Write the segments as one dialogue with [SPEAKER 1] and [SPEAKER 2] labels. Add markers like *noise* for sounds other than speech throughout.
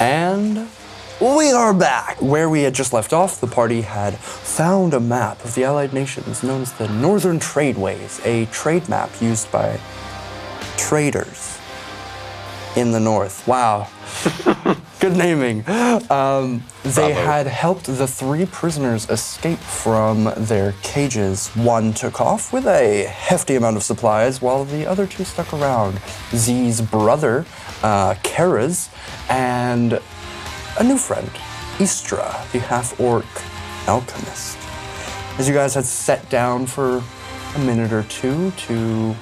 [SPEAKER 1] And we are back! Where we had just left off, the party had found a map of the Allied nations known as the Northern Tradeways, a trade map used by traders in the north. Wow. *laughs* Good naming. Um, they
[SPEAKER 2] Bravo.
[SPEAKER 1] had helped the three prisoners escape from their cages. One took off with a hefty amount of supplies, while the other two stuck around. Z's brother, uh, Keras, and a new friend, Istra, the half orc alchemist. As you guys had sat down for a minute or two to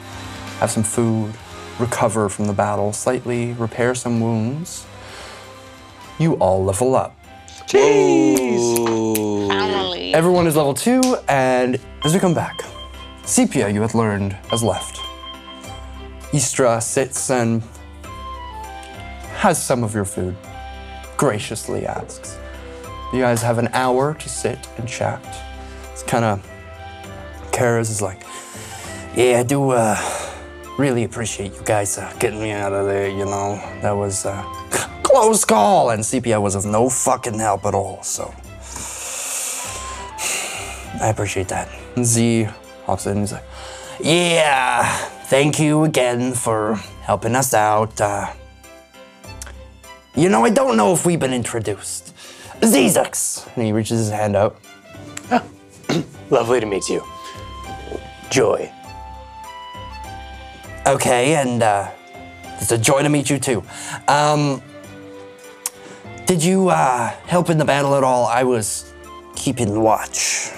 [SPEAKER 1] have some food, recover from the battle slightly, repair some wounds, you all level up.
[SPEAKER 3] Finally.
[SPEAKER 1] Everyone is level two, and as we come back, Sepia, you had learned, has left. Istra sits and has some of your food, graciously asks. You guys have an hour to sit and chat. It's kind of. Kara's is like, yeah, I do uh, really appreciate you guys uh, getting me out of there, you know? That was uh, close call, and CPI was of no fucking help at all, so. I appreciate that. Z hops in and he's like, Yeah, thank you again for helping us out. Uh, you know, I don't know if we've been introduced. Zizix! And he reaches his hand out.
[SPEAKER 4] *coughs* Lovely to meet you. Joy.
[SPEAKER 1] Okay, and uh, it's a joy to meet you too. Um, did you uh, help in the battle at all? I was keeping watch.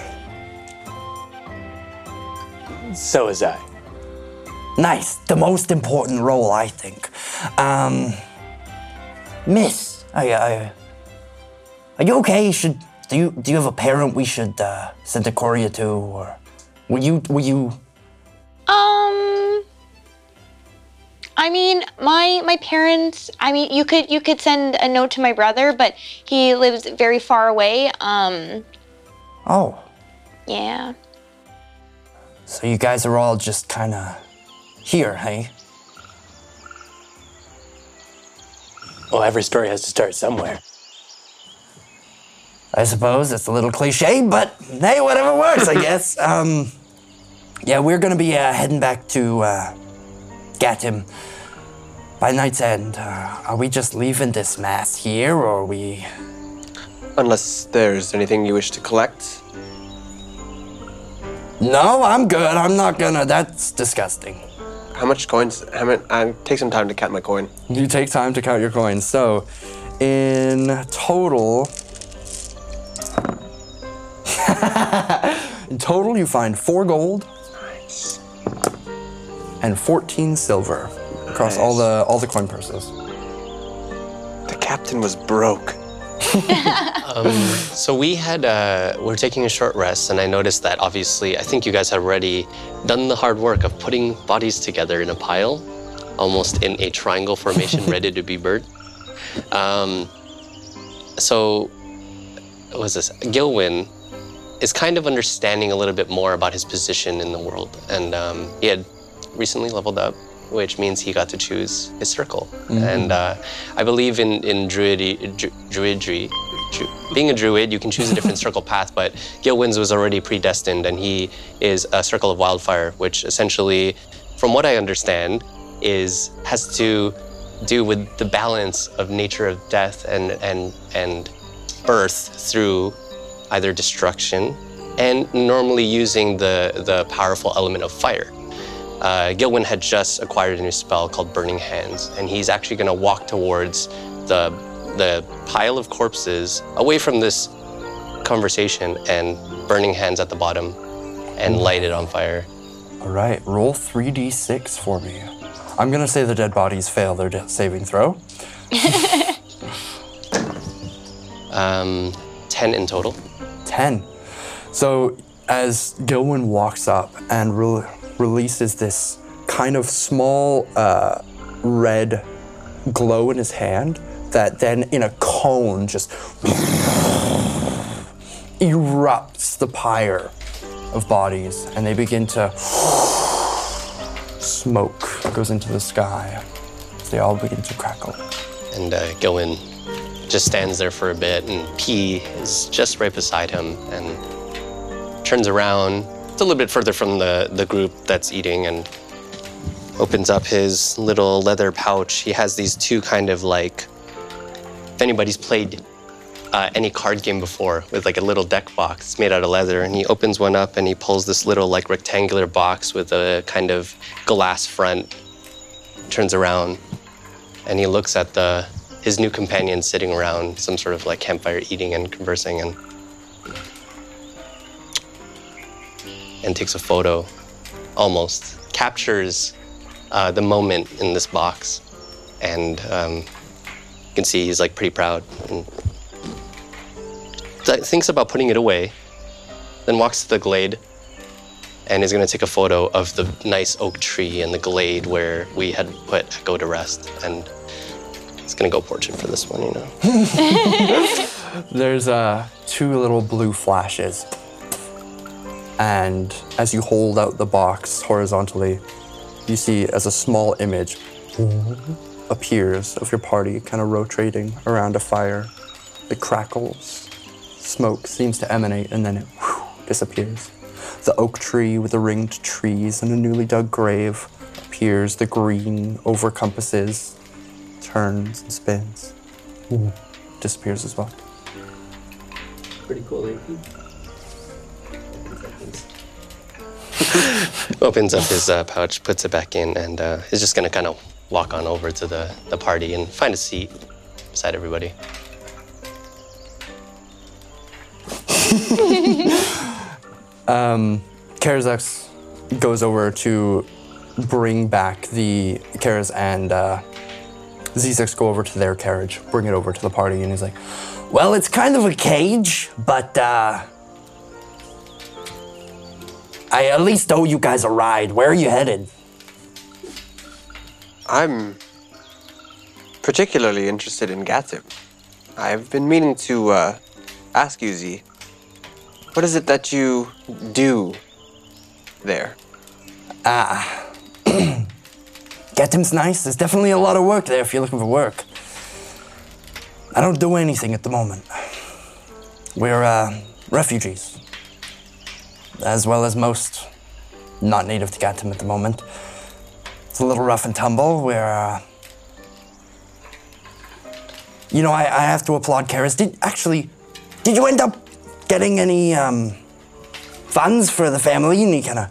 [SPEAKER 4] So is I.
[SPEAKER 1] Nice. The most important role, I think. Um, miss, I, I, are you okay? Should do you do you have a parent we should uh, send a courier to, or were you were you?
[SPEAKER 3] Um. I mean, my my parents. I mean, you could you could send a note to my brother, but he lives very far away. Um.
[SPEAKER 1] Oh,
[SPEAKER 3] Yeah.
[SPEAKER 1] so you guys are all just kind of here, hey?
[SPEAKER 4] Well, every story has to start somewhere.
[SPEAKER 1] I suppose that's a little cliche, but hey, whatever works, I guess.
[SPEAKER 4] *laughs*
[SPEAKER 1] Um, yeah, we're gonna be uh, heading back to uh, Gatim by night's end. Uh, are we just leaving this mass here, or are we?
[SPEAKER 2] Unless there's anything you wish to collect.
[SPEAKER 1] No, I'm good. I'm not gonna. That's disgusting.
[SPEAKER 2] How much coins? How many? I take some time to count my coin.
[SPEAKER 1] You take time to count your coins. So, in total, *laughs* in total, you find four gold and fourteen silver across all the all the coin purses.
[SPEAKER 2] The captain was broke.
[SPEAKER 5] So we had uh, we're taking a short rest, and I noticed that obviously I think you guys have already done the hard work of putting bodies together in a pile, almost in a triangle formation, ready to be burnt. Um, so what was this Gilwin is kind of understanding a little bit more about his position in the world, and um, he had recently leveled up. Which means he got to choose his circle, and uh, I believe in in druidi, dru- druidry, Dru- being a druid, you can choose a different circle path, but Gilwin's was already predestined, and he is a circle of wildfire, which essentially, from what I understand, is has to do with the balance of nature of death and and and birth through either destruction and normally using the the powerful element of fire. Uh, Gilwin had just acquired a new spell called Burning Hands, and he's actually going to walk towards the the pile of corpses away from this conversation and Burning Hands at the bottom, and light it on fire.
[SPEAKER 1] All right, roll three d six for me. I'm gonna say the dead bodies fail their death saving throw.
[SPEAKER 5] Um, Ten in total.
[SPEAKER 1] 10. So as Gilwin walks up and re- releases this kind of small uh, red glow in his hand that then in a cone just erupts the pyre of bodies and they begin to smoke goes into the sky. They all begin to crackle.
[SPEAKER 5] And uh, Gilwin just stands there for a bit, and P is just right beside him and turns around. It's a little bit further from the, the group that's eating and opens up his little leather pouch. He has these two kind of like, if anybody's played uh, any card game before with like a little deck box It's made out of leather. And he opens one up and he pulls this little like rectangular box with a kind of glass front, turns around, and he looks at the his new companions sitting around some sort of like campfire eating and conversing and and takes a photo almost captures uh, the moment in this box and um, you can see he's like pretty proud and th- thinks about putting it away, then walks to the glade and is going to take a photo of the nice oak tree and the glade where we had put Echo to rest. And it's going to go portrait for this one, you know.
[SPEAKER 1] There's uh, two little blue flashes. And as you hold out the box horizontally, you see as a small image appears of your party kind of rotating around a fire. It crackles, smoke seems to emanate, and then it whew, disappears. The oak tree with the ringed trees and a newly dug grave appears. The green overcompasses, turns and spins, disappears as well.
[SPEAKER 6] Pretty cool, AP.
[SPEAKER 5] opens up his uh, pouch, puts it back in, and uh, is just gonna kind of walk on over to the, the party and find a seat beside everybody.
[SPEAKER 1] Karazax goes over to bring back the Karaz and uh, Zizix go over to their carriage, bring it over to the party, and he's like, "Well, it's kind of a cage, but uh, I at least owe you guys a ride. Where are you headed?"
[SPEAKER 2] I'm particularly interested in Gatip. I've been meaning to uh, ask you, Z, what is it that you do there?
[SPEAKER 1] Gatum's nice. There's definitely a lot of work there if you're looking for work. I don't do anything at the moment. We're uh, refugees, as well as most not native to Gatum at the moment. It's a little rough and tumble. We're. Uh, you know, I, I have to applaud Karis. Did actually, did you end up getting any um, funds for the family? Any kind of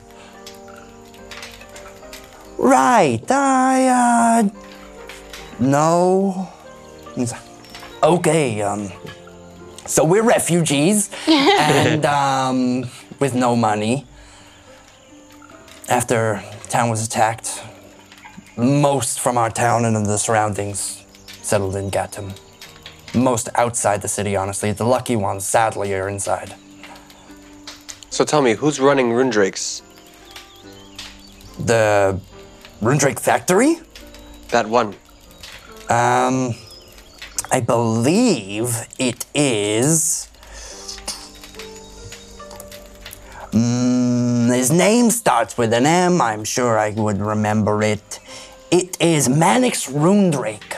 [SPEAKER 1] Right, I, uh. No. He's like, Okay, um. So we're refugees, and, um, with no money. After town was attacked, most from our town and the surroundings settled in Gatum. Most outside the city, honestly. The lucky ones, sadly, are inside.
[SPEAKER 2] So tell me, who's running Rundrake's?
[SPEAKER 1] The Rundrake factory?
[SPEAKER 2] That one.
[SPEAKER 1] Um, I believe it is. Mm, his name starts with an M. I'm sure I would remember it. It is Manix Rundrake.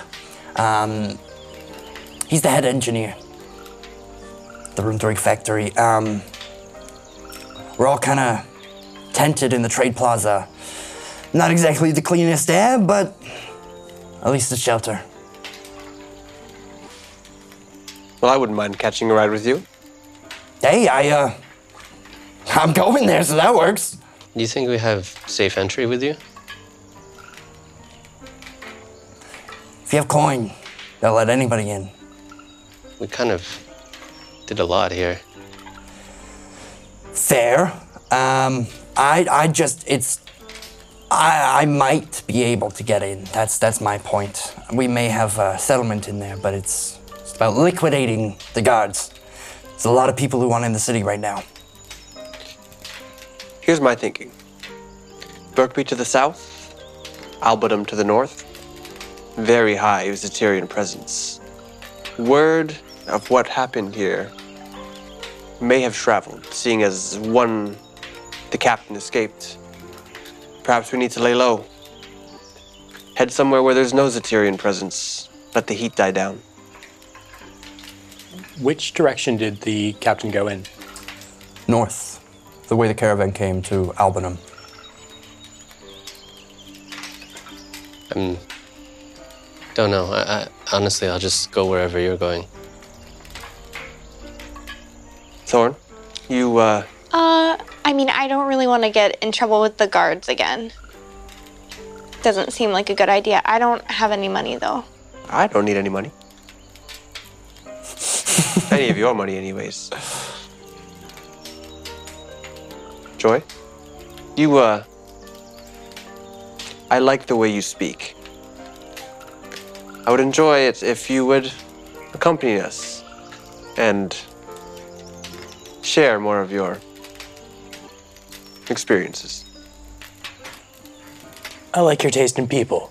[SPEAKER 1] Um, he's the head engineer. The Rundrake factory. Um, we're all kind of tented in the trade plaza. Not exactly the cleanest air, but at least it's shelter.
[SPEAKER 2] Well, I wouldn't mind catching a ride with you.
[SPEAKER 1] Hey, I uh I'm going there, so that works.
[SPEAKER 5] Do you think we have safe entry with you?
[SPEAKER 1] If you have coin, they'll let anybody in.
[SPEAKER 5] We kind of did a lot here.
[SPEAKER 1] Fair. Um I I just it's I I might be able to get in. That's that's my point. We may have a settlement in there, but it's it's about liquidating the guards. There's a lot of people who want in the city right now.
[SPEAKER 2] Here's my thinking Berkby to the south, Albadum to the north. Very high Usitarian presence. Word of what happened here may have traveled, seeing as one, the captain escaped. Perhaps we need to lay low. Head somewhere where there's no Zatirian presence. Let the heat die down.
[SPEAKER 4] Which direction did the captain go in?
[SPEAKER 1] North, the way the caravan came to Albanum.
[SPEAKER 5] I'm. Don't know. I, I, honestly, I'll just go wherever you're going.
[SPEAKER 2] Thorn, you uh,
[SPEAKER 3] Uh, I mean, I don't really want to get in trouble with the guards again. Doesn't seem like a good idea. I don't have any money though.
[SPEAKER 2] I don't need any money. any of your money, anyways. Joy, you, uh. I like the way you speak. I would enjoy it if you would accompany us and share more of your experiences.
[SPEAKER 4] I like your taste in people.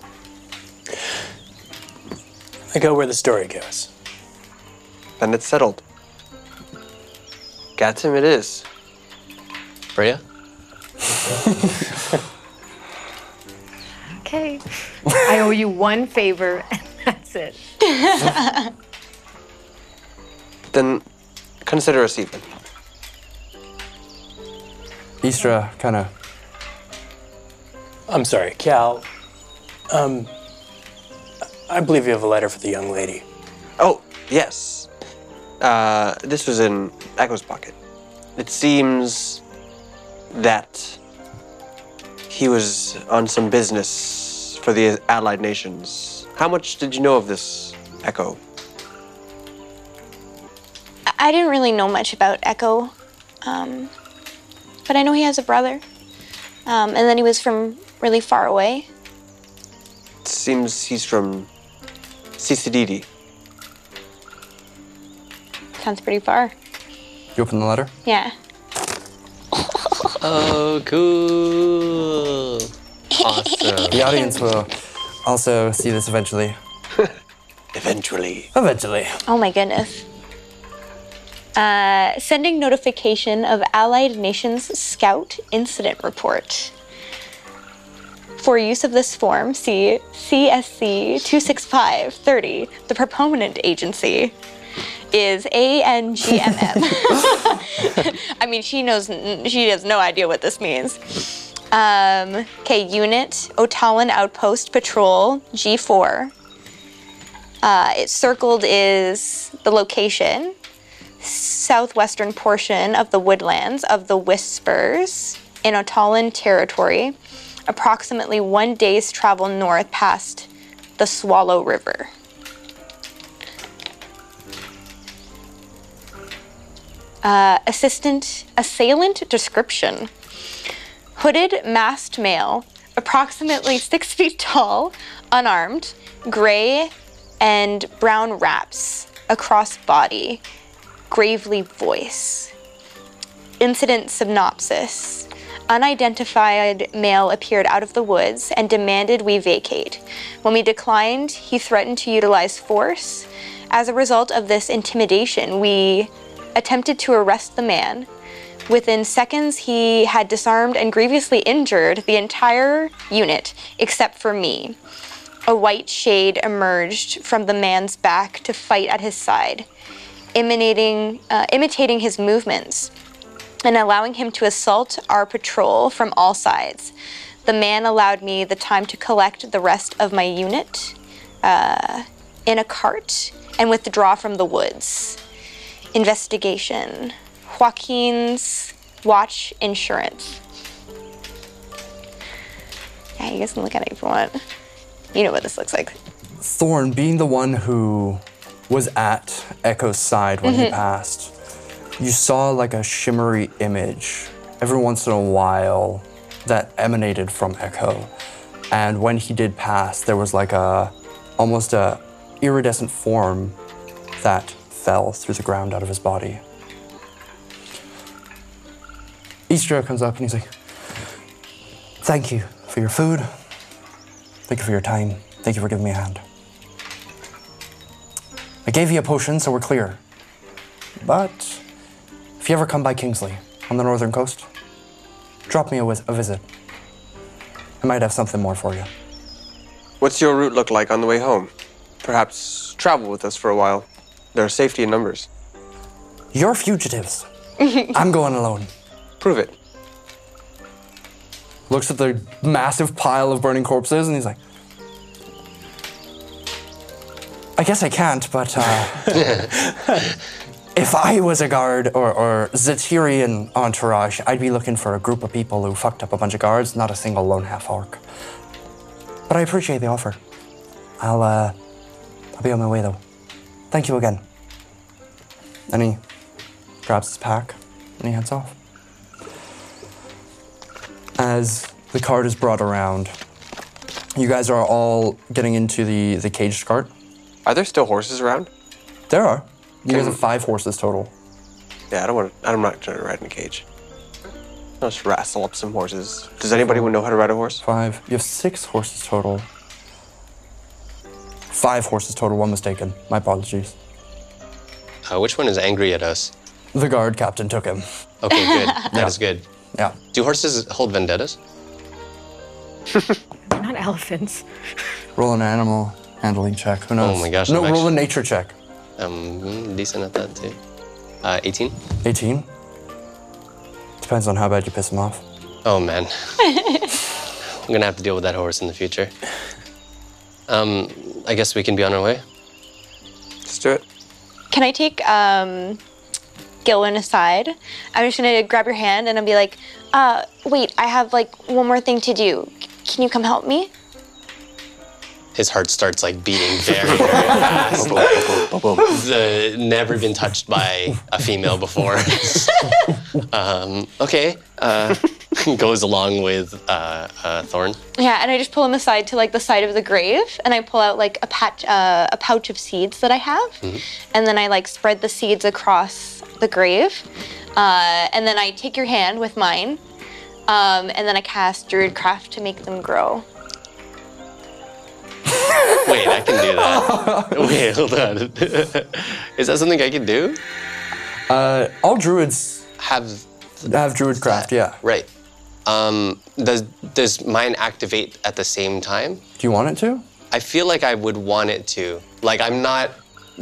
[SPEAKER 4] I go where the story goes.
[SPEAKER 2] Then it's settled. Gatim, it is.
[SPEAKER 5] Bria?
[SPEAKER 1] *laughs*
[SPEAKER 7] Okay. I owe you one favor, *laughs* and that's it.
[SPEAKER 2] Then consider us even.
[SPEAKER 1] Istra kind of
[SPEAKER 4] I'm sorry, Cal. Um, I believe you have a letter for the young lady.
[SPEAKER 2] Oh, yes. Uh, this was in Echo's pocket. It seems that he was on some business for the allied nations. How much did you know of this, Echo?
[SPEAKER 3] I- I didn't really know much about Echo, um, but I know he has a brother, um, and then he was from really far away.
[SPEAKER 2] It seems he's from Cicididi.
[SPEAKER 3] Sounds pretty far.
[SPEAKER 1] you open the letter.
[SPEAKER 3] Yeah.
[SPEAKER 5] Oh, cool. Awesome.
[SPEAKER 1] The audience will also see this eventually.
[SPEAKER 2] Eventually.
[SPEAKER 1] Eventually.
[SPEAKER 3] Oh my goodness. Uh, sending notification of Allied Nations Scout Incident Report. For use of this form, see CSC 26530, the proponent agency. Is ANGMM. *laughs* I mean, she knows, she has no idea what this means. Um, okay, unit, Otawan Outpost Patrol, G4, uh, it's circled is the location, southwestern portion of the woodlands of the Whispers in Otalan territory, approximately one day's travel north past the Swallow River. Uh, assistant assailant description hooded masked male, approximately six *laughs* feet tall, unarmed, gray and brown wraps across body, gravely voice. Incident synopsis. Unidentified male appeared out of the woods and demanded we vacate. When we declined, he threatened to utilize force. As a result of this intimidation, we attempted to arrest the man. Within seconds, he had disarmed and grievously injured the entire unit except for me. A white shade emerged from the man's back to fight at his side, emanating, uh, imitating his movements and allowing him to assault our patrol from all sides. The man allowed me the time to collect the rest of my unit uh, in a cart and withdraw from the woods. Investigation Joaquin's watch insurance. Yeah, you guys can look at it if you want. You know what this looks like.
[SPEAKER 1] Thorn, being the one who was at Echo's side when he passed, you saw like a shimmery image every once in a while that emanated from Echo. And when he did pass, there was like a almost a iridescent form that fell through the ground out of his body. Istra comes up and he's like, Thank you for your food. Thank you for your time. Thank you for giving me a hand. I gave you a potion, so we're clear. But if you ever come by Kingsley on the northern coast, drop me a, wis- a visit. I might have something more for you.
[SPEAKER 2] What's your route look like on the way home? Perhaps travel with us for a while. There's safety in numbers.
[SPEAKER 1] You're fugitives. I'm going alone.
[SPEAKER 2] Prove it.
[SPEAKER 1] Looks at the massive pile of burning corpses and he's like, I guess I can't, but uh, if I was a guard or, or Zatirian entourage, I'd be looking for a group of people who fucked up a bunch of guards, not a single lone half orc. But I appreciate the offer. I'll, uh, I'll be on my way though. Thank you again. And he grabs his pack and he heads off. As the cart is brought around, you guys are all getting into the, the caged cart.
[SPEAKER 2] Are there still horses around?
[SPEAKER 1] There are. You guys
[SPEAKER 2] Can-
[SPEAKER 1] have
[SPEAKER 5] Mm.
[SPEAKER 1] five horses total.
[SPEAKER 2] Yeah, I don't want. to. I'm not trying to ride in a cage. I'll just wrestle up some horses. Does anybody know how to ride a horse?
[SPEAKER 1] Five. You have six horses total. Five horses total. One mistaken. My apologies.
[SPEAKER 5] Uh, which one is angry at us?
[SPEAKER 1] The guard captain took him.
[SPEAKER 5] Okay, *laughs* good. That is good.
[SPEAKER 1] Yeah.
[SPEAKER 5] Do horses hold vendettas?
[SPEAKER 7] Not elephants.
[SPEAKER 1] Roll an animal handling check. Who knows?
[SPEAKER 5] Oh my gosh,
[SPEAKER 1] No,
[SPEAKER 5] I'm
[SPEAKER 1] roll a
[SPEAKER 5] actually-
[SPEAKER 1] nature check.
[SPEAKER 5] Um, mm, decent at that too. Uh, 18?
[SPEAKER 1] 18. Depends on how bad you piss him off.
[SPEAKER 5] Oh man. I'm gonna have to deal with that horse in the future. Um, I guess we can be on our way.
[SPEAKER 2] Let's do it.
[SPEAKER 3] Can I take um, Gilwin aside? I'm just gonna grab your hand and I'll be like, uh, wait, I have like one more thing to do. C- Can you come help me?
[SPEAKER 5] His heart starts like beating very, very fast. the, never been touched by a female before. um, okay. Uh, *laughs* goes along with uh, uh, Thorn.
[SPEAKER 3] Yeah, and I just pull him aside to like the side of the grave, and I pull out like a patch, uh, a pouch of seeds that I have, and then I like spread the seeds across the grave, uh, and then I take your hand with mine, um, and then I cast Druid Craft to make them grow.
[SPEAKER 5] Wait, I can do that. Wait, hold on. Is that something I can do?
[SPEAKER 1] Uh, all druids
[SPEAKER 5] Have
[SPEAKER 1] have druid craft, yeah.
[SPEAKER 5] right. Um, does does mine activate at the same time?
[SPEAKER 1] Do you want it to?
[SPEAKER 5] I feel like I would want it to. Like I'm not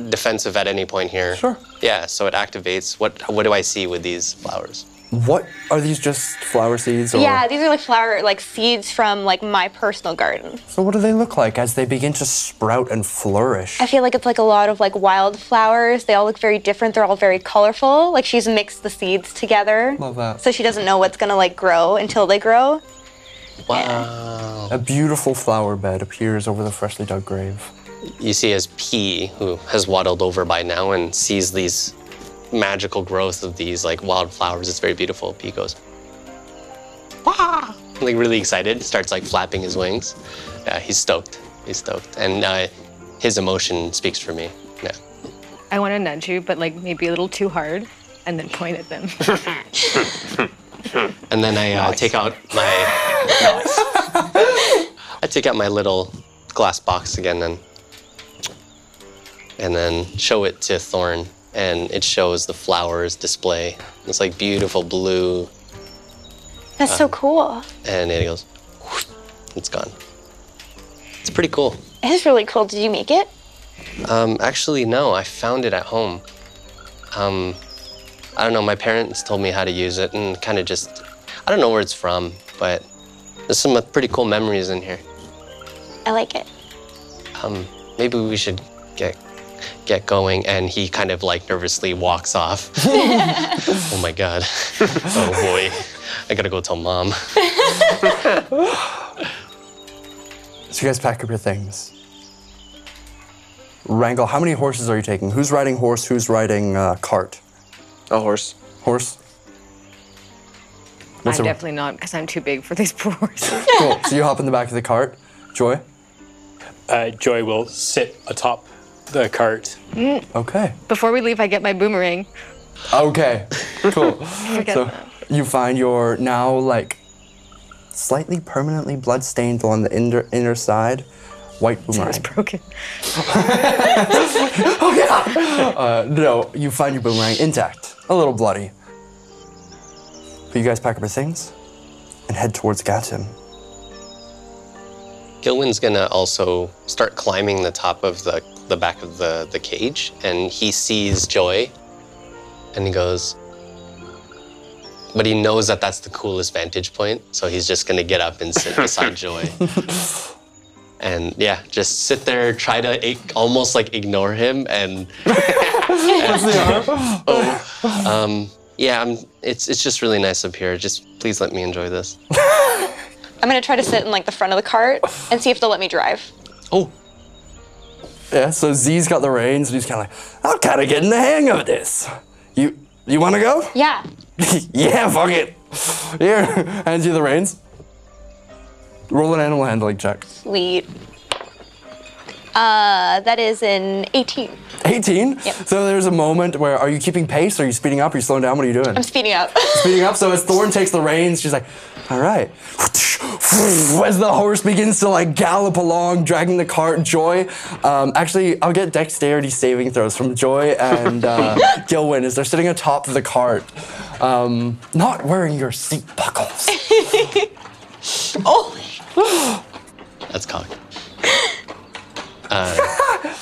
[SPEAKER 5] defensive at any point here.
[SPEAKER 1] Sure.
[SPEAKER 5] Yeah, so it activates. What what do I see with these flowers?
[SPEAKER 1] What are these just flower seeds? Or,
[SPEAKER 3] Yeah, these are like flower, like seeds from like my personal garden.
[SPEAKER 1] So what do they look like as they begin to sprout and flourish?
[SPEAKER 3] I feel like it's like a lot of like wildflowers. They all look very different. They're all very colorful. Like she's mixed the seeds together.
[SPEAKER 1] Love that.
[SPEAKER 3] So she doesn't know what's gonna like grow until they grow.
[SPEAKER 5] Wow.
[SPEAKER 1] A beautiful flower bed appears over the freshly dug grave.
[SPEAKER 5] You see as P who has waddled over by now and sees these magical growth of these like wildflowers. It's very beautiful. P goes "Wah!" like really excited, starts like flapping his wings. Yeah, he's stoked. He's stoked. And uh, his emotion speaks for me. Yeah.
[SPEAKER 7] I want to nudge you, but like maybe a little too hard, and then point at them.
[SPEAKER 5] And then I uh, take out my. *laughs* I take out my little glass box again, and and then show it to Thorn, and it shows the flowers display. It's like beautiful blue,
[SPEAKER 3] That's
[SPEAKER 1] Uh.
[SPEAKER 3] so cool.
[SPEAKER 5] and it goes. It's gone. It's pretty cool.
[SPEAKER 3] It is really cool. Did you make it?
[SPEAKER 5] Um, actually, no, I found it at home. Um, I don't know, my parents told me how to use it and kind of just, I don't know where it's from, but there's some uh, pretty cool memories in here.
[SPEAKER 3] I like it.
[SPEAKER 5] Um, maybe we should get get going and he kind of like nervously walks off oh my god oh boy i gotta go tell mom
[SPEAKER 1] So you guys pack up your things. Wrangle, how many horses are you taking? Who's riding horse? Who's riding uh, cart?
[SPEAKER 2] A horse.
[SPEAKER 1] Horse?
[SPEAKER 7] I'm
[SPEAKER 1] a-
[SPEAKER 7] definitely not because I'm too big for these *laughs* poor horses.
[SPEAKER 1] Cool. So you hop in the back of the cart. Joy?
[SPEAKER 4] Uh, Joy will sit atop the cart.
[SPEAKER 1] Okay.
[SPEAKER 7] Before we leave, I get my boomerang.
[SPEAKER 1] Okay. Cool.
[SPEAKER 7] *laughs* Forget
[SPEAKER 1] so
[SPEAKER 7] that.
[SPEAKER 1] you find your now like slightly permanently bloodstained on the inner, inner side white boomerang.
[SPEAKER 7] It's broken.
[SPEAKER 1] No, you find your boomerang intact, a little bloody. But you guys pack up your things and head towards Gatim.
[SPEAKER 5] Gilwin's gonna also start climbing the top of the, the back of the, the cage, and he sees Joy and he goes, but he knows that that's the coolest vantage point, so he's just gonna get up and sit beside Joy. And yeah, just sit there, try to i- almost like ignore him, and Oh, um, yeah, I'm, it's it's just really nice up here. Just please let me enjoy this.
[SPEAKER 3] I'm gonna try to sit in like the front of
[SPEAKER 1] *sighs*
[SPEAKER 3] the cart and see if they'll let me drive.
[SPEAKER 5] Oh,
[SPEAKER 1] Yeah, so Z's got the reins and he's kind of like, I'm kind of getting the hang of this. You you want to go? *laughs*
[SPEAKER 3] Yeah.
[SPEAKER 1] yeah, fuck it. Here, hands you the reins. Roll an animal handling check.
[SPEAKER 3] Sweet. Uh, that is an 18.
[SPEAKER 1] 18. So there's a moment where are you keeping pace? Are you speeding up? Are you slowing down? What are you doing?
[SPEAKER 3] I'm speeding up. *laughs*
[SPEAKER 1] speeding up. So as Thorn takes the reins, she's like, all right. As the horse begins to like gallop along, dragging the cart, Joy. Um, actually, I'll get dexterity saving throws from Joy and uh, Gilwin as they're sitting atop the cart, um, not wearing your seat buckles.
[SPEAKER 3] oh,
[SPEAKER 5] that's cocked. Uh, *laughs*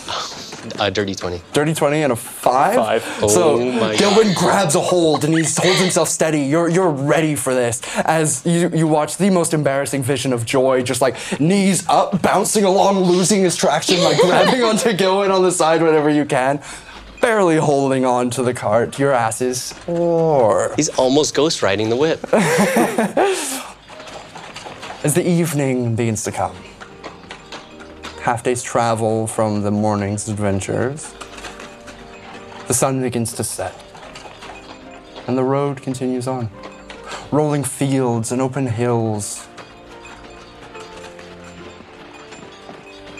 [SPEAKER 5] a dirty twenty.
[SPEAKER 1] Dirty 20 and a 5?
[SPEAKER 4] Five.
[SPEAKER 1] So
[SPEAKER 5] Oh my
[SPEAKER 1] Gilwin grabs a hold and he holds himself steady. You're, you're ready for this as you, you watch the most embarrassing vision of Joy, just like knees up, bouncing along, losing his traction, like grabbing *laughs* onto Gilwin on the side whenever you can, barely holding on to the cart. Your ass is sore.
[SPEAKER 5] He's almost ghost riding the whip.
[SPEAKER 1] As the evening begins to come, half day's travel from the morning's adventures, the sun begins to set, and the road continues on, rolling fields and open hills.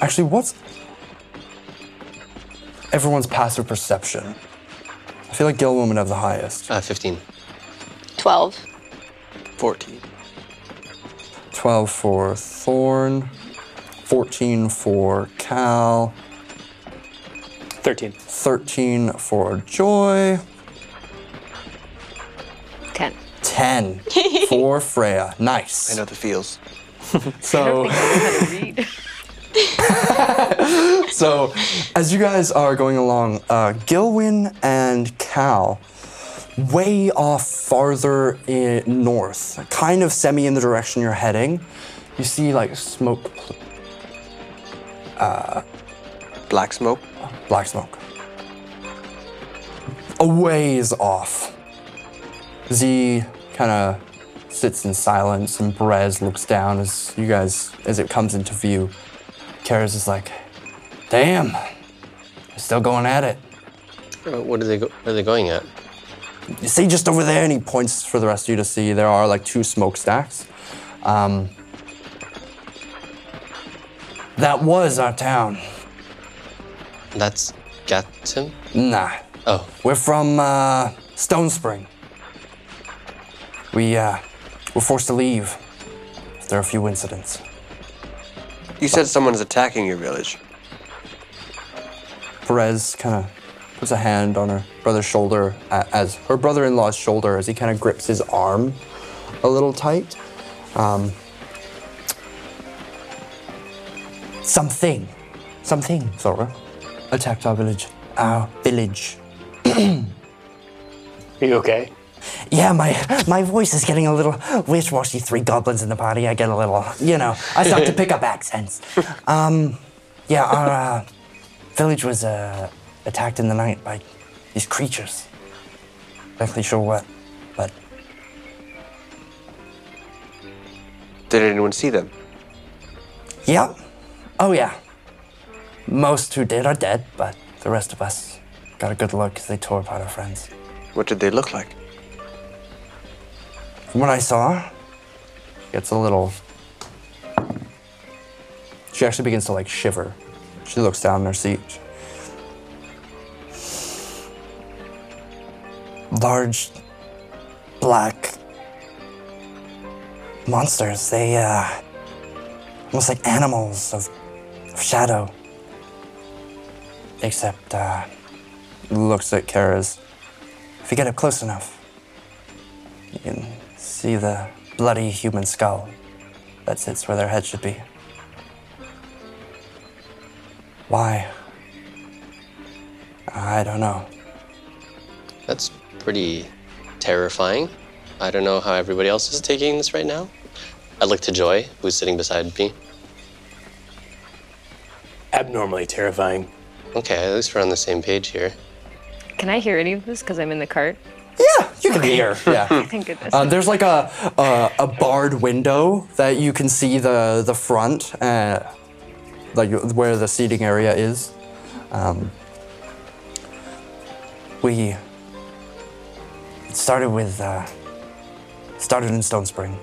[SPEAKER 1] Actually, what's everyone's passive perception? I feel like Gilwoman have the highest.
[SPEAKER 5] Uh, Fifteen.
[SPEAKER 3] 12.
[SPEAKER 2] 14.
[SPEAKER 1] 12 for Thorn, 14 for Cal,
[SPEAKER 4] 13.
[SPEAKER 1] 13 for Joy,
[SPEAKER 7] Ten.
[SPEAKER 1] 10 for Freya.
[SPEAKER 2] I
[SPEAKER 1] Nice.
[SPEAKER 2] know the feels. *laughs*
[SPEAKER 1] So,
[SPEAKER 7] Read. *laughs*
[SPEAKER 1] so as you guys are going along, uh, Gilwin and Cal, way off farther i north, kind of semi in the direction you're heading, you see like smoke,
[SPEAKER 2] Black smoke.
[SPEAKER 1] black smoke. A ways off. Z kind of sits in silence, and Brez looks down as you guys, as it comes into view. Karis is like, "Damn, they're still going at it."
[SPEAKER 5] Uh, what are they? Go- where are they going at?
[SPEAKER 1] You see, just over there, and he points for the rest of you to see. There are like two smokestacks. Um, that was our town.
[SPEAKER 5] That's Gatim.
[SPEAKER 1] Nah,
[SPEAKER 5] Oh,
[SPEAKER 1] We're from uh, Stone Spring. We uh, were forced to leave after a few incidents.
[SPEAKER 2] You said someone's attacking your village.
[SPEAKER 1] Perez kind of puts a hand on her brother's shoulder, a as her brother-in-law's shoulder, as he kind of grips his arm a little tight. Um, something, something, Zora, attacked our village. Our village.
[SPEAKER 4] Are you okay?
[SPEAKER 1] Yeah, my my voice is getting a little wishy-washy. Three goblins in the party. I get a little, you know, I start to pick up accents. Um, yeah, our uh, village was uh, attacked in the night by these creatures. Not Exactly sure what, but
[SPEAKER 2] Did anyone see them?
[SPEAKER 1] yeah, oh yeah. Most who did are dead, but the rest of us got a good look 'cause they tore apart our friends.
[SPEAKER 2] What did they look like?
[SPEAKER 1] From what I saw, gets a little. She actually begins to like shiver. She looks down in her seat. Large black monsters. They, uh, almost like animals of, of shadow. Except, uh, looks at Kara's. If you get up close enough, you can see the bloody human skull that sits where their head should be. Why? I don't know.
[SPEAKER 5] that's pretty terrifying. I don't know how everybody else is taking this right now. I look to Joy, who's sitting beside me.
[SPEAKER 4] Abnormally terrifying.
[SPEAKER 5] Okay, at least we're on the same page here.
[SPEAKER 7] Can I hear any of this? Because I'm in the cart.
[SPEAKER 1] Yeah, you can hear. *laughs* Yeah.
[SPEAKER 7] Thank goodness.
[SPEAKER 1] Uh, there's like a, a a barred window that you can see the the front, uh, like where the seating area is. Um, we it started with uh, started in Stone Spring.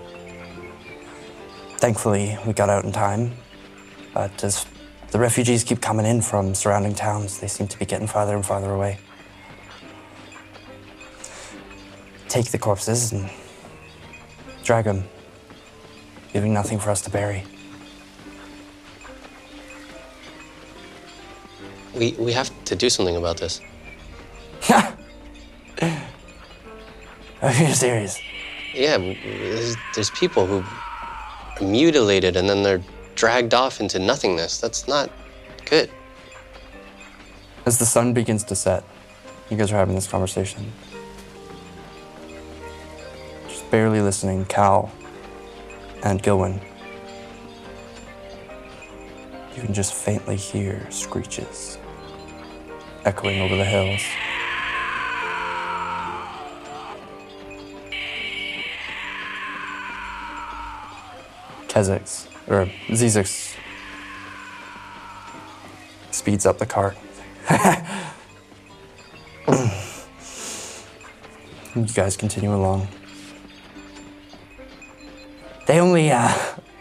[SPEAKER 1] Thankfully, we got out in time. But as the refugees keep coming in from surrounding towns, they seem to be getting farther and farther away. take the corpses and drag them, leaving nothing for us to bury. *laughs*
[SPEAKER 5] We we have to do something about this.
[SPEAKER 1] Are you serious?
[SPEAKER 5] Yeah, w- there's, there's people who are mutilated and then they're dragged off into nothingness. That's not good.
[SPEAKER 1] As the sun begins to set, you guys are having this conversation. Just barely listening, Cal and Gilwin. You can just faintly hear screeches echoing over the hills. Kezix, or Zizix, speeds up the cart. You guys continue along. They only uh,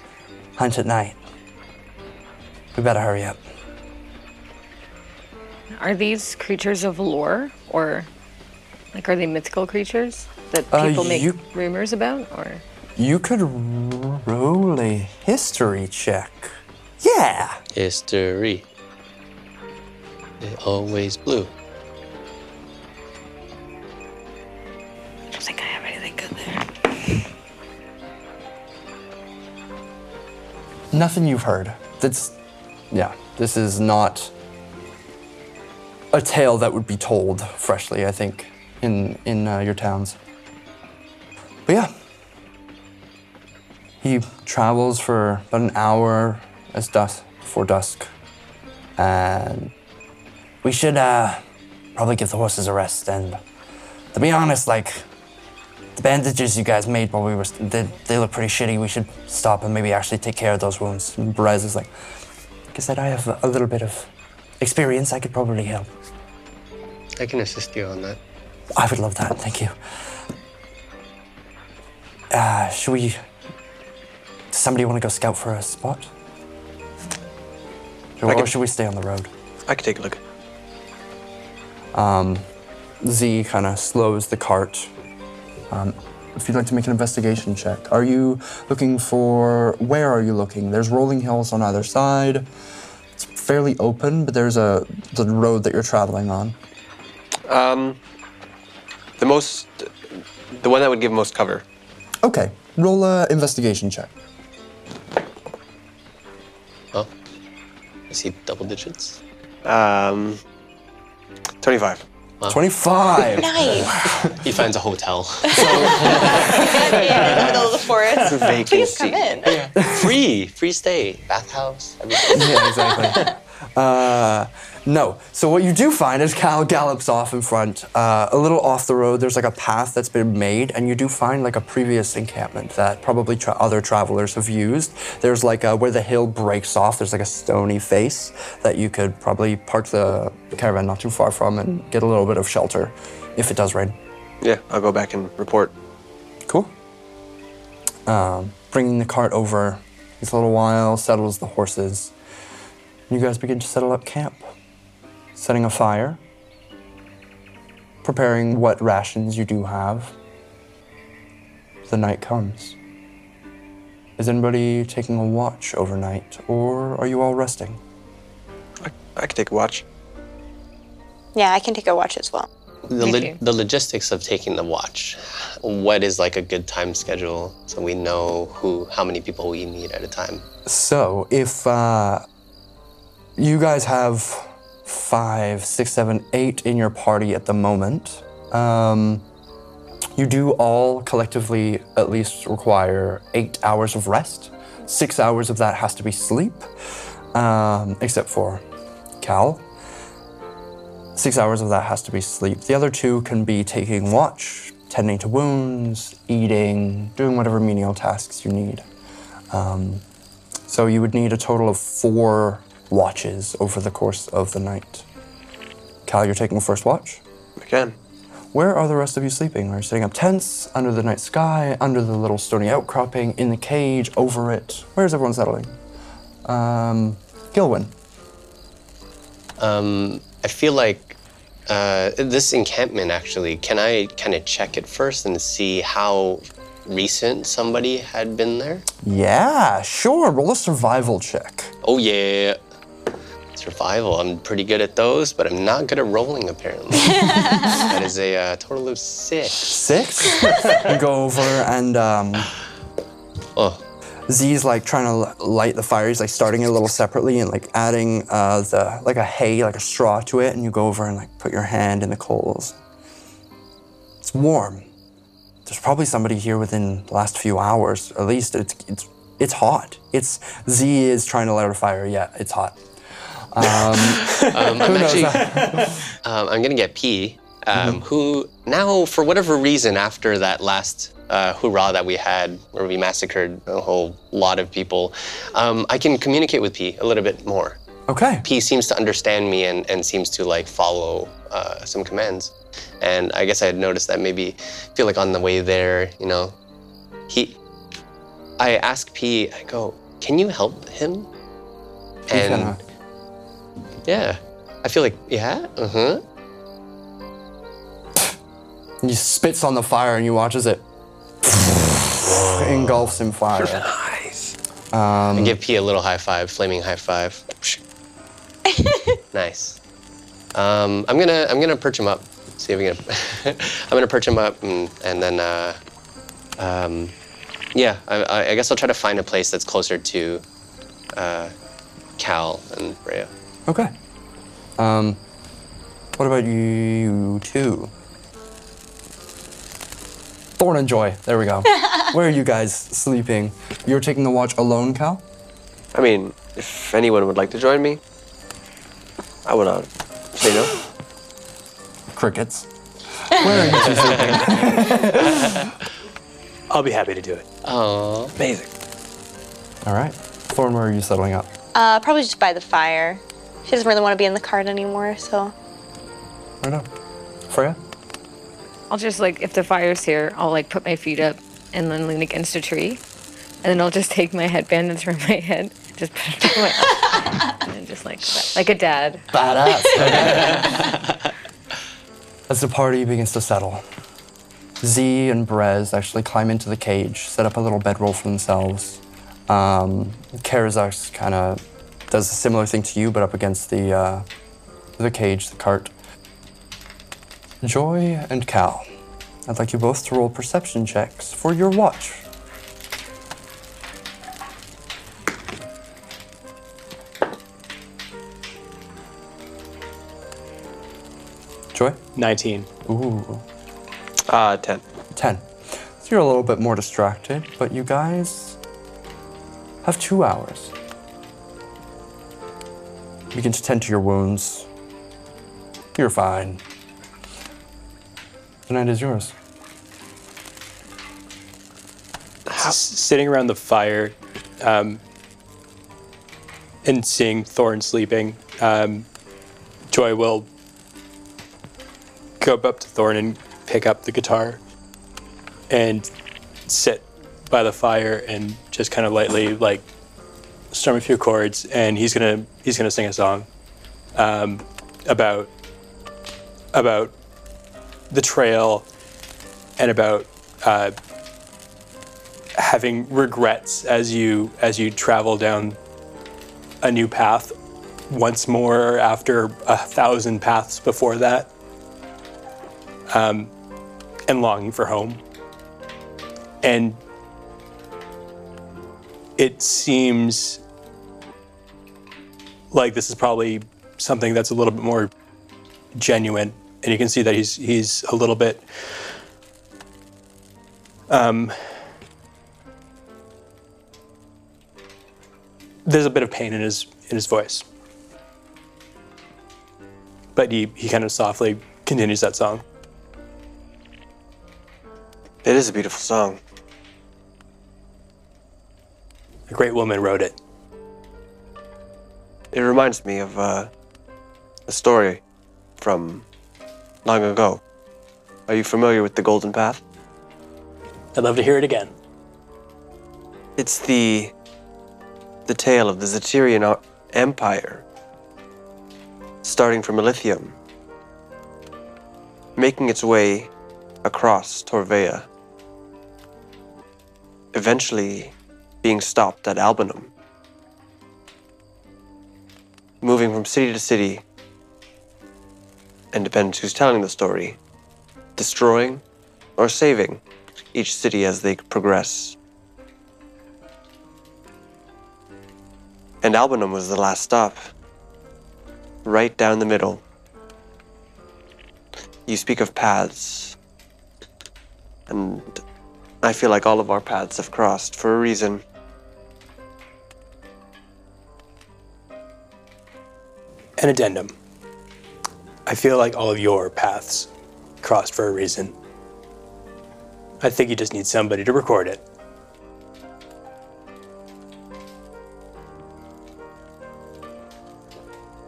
[SPEAKER 1] *laughs* hunt at night. We better hurry up.
[SPEAKER 7] Are these creatures of lore or like are they mythical creatures that
[SPEAKER 1] Uh,
[SPEAKER 7] people make
[SPEAKER 1] you-
[SPEAKER 7] rumors about or
[SPEAKER 1] You could roll a history check. Yeah.
[SPEAKER 5] History. It always blue.
[SPEAKER 7] I don't think I have anything good there.
[SPEAKER 1] Nothing you've heard. That's, yeah. This is not a tale that would be told freshly. I think in in uh, your towns. But yeah, he travels for about an hour as dusk before dusk, and we should uh, probably give the horses a rest. And to be honest, like the bandages you guys made while we were st- they, they look pretty shitty. We should stop and maybe actually take care of those wounds. And Perez is like, like I said, I have a little bit of experience. I could probably help.
[SPEAKER 5] I can assist you on that.
[SPEAKER 1] I would love that. Thank you. Uh, should we? Does somebody want to go scout for a spot? Or,
[SPEAKER 2] I can-
[SPEAKER 1] or should we stay on the road?
[SPEAKER 2] I can take a look.
[SPEAKER 1] Z kind of slows the cart. Um, if you'd like to make an investigation check, are you looking for? Where are you looking? There's rolling hills on either side. It's fairly open, but there's a the road that you're traveling on.
[SPEAKER 2] Um, the most, the one that would give most cover.
[SPEAKER 1] Okay, roll a investigation check.
[SPEAKER 5] Oh, I see double digits.
[SPEAKER 2] Um, 25.
[SPEAKER 1] Twenty-five. *laughs*
[SPEAKER 3] Nice.
[SPEAKER 5] He finds a hotel.
[SPEAKER 3] That man in the middle of the forest. *laughs* Please
[SPEAKER 2] Vacancy.
[SPEAKER 3] come in.
[SPEAKER 5] *laughs* free, free stay, bathhouse, *laughs* everything.
[SPEAKER 1] *laughs* yeah, exactly. Uh, no. So what you do find is Cal gallops off in front, uh, a little off the road. There's like a path that's been made, and you do find like a previous encampment that probably tra- other travelers have used. There's like uh where the hill breaks off. There's like a stony face that you could probably park the caravan not too far from and get a little bit of shelter if it does rain.
[SPEAKER 2] Yeah, I'll go back and report.
[SPEAKER 1] Cool. Um, bringing the cart over, takes a little while, settles the horses. You guys begin to settle up camp, setting a fire, preparing what rations you do have. The night comes. Is anybody taking a watch overnight, or are you all resting?
[SPEAKER 2] I, I can take a watch.
[SPEAKER 3] Yeah, I can take a watch as well.
[SPEAKER 5] The, lo-
[SPEAKER 7] too.
[SPEAKER 5] the logistics of taking the watch. What is like a good time schedule so we know who, how many people we need at a time?
[SPEAKER 1] So, if uh, you guys have five, six, seven, eight in your party at the moment, um, You do all collectively at least require eight hours of rest. Six hours of that has to be sleep, um, except for Cal. Six hours of that has to be sleep. The other two can be taking watch, tending to wounds, eating, doing whatever menial tasks you need. Um, so you would need a total of four watches over the course of the night. Cal, you're taking first watch.
[SPEAKER 2] Again.
[SPEAKER 1] Where are the rest of you sleeping? Are you setting up tents under the night sky, under the little stony outcropping, in the cage, over it? Where is everyone settling? Um, Gilwyn.
[SPEAKER 5] Um, I feel like uh, this encampment actually. Can I kind of check it first and see how recent somebody had been there?
[SPEAKER 1] Yeah, sure. Roll a survival check.
[SPEAKER 5] Oh yeah, survival. I'm pretty good at those, but I'm not good at rolling apparently. that is a uh, total of six.
[SPEAKER 1] Six. you go over and um,
[SPEAKER 5] Oh,
[SPEAKER 1] Z's like trying to l- light the fire. He's like starting it a little separately and like adding uh, the like a hay, like a straw to it. And you go over and like put your hand in the coals. It's warm. There's probably somebody here within the last few hours. At least it's it's it's hot. It's Z is trying to light a fire. Yeah, it's hot.
[SPEAKER 5] um, I'm actually. *laughs* um, I'm gonna get P. Um, Who now, for whatever reason, after that last uh, hoorah that we had, where we massacred a whole lot of people, um, I can communicate with P a little bit more.
[SPEAKER 1] Okay.
[SPEAKER 5] P seems to understand me and, and seems to like follow uh, some commands. And I guess I had noticed that maybe I feel like on the way there, you know, he. I ask P. I go, can you help him?
[SPEAKER 1] cannot.
[SPEAKER 5] And yeah, I feel like yeah, uh huh.
[SPEAKER 1] And he spits on the fire and he watches it *laughs* engulfs in fire.
[SPEAKER 5] Give P a little high five, flaming high *laughs* five. nice. Um, I'm gonna I'm gonna perch him up. See if we can. *laughs* I'm gonna perch him up and, and then. Uh, um, yeah, I- I, I guess I'll try to find a place that's closer to uh, Cal and Rhea.
[SPEAKER 1] Okay. Um, what about you two? Thorn and Joy. There we go. Where are you guys sleeping? You're taking the watch alone, Cal?
[SPEAKER 2] I mean, if anyone would like to join me, I would not say no.
[SPEAKER 1] Crickets. Where are you two sleeping?
[SPEAKER 4] I'll be happy to do it.
[SPEAKER 5] Oh,
[SPEAKER 2] Amazing.
[SPEAKER 1] All right. Thorn, where are you settling up?
[SPEAKER 3] Uh, probably just by the fire. She doesn't really want to be in the cart anymore, so.
[SPEAKER 1] I don't know. Freya?
[SPEAKER 7] I'll just like if the fire's here, I'll like put my feet up and then lean against a tree, and then I'll just take my headband that's around *laughs* my head, just put it on my and just like that, like a dad.
[SPEAKER 1] Badass. *laughs* As the party begins to settle, Z and Brez actually climb into the cage, set up a little bedroll for themselves. Um, Karazax kind of does a similar thing to you, but up against the uh, the cage, the cart. Joy and Cal, I'd like you both to roll perception checks for your watch. Joy?
[SPEAKER 4] 19.
[SPEAKER 1] Ooh.
[SPEAKER 2] Uh, 10.
[SPEAKER 1] 10. So you're a little bit more distracted, but you guys have two hours. You can tend to your wounds. You're fine. The night is yours.
[SPEAKER 4] S- sitting around the fire um, and seeing Thorn sleeping, um, Joy will go up to Thorn and pick up the guitar and sit by the fire and just kind of lightly like strum a few chords and he's gonna he's gonna sing a song um, about about the trail and about uh, having regrets as you as you travel down a new path once more after a thousand paths before that um, and longing for home and it seems like this is probably something that's a little bit more genuine and you can see that he's he's a little bit There's a bit of pain in his in his voice, but he he kind of softly continues that song.
[SPEAKER 2] It is a beautiful song.
[SPEAKER 4] A great woman wrote it.
[SPEAKER 2] It reminds me of uh, a story from long ago. Are you familiar with the Golden Path?
[SPEAKER 4] I'd love to hear it again.
[SPEAKER 2] It's the the tale of the Zatirian ar- Empire, starting from Ilithium, making its way across Torvea, eventually being stopped at Albanum, moving from city to city, and depends who's telling the story, destroying or saving each city as they progress. And Albanum was the last stop. Right down the middle. You speak of paths. And I feel like all of our paths have crossed for a reason.
[SPEAKER 4] An addendum. I feel like all of your paths crossed for a reason. I think you just need somebody to record it.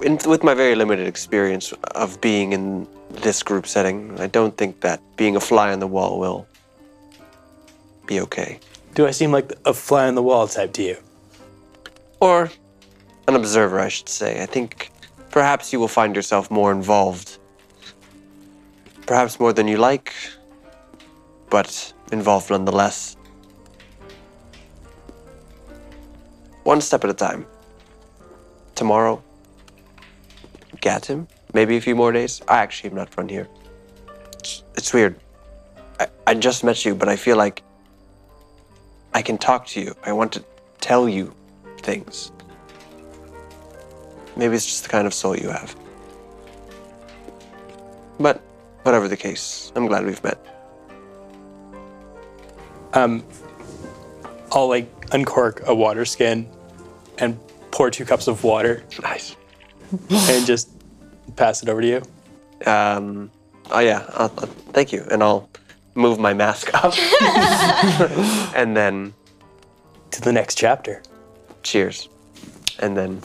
[SPEAKER 2] In, with my very limited experience of being in this group setting, I don't think that being a fly on the wall will be okay.
[SPEAKER 4] Do I seem like a fly on the wall type to you?
[SPEAKER 2] or an observer, I should say. I think perhaps you will find yourself more involved. Perhaps more than you like, but involved nonetheless. One step at a time. Tomorrow, Gatim, maybe a few more days. I actually am not from here. It's, it's weird. I, I just met you, but I feel like I can talk to you. I want to tell you things. Maybe it's just the kind of soul you have. But whatever the case, I'm glad we've met.
[SPEAKER 4] I'll like uncork a water skin and pour two cups of water
[SPEAKER 2] Nice.
[SPEAKER 4] and just pass it over to you.
[SPEAKER 2] Um, oh yeah, I'll, I'll- thank you. And I'll move my mask *laughs*
[SPEAKER 5] *laughs*
[SPEAKER 2] up. and then
[SPEAKER 4] To the next chapter.
[SPEAKER 2] cheers. And then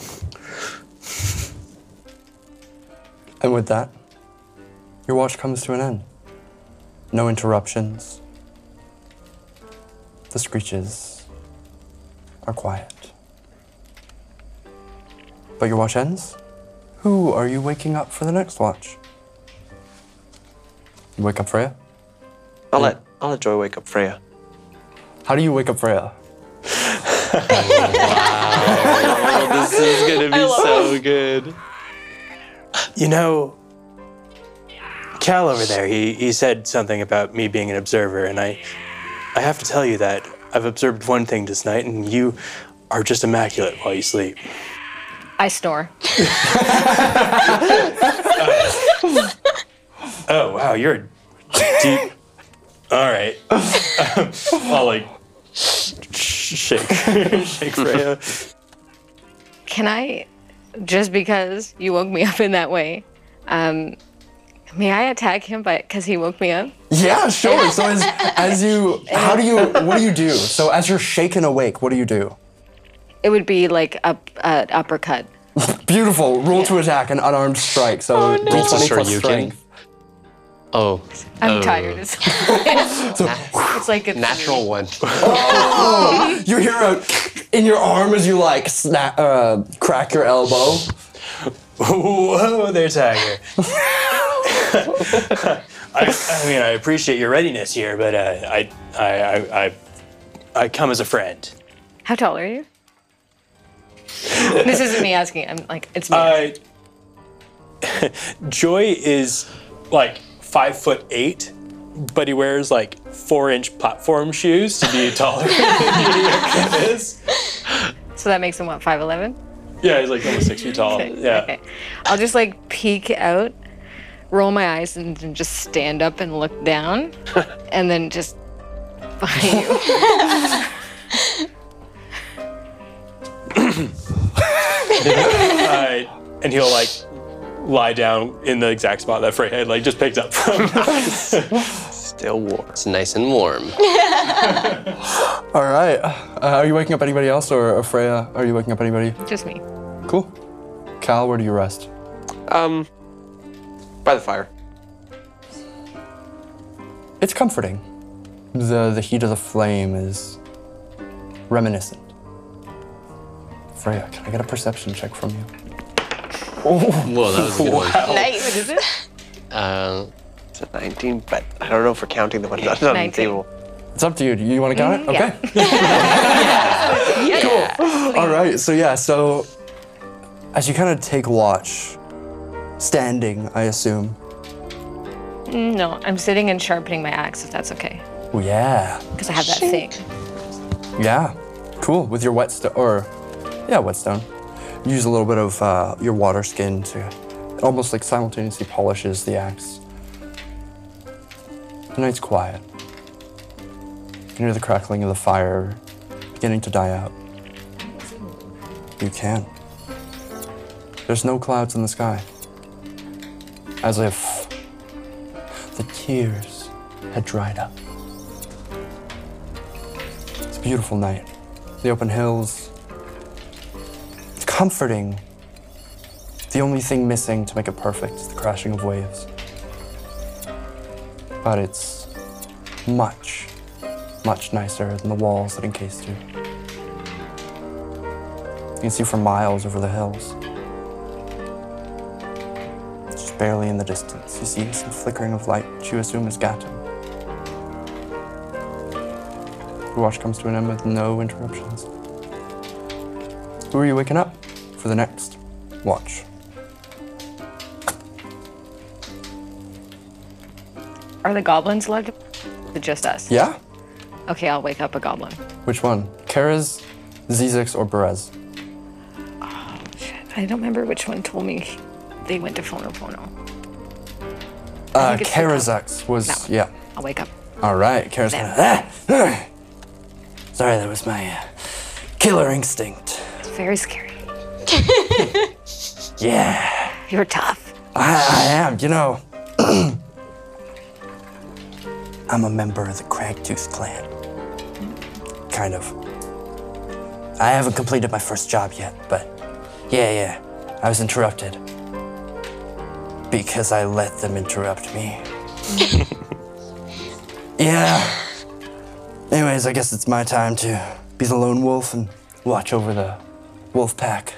[SPEAKER 1] And with that, your watch comes to an end. No interruptions. The screeches are quiet. But your watch ends. Who are you waking up for the next watch? You wake up Freya?
[SPEAKER 2] I'll let I'll let Joy wake up Freya.
[SPEAKER 1] How do you wake up Freya?
[SPEAKER 5] This is gonna be so good.
[SPEAKER 4] You know, Cal over there, he, he said something about me being an observer, and I I have to tell you that I've observed one thing this night, and you are just immaculate while you sleep.
[SPEAKER 7] I snore.
[SPEAKER 4] Oh wow, you're deep. All right, *laughs* I'll like sh- shake shake Freya.
[SPEAKER 7] Can I, just because you woke me up in that way, um, may I attack him by because he woke me up?
[SPEAKER 1] Yeah, sure. *laughs* So as as you how do you what do you do? So as you're shaken awake, what do you do?
[SPEAKER 7] It would be like up uh, uppercut.
[SPEAKER 1] Beautiful. Roll to attack an unarmed strike. So roll
[SPEAKER 5] Roll to
[SPEAKER 1] 20 plus
[SPEAKER 5] Shoryuken.
[SPEAKER 1] strength.
[SPEAKER 5] Oh,
[SPEAKER 7] I'm
[SPEAKER 5] Oh.
[SPEAKER 7] tired. It's, it's like it's
[SPEAKER 5] natural one. *laughs*
[SPEAKER 1] You hear a in your arm as you like snap, uh, crack your elbow.
[SPEAKER 4] Whoa there, Tiger. *laughs* I, I mean, I appreciate your readiness here, but uh, I, I, I, I, I come as a friend.
[SPEAKER 7] How tall are you? this isn't me asking. I'm like it's me.
[SPEAKER 4] Uh, *laughs* Joy is like five foot eight, but he wears like four inch platform shoes to be taller *laughs* than he is.
[SPEAKER 7] so that makes him what five eleven.
[SPEAKER 4] Yeah, he's like almost six feet tall. Yeah.
[SPEAKER 7] Okay. I'll just like peek out, *laughs* roll my eyes, and, then just stand up and look down, and then just behind *laughs* you.
[SPEAKER 4] Uh, and he'll like lie down in the exact spot that Frey had like just picked up from.
[SPEAKER 2] Still war.
[SPEAKER 5] It's nice and warm.
[SPEAKER 1] All right. Uh, are you waking up anybody else, or, or Freya? Are you waking up anybody?
[SPEAKER 7] Just me.
[SPEAKER 1] Cool. Cal, where do you rest?
[SPEAKER 2] Um, by the fire.
[SPEAKER 1] It's comforting. The the heat of the flame is reminiscent. Freya, can I get a perception check from you?
[SPEAKER 5] Whoa, that was a good *laughs* one.
[SPEAKER 3] Nice.
[SPEAKER 5] Uh,
[SPEAKER 2] It's a 19, but I don't know if we're counting the one that's on the
[SPEAKER 7] 19.
[SPEAKER 2] table.
[SPEAKER 1] It's up to you. Do you want to count it?
[SPEAKER 7] Mhm, yeah.
[SPEAKER 1] Okay. All right. So yeah. So as you kind of take watch, standing, I assume.
[SPEAKER 7] No, I'm sitting and sharpening my axe if that's okay.
[SPEAKER 1] Oh yeah.
[SPEAKER 7] Because I have that thing.
[SPEAKER 1] Yeah. Cool. With your whetstone, or yeah, whetstone. Use a little bit of uh, your water skin to it almost like simultaneously polishes the axe. The night's quiet. You can hear the crackling of the fire beginning to die out. You can. There's no clouds in the sky. As if the tears had dried up. It's a beautiful night. The open hills. It's comforting. The only thing missing to make it perfect is the crashing of waves. But it's much, much nicer than the walls that encased you. You can see for miles over the hills. Just barely in the distance, you see some flickering of light, which you assume is Gatom. The watch comes to an end with no interruptions. Who are you waking up for the next watch?
[SPEAKER 7] Are the goblins allowed to? Is it Just us.
[SPEAKER 1] Yeah?
[SPEAKER 7] Okay, I'll wake up a goblin.
[SPEAKER 1] Which one? Kara's, Zizix, or Perez?
[SPEAKER 7] I don't remember which one told me they went to Fonopono.
[SPEAKER 1] Uh,
[SPEAKER 7] think it's the
[SPEAKER 1] Kara's was.
[SPEAKER 7] That one.
[SPEAKER 1] Yeah.
[SPEAKER 7] I'll wake up.
[SPEAKER 1] All right, Kara's
[SPEAKER 7] Them.
[SPEAKER 1] gonna. Ah, ah. *laughs* Sorry, that was my uh, killer instinct.
[SPEAKER 7] It's very scary.
[SPEAKER 1] Yeah,
[SPEAKER 7] You're tough.
[SPEAKER 1] I, I am, you know. *clears throat* I'm a member of the Cragtooth clan. Kind of. I haven't completed my first job yet, but yeah, yeah. I was interrupted. Because I let them interrupt me. yeah. Anyways, I guess it's my time to be the lone wolf and watch over the wolf pack.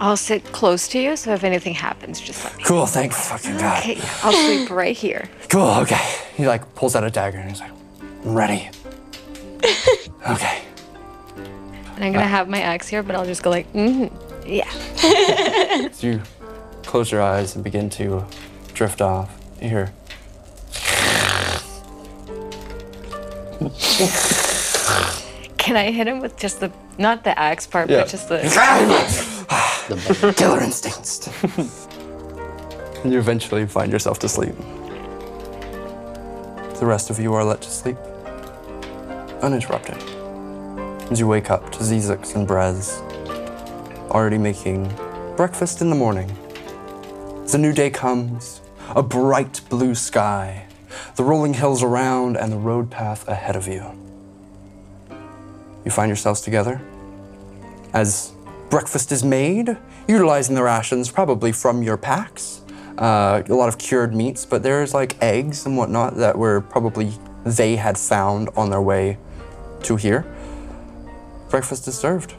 [SPEAKER 7] I'll sit close to you, so if anything happens, just let me.
[SPEAKER 1] Cool, thank fucking God.
[SPEAKER 7] Okay, I'll sleep right here.
[SPEAKER 1] Cool, okay. He like pulls out a dagger and he's like, I'm ready. okay.
[SPEAKER 7] And I'm
[SPEAKER 1] Uh,
[SPEAKER 7] gonna have my axe here, but I'll just go like, mm, yeah.
[SPEAKER 1] So you close your eyes and begin to drift off. You hear.
[SPEAKER 7] Can I hit him with just the not the axe part,
[SPEAKER 1] Yeah.
[SPEAKER 7] but just the *laughs*
[SPEAKER 1] Killer instincts. and you eventually find yourself to sleep. The rest of you are let to sleep, uninterrupted. As you wake up to Zizix and Brez, already making breakfast in the morning. As the new day comes, a bright blue sky, the rolling hills around, and the road path ahead of you. You find yourselves together as breakfast is made, utilizing the rations probably from your packs. Uh, a lot of cured meats, but there's like eggs and whatnot that were probably they had found on their way to here. Breakfast is served.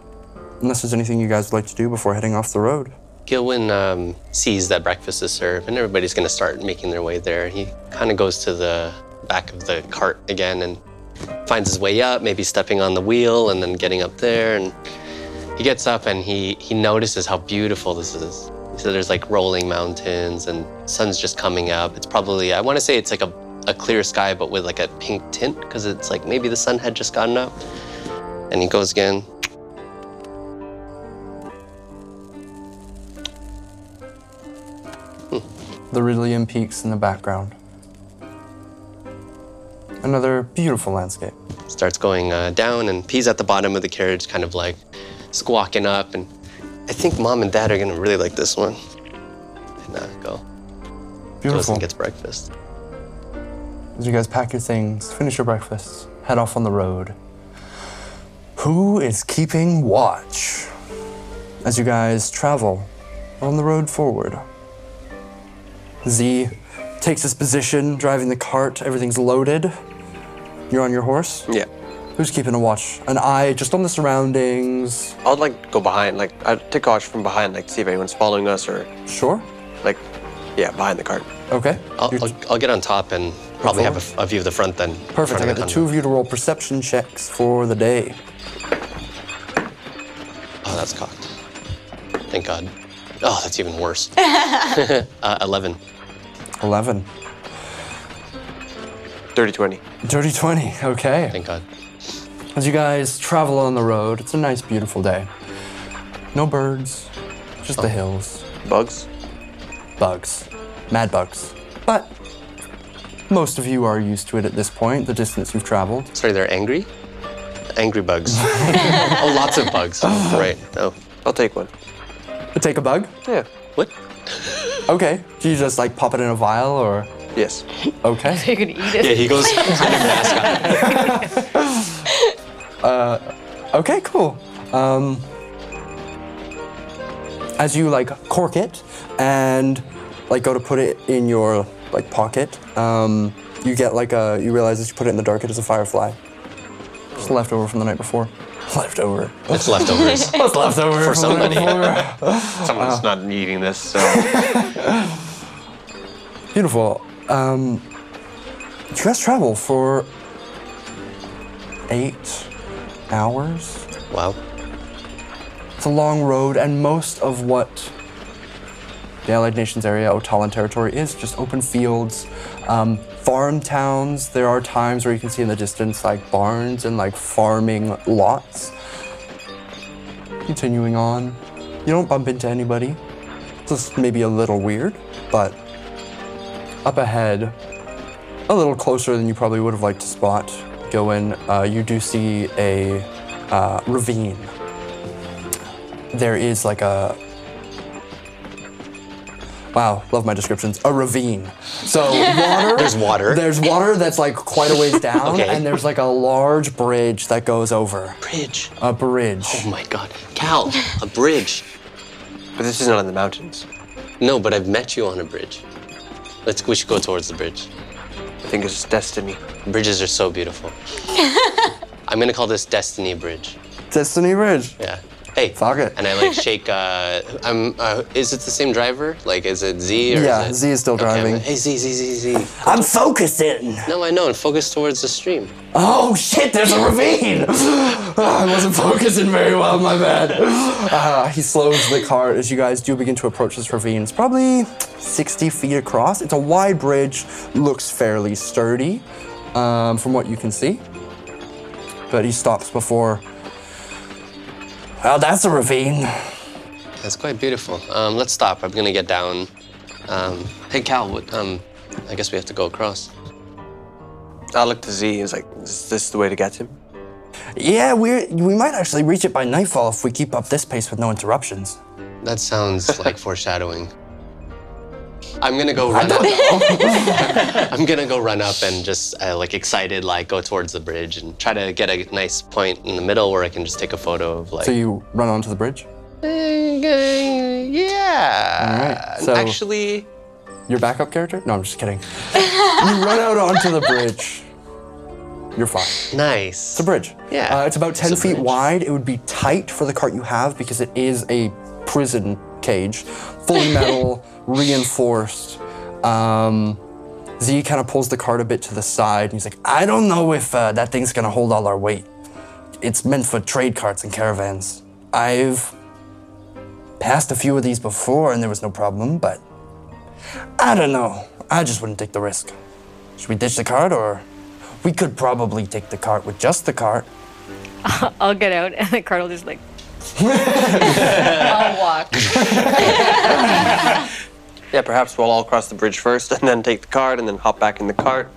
[SPEAKER 1] Unless there's anything you guys would like to do before heading off the road.
[SPEAKER 5] Gilwin um, sees that breakfast is served, and everybody's going to start making their way there. He kind of goes to the back of the cart again and finds his way up, maybe stepping on the wheel and then getting up there. And he gets up and he he notices how beautiful this is. So there's like rolling mountains and sun's just coming up. It's probably I want to say it's like a a clear sky, but with like a pink tint because it's like maybe the sun had just gotten up. And he goes again.
[SPEAKER 1] The Ridleyum peaks in the background. Another beautiful landscape.
[SPEAKER 5] starts going uh, down, and P's at the bottom of the carriage, kind of like squawking up. And I think mom and dad are gonna really like this one. And uh, go. Goes
[SPEAKER 1] Beautiful.
[SPEAKER 5] and gets breakfast.
[SPEAKER 1] As you guys pack your things, finish your breakfasts, head off on the road. Who is keeping watch? As you guys travel on the road forward, Z takes his position, driving the cart, everything's loaded. You're on your horse.
[SPEAKER 2] Yeah.
[SPEAKER 1] Who's keeping a watch? An eye just on the surroundings.
[SPEAKER 2] I'd like go behind, like I'd take watch from behind, like see if anyone's following us or
[SPEAKER 1] Sure.
[SPEAKER 2] like, yeah, behind the cart.
[SPEAKER 1] Okay.
[SPEAKER 5] I'll,
[SPEAKER 1] You're-
[SPEAKER 5] I'll, I'll get on top and probably have a,
[SPEAKER 1] forward?
[SPEAKER 5] f- a view of the front then.
[SPEAKER 1] Perfect.
[SPEAKER 5] Front
[SPEAKER 1] I got the two
[SPEAKER 5] convoy.
[SPEAKER 1] of you to roll perception checks for the day.
[SPEAKER 5] Oh, that's cocked. Thank God. Oh, that's even worse. *laughs* uh, 11.
[SPEAKER 1] 11.
[SPEAKER 2] Dirty 20.
[SPEAKER 1] Dirty 20. Okay.
[SPEAKER 5] Thank God.
[SPEAKER 1] As you guys travel on the road, it's a nice, beautiful day. No birds, just the hills,
[SPEAKER 2] Bugs?
[SPEAKER 1] bugs, mad bugs. But most of you are used to it at this point, the distance you've traveled.
[SPEAKER 5] Sorry, they're angry? Angry bugs. oh, lots of
[SPEAKER 1] *laughs*
[SPEAKER 5] bugs. Right. Oh.
[SPEAKER 2] I'll take one.
[SPEAKER 1] Take a bug?
[SPEAKER 2] Yeah.
[SPEAKER 5] What?
[SPEAKER 1] Okay. Do you just like pop it in a vial or?
[SPEAKER 2] Yes.
[SPEAKER 1] Okay.
[SPEAKER 7] You can eat it.
[SPEAKER 5] Yeah, he goes.
[SPEAKER 1] Okay, cool. Um, as you like cork it and like go to put it in your like pocket, um, you get like a, you realize as you put it in the dark, it is a firefly. It's left over from the night *laughs* before. Leftover.
[SPEAKER 5] *laughs*
[SPEAKER 1] *laughs*
[SPEAKER 5] it's leftovers.
[SPEAKER 1] What's left over
[SPEAKER 5] For somebody.
[SPEAKER 2] *laughs* Someone's not needing this, so.
[SPEAKER 1] *laughs* Beautiful. Um, you guys travel for eight hours.
[SPEAKER 5] Wow.
[SPEAKER 1] It's a long road, and most of what the Allied Nations area, Otalan territory, is just open fields, um, farm towns. There are times where you can see in the distance like barns and like farming lots. Continuing on, you don't bump into anybody. Just maybe a little weird, but up ahead, a little closer than you probably would have liked to spot, Goin, uh, you do see a uh, ravine there is like a wow love my descriptions a ravine
[SPEAKER 5] *laughs*
[SPEAKER 1] so water
[SPEAKER 5] There's water.
[SPEAKER 1] there's water that's like quite a
[SPEAKER 5] *laughs*
[SPEAKER 1] ways down
[SPEAKER 5] Okay.
[SPEAKER 1] and there's like a large bridge that goes over
[SPEAKER 5] Bridge.
[SPEAKER 1] a bridge
[SPEAKER 5] Oh my God. Cal, a bridge.
[SPEAKER 2] *laughs* but this is not in the mountains.
[SPEAKER 5] No, but I've met you on a bridge. Let's. We should go towards the bridge.
[SPEAKER 2] I think it's destiny.
[SPEAKER 5] Bridges are so beautiful. I'm gonna call this Destiny Bridge.
[SPEAKER 1] destiny bridge
[SPEAKER 5] Yeah. Hey.
[SPEAKER 1] Fuck it.
[SPEAKER 5] And I like shake. Uh, I'm. Uh, is it the same driver? Like, is it Z or?
[SPEAKER 1] Yeah,
[SPEAKER 5] is it-
[SPEAKER 1] Z is still
[SPEAKER 5] Okay, I'm-
[SPEAKER 1] driving.
[SPEAKER 5] hey Z Z Z Z.
[SPEAKER 1] i'm focusing
[SPEAKER 5] No, I know. And focus towards the stream.
[SPEAKER 1] oh shit there's a ravine *sighs* Ah, i wasn't focusing very well my bad *sighs* uh, he slows the cart as you guys do begin to approach this ravine it's probably 60 feet across it's a wide bridge looks fairly sturdy um, from what you can see but he stops before well that's a ravine
[SPEAKER 5] That's quite beautiful. Um, let's stop. I'm gonna get down. Um, hey Cal. What, um, I guess we have to go across.
[SPEAKER 2] I look to Z and was like, is this the way to get him?
[SPEAKER 1] yeah we we might actually reach it by nightfall if we keep up this pace with no *laughs* interruptions
[SPEAKER 5] That
[SPEAKER 1] *laughs*
[SPEAKER 5] sounds like foreshadowing. I'm gonna go run up. I'm gonna go run up and just uh, like excited, like go towards the bridge and try to get a nice point in the middle where I can just take a photo of like.
[SPEAKER 1] so you run onto the bridge
[SPEAKER 5] yeah.
[SPEAKER 1] Alright, so-
[SPEAKER 5] Actually,
[SPEAKER 1] Your backup character? No, I'm just kidding. you run out onto the bridge. You're fine. It's
[SPEAKER 5] nice.
[SPEAKER 1] a bridge.
[SPEAKER 5] Yeah,
[SPEAKER 1] Uh, it's about 10
[SPEAKER 5] it's a
[SPEAKER 1] feet
[SPEAKER 5] bridge.
[SPEAKER 1] wide. It would be tight for the cart you have because it is a prison cage,
[SPEAKER 5] *laughs*
[SPEAKER 1] fully metal, reinforced. Um, Z kind of pulls the cart a bit to the side and he's like, I don't know if uh, that thing's going to hold all our weight. It's meant for trade carts and caravans. I've passed a few of these before and there was no problem, but I don't know. I just wouldn't take the risk. Should we ditch the cart or? We could probably take the cart with just the cart.
[SPEAKER 7] I'll get out, and the cart will just like. I'll walk.
[SPEAKER 2] Yeah, perhaps we'll all cross the bridge first and then take the cart and then hop back in the cart.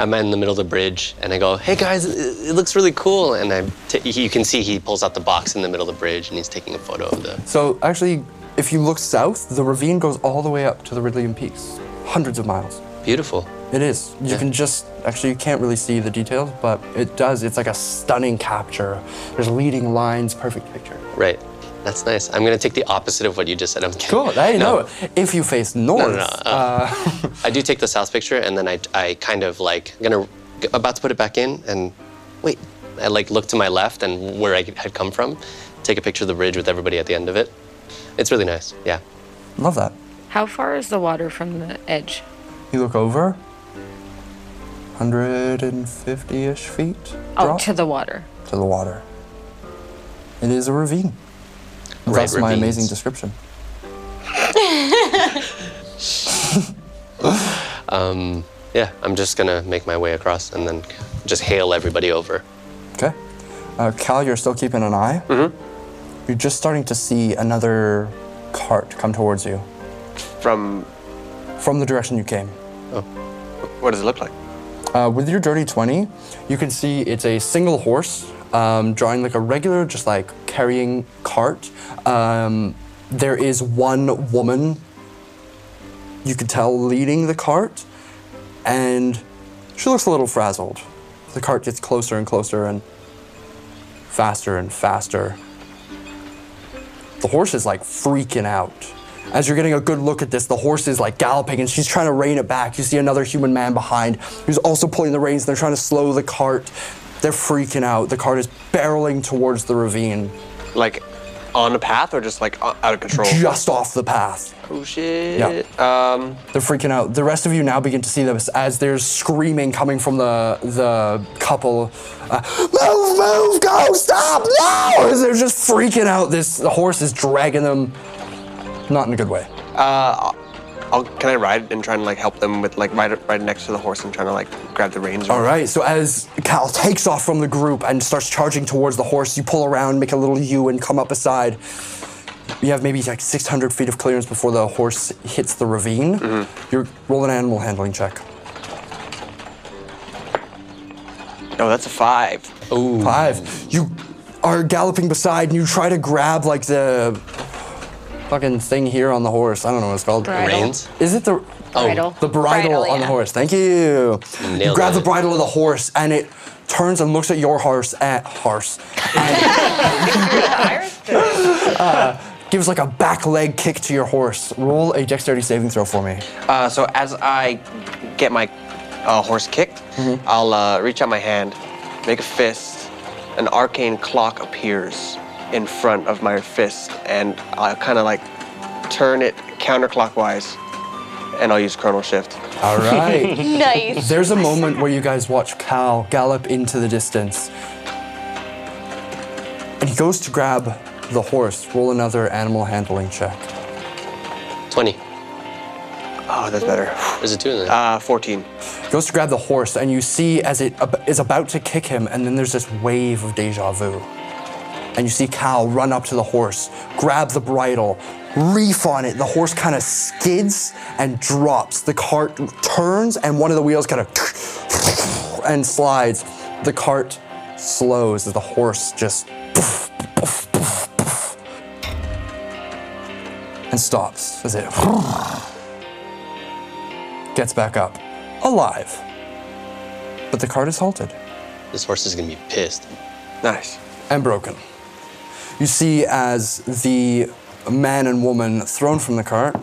[SPEAKER 5] I'm in the middle of the bridge, and I go, "Hey guys, it, it looks really cool!" And I, t- he- you can see he pulls out the box in the middle of the bridge, and he's taking a photo of the.
[SPEAKER 1] So actually, if you look south, the ravine goes all the way up to the Ridleyan Peaks, hundreds of miles.
[SPEAKER 5] Beautiful.
[SPEAKER 1] It is. You
[SPEAKER 5] Yeah.
[SPEAKER 1] can just actually you can't really see the details, but it does. It's like a stunning capture. There's leading lines, perfect picture.
[SPEAKER 5] Right. That's nice. I'm gonna take the opposite of what you just said. I'm kidding.
[SPEAKER 1] Cool. I
[SPEAKER 5] No.
[SPEAKER 1] know. If you face north,
[SPEAKER 5] no,
[SPEAKER 1] uh,
[SPEAKER 5] I do take the south picture, and then I, I kind of like gonna about to put it back in, and wait, I like look to my left and where I had come from, take a picture of the bridge with everybody at the end of it. It's really nice. Yeah,
[SPEAKER 1] love that.
[SPEAKER 7] How far is the water from the edge?
[SPEAKER 1] You look over. 150-ish feet
[SPEAKER 7] Oh,
[SPEAKER 1] drop
[SPEAKER 7] to the water.
[SPEAKER 1] to the water. It is a ravine.
[SPEAKER 5] Right,
[SPEAKER 1] That's my amazing
[SPEAKER 5] ravines.
[SPEAKER 1] description.
[SPEAKER 5] Um, yeah. I'm just gonna make my way across and then just hail everybody over.
[SPEAKER 1] Okay. Uh, Cal, you're still keeping an eye. You're just starting to see another cart come towards you
[SPEAKER 2] From
[SPEAKER 1] from the direction you came.
[SPEAKER 2] what does it look like?
[SPEAKER 1] Uh, with your dirty 20, you can see it's a single horse um, drawing like a regular, just like carrying cart. Um, there is one woman you could tell leading the cart, and she looks a little frazzled. The cart gets closer and closer and faster and faster. The horse is like freaking out. As you're getting a good look at this, the horse is like galloping and she's trying to rein it back. You see another human man behind who's also pulling the reins. They're trying to slow the cart. They're freaking out. The cart is barreling towards the ravine,
[SPEAKER 2] Like on a path or just like o- out of control?
[SPEAKER 1] just off the path.
[SPEAKER 2] Oh shit. Yeah. Um,
[SPEAKER 1] They're freaking out. The rest of you now begin to see this as there's screaming coming from the the couple. Uh, move, move, go, stop, no! As they're just freaking out. This the horse is dragging them, not in a good way.
[SPEAKER 2] I'll, can I ride and try and like help them with like ride ride next to the horse and trying to like grab the reins?
[SPEAKER 1] All right. So as Cal takes off from the group and starts charging towards the horse, you pull around, make a little U, and come up beside. You have maybe like 600 feet of clearance before the horse hits the ravine. You're roll an animal handling check.
[SPEAKER 2] Oh, that's a five.
[SPEAKER 1] Five. You are galloping beside and you try to grab like the fucking thing here on the horse. I don't know what it's called.
[SPEAKER 7] Bridle. Oh.
[SPEAKER 5] Reins?
[SPEAKER 1] Is it the
[SPEAKER 7] Bridle.
[SPEAKER 1] the bridle,
[SPEAKER 3] Bridle,
[SPEAKER 1] on the
[SPEAKER 3] yeah.
[SPEAKER 1] horse? Thank you. you
[SPEAKER 5] Nailed
[SPEAKER 1] grab
[SPEAKER 5] it.
[SPEAKER 1] the bridle of the horse and it turns and looks at your horse at horse.
[SPEAKER 7] *laughs*
[SPEAKER 1] *laughs* Uh, gives like a back leg kick to your horse. Roll a dexterity saving throw for me.
[SPEAKER 2] Uh, so as I get my uh, horse kicked, I'll uh, reach out my hand, make a fist. An arcane clock appears in front of my fist, and I kind of like turn it counterclockwise, and I'll use chronal shift.
[SPEAKER 1] All right.
[SPEAKER 7] *laughs*
[SPEAKER 3] Nice.
[SPEAKER 1] There's a moment where you guys watch Cal gallop into the distance. And he goes to grab the horse. Roll another animal handling check.
[SPEAKER 5] Twenty.
[SPEAKER 2] Oh, that's better.
[SPEAKER 5] There's a two in there.
[SPEAKER 2] Uh, 14.
[SPEAKER 1] Goes to grab the horse, and you see as it ab- is about to kick him, and then there's this wave of deja vu. And you see Cal run up to the horse, grab the bridle, reef on it. The horse kind of skids and drops. The cart turns, and one of the wheels kind of *sniffs* and slides. The cart slows as the horse just *sniffs* and stops as it gets back up, alive. But the cart is halted.
[SPEAKER 5] this horse is gonna be pissed.
[SPEAKER 2] Nice.
[SPEAKER 1] and broken. You see, as the man and woman thrown from the cart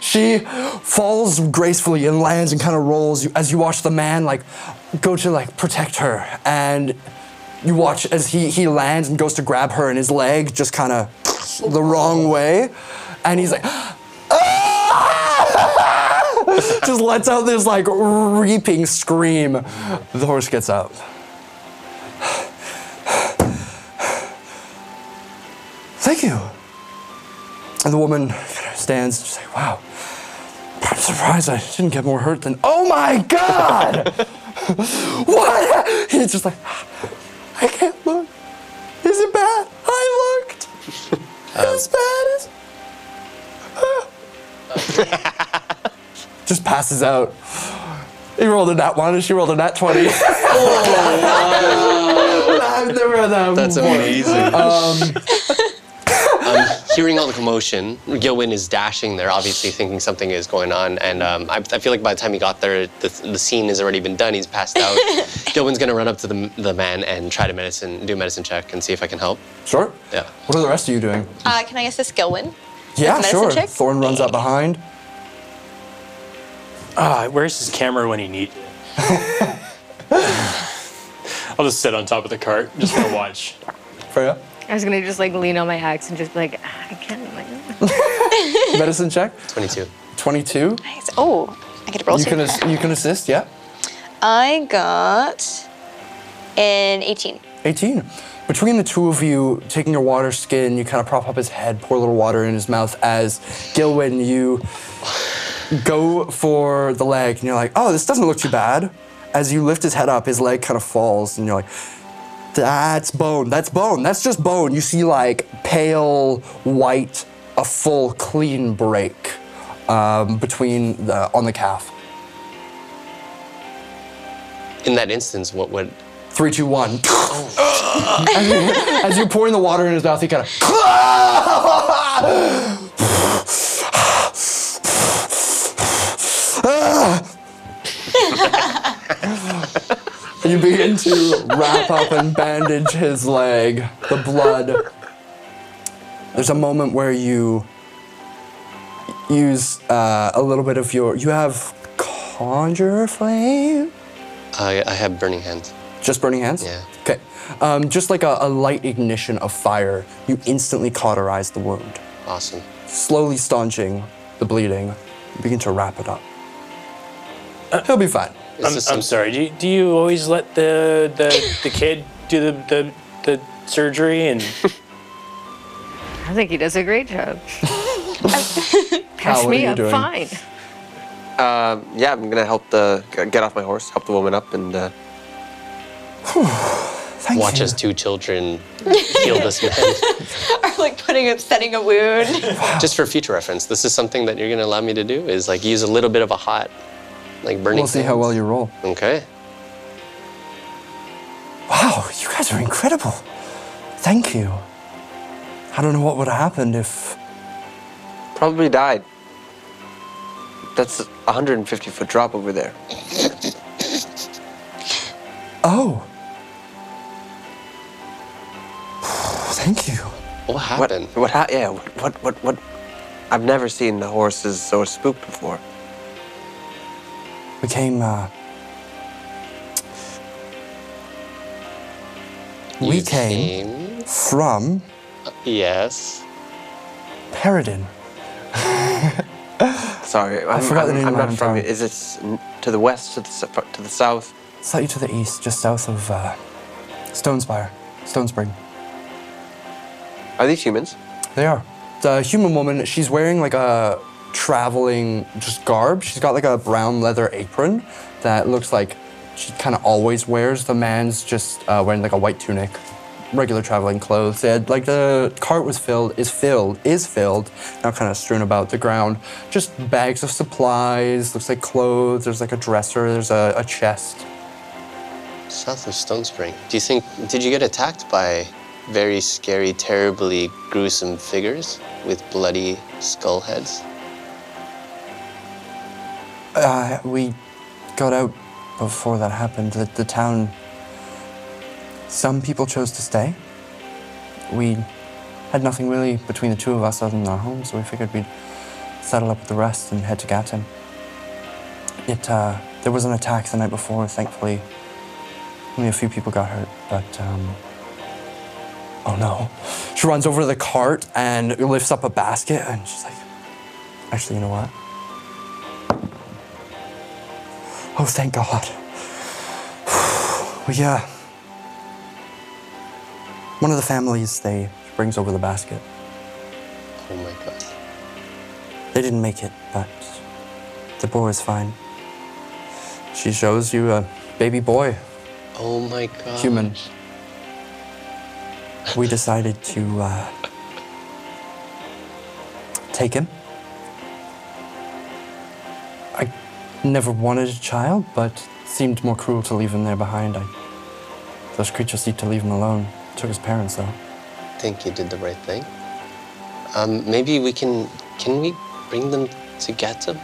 [SPEAKER 1] she falls gracefully and lands and kind of rolls you as you watch the man like go to like protect her and you watch as he he lands and goes to grab her and his leg just kind of the wrong way and he's like *laughs* "Ah!" just lets out this like reaping scream the horse gets up thank you and the woman stands, she's like, wow, I'm surprised I didn't get more hurt than, oh my God! *laughs* what? *laughs* He's just like, I can't look. Is it bad?
[SPEAKER 5] Um.
[SPEAKER 1] I looked. It's bad. It's- *laughs* Just passes out. He rolled a nat one and she rolled a nat *laughs* 20. I've never had that
[SPEAKER 5] Oh, That's
[SPEAKER 1] before.
[SPEAKER 5] amazing.
[SPEAKER 1] Um,
[SPEAKER 5] um, hearing all the commotion, Gilwin is dashing there, obviously thinking something is going on. And um, I, I feel like by the time he got there, the, the scene has already been done. He's passed out. Gilwin's gonna run up to the, the man and try to medicine, do a medicine check, and see if I can help.
[SPEAKER 1] sure.
[SPEAKER 5] Yeah.
[SPEAKER 1] What are the rest of you doing?
[SPEAKER 3] *laughs* Uh, can I assist Gilwin?
[SPEAKER 1] yeah,
[SPEAKER 3] medicine
[SPEAKER 1] sure.
[SPEAKER 3] check?
[SPEAKER 1] Thorn runs up behind.
[SPEAKER 4] Ah, where's his camera when he needs it? I'll just sit on top of the cart, just gonna watch.
[SPEAKER 3] *laughs*
[SPEAKER 1] Freya,
[SPEAKER 7] I was gonna just like lean on my axe and just be like, "Ah, I can't. Like,
[SPEAKER 1] medicine check.
[SPEAKER 5] 22.
[SPEAKER 1] 22.
[SPEAKER 3] Nice. Oh, I get a roll
[SPEAKER 1] You
[SPEAKER 3] too.
[SPEAKER 1] can, ass- you can assist, yeah?
[SPEAKER 3] I got an *laughs* 18.
[SPEAKER 1] 18. Between the two of you, taking your water skin, you kind of prop up his head, pour a little water in his mouth as Gilwin, you go for the leg, and you're like, oh, this doesn't look too bad. As you lift his head up, his leg kind of falls, and you're like, that's bone, that's bone, that's just bone. You see, like, pale white, a full, clean break um, between the, on the calf.
[SPEAKER 5] In that instance, what would
[SPEAKER 1] Three, two, one. as, you, as you're pouring the water in his mouth, he kind of. you begin to wrap up and bandage his leg, the blood. There's a moment where you use uh, a little bit of your. You have conjure flame
[SPEAKER 5] I, I have burning hands?
[SPEAKER 1] just burning hands?
[SPEAKER 5] Yeah.
[SPEAKER 1] Okay. Um, just like a, a light ignition of fire, you instantly cauterize the wound,
[SPEAKER 5] Awesome.
[SPEAKER 1] slowly staunching the bleeding. You begin to wrap it up. He'll be fine.
[SPEAKER 5] Is
[SPEAKER 4] I'm,
[SPEAKER 5] this
[SPEAKER 4] I'm
[SPEAKER 5] some-
[SPEAKER 4] sorry. Do you, do you always let the the, the kid do the, the the surgery and
[SPEAKER 7] I think he does a great
[SPEAKER 1] *laughs*
[SPEAKER 7] job. Pass
[SPEAKER 1] How, what are
[SPEAKER 7] me
[SPEAKER 1] you
[SPEAKER 7] up,
[SPEAKER 1] doing?
[SPEAKER 7] fine.
[SPEAKER 2] Um, yeah, I'm gonna help the get off my horse, help the woman up, and uh,
[SPEAKER 1] Thank
[SPEAKER 5] watch
[SPEAKER 1] you.
[SPEAKER 5] as two children heal this
[SPEAKER 4] *laughs*
[SPEAKER 5] man?
[SPEAKER 3] Or like putting up, setting a wound.
[SPEAKER 5] Just for future reference, this is something that you're gonna allow me to do is like use a little bit of a hot, like burning.
[SPEAKER 1] We'll see how well you roll.
[SPEAKER 5] hands. Okay.
[SPEAKER 1] Wow, you guys are incredible. Thank you. I don't know what would have happened if.
[SPEAKER 2] probably died. That's a 150 foot drop over there.
[SPEAKER 1] Oh. *sighs* Thank you.
[SPEAKER 5] What
[SPEAKER 2] What?
[SPEAKER 5] happened?
[SPEAKER 2] What? Ha- yeah. What? What? What? what? I've never seen the horses so spooked before.
[SPEAKER 1] We came. Uh, we
[SPEAKER 5] You
[SPEAKER 1] came from
[SPEAKER 5] Yes.
[SPEAKER 1] Peridin.
[SPEAKER 2] Sorry, I'm,
[SPEAKER 1] forgot the
[SPEAKER 2] I'm,
[SPEAKER 1] name
[SPEAKER 2] I'm
[SPEAKER 1] of
[SPEAKER 2] not
[SPEAKER 1] my
[SPEAKER 2] from.
[SPEAKER 1] hometown.
[SPEAKER 2] Is it s- n- to the west, to the s- to the south?
[SPEAKER 1] Slightly to the east, just south of uh, Stonespire, Stone Spring.
[SPEAKER 2] Are these humans?
[SPEAKER 1] They are. The human woman, she's wearing like a traveling just garb. She's got like a brown leather apron that looks like she kind of always wears. The man's just uh, wearing like a white tunic, regular traveling clothes. They had, like the cart was filled, is filled, is filled, now kind of strewn about the ground. Just bags of supplies, looks like clothes. There's like a dresser, there's a, a chest.
[SPEAKER 5] South of Stone Spring. Do you think did you get attacked by very scary, terribly gruesome figures with bloody skull heads?
[SPEAKER 1] Uh, we got out before that happened. The, the town. Some people chose to stay. We had nothing really between the two of us other than our home, so we figured we'd settle up with the rest and head to Gatton. It, uh, there was an attack the night before, thankfully. Only a few people got hurt, but, um. Oh no. She runs over to the cart and lifts up a basket, and she's like, actually, you know what? Oh, thank God. we, uh. One of the families, they brings over the basket.
[SPEAKER 5] Oh my god.
[SPEAKER 1] They didn't make it, but the boy is fine. She shows you a baby boy,
[SPEAKER 5] Oh my god.
[SPEAKER 1] human. We decided to uh, take him Never wanted a child, but seemed more cruel to leave him there behind. I, those creatures need to leave him alone. Took his parents, though.
[SPEAKER 5] I think you did the right thing. Um, maybe we can. Can we bring them to Gatum?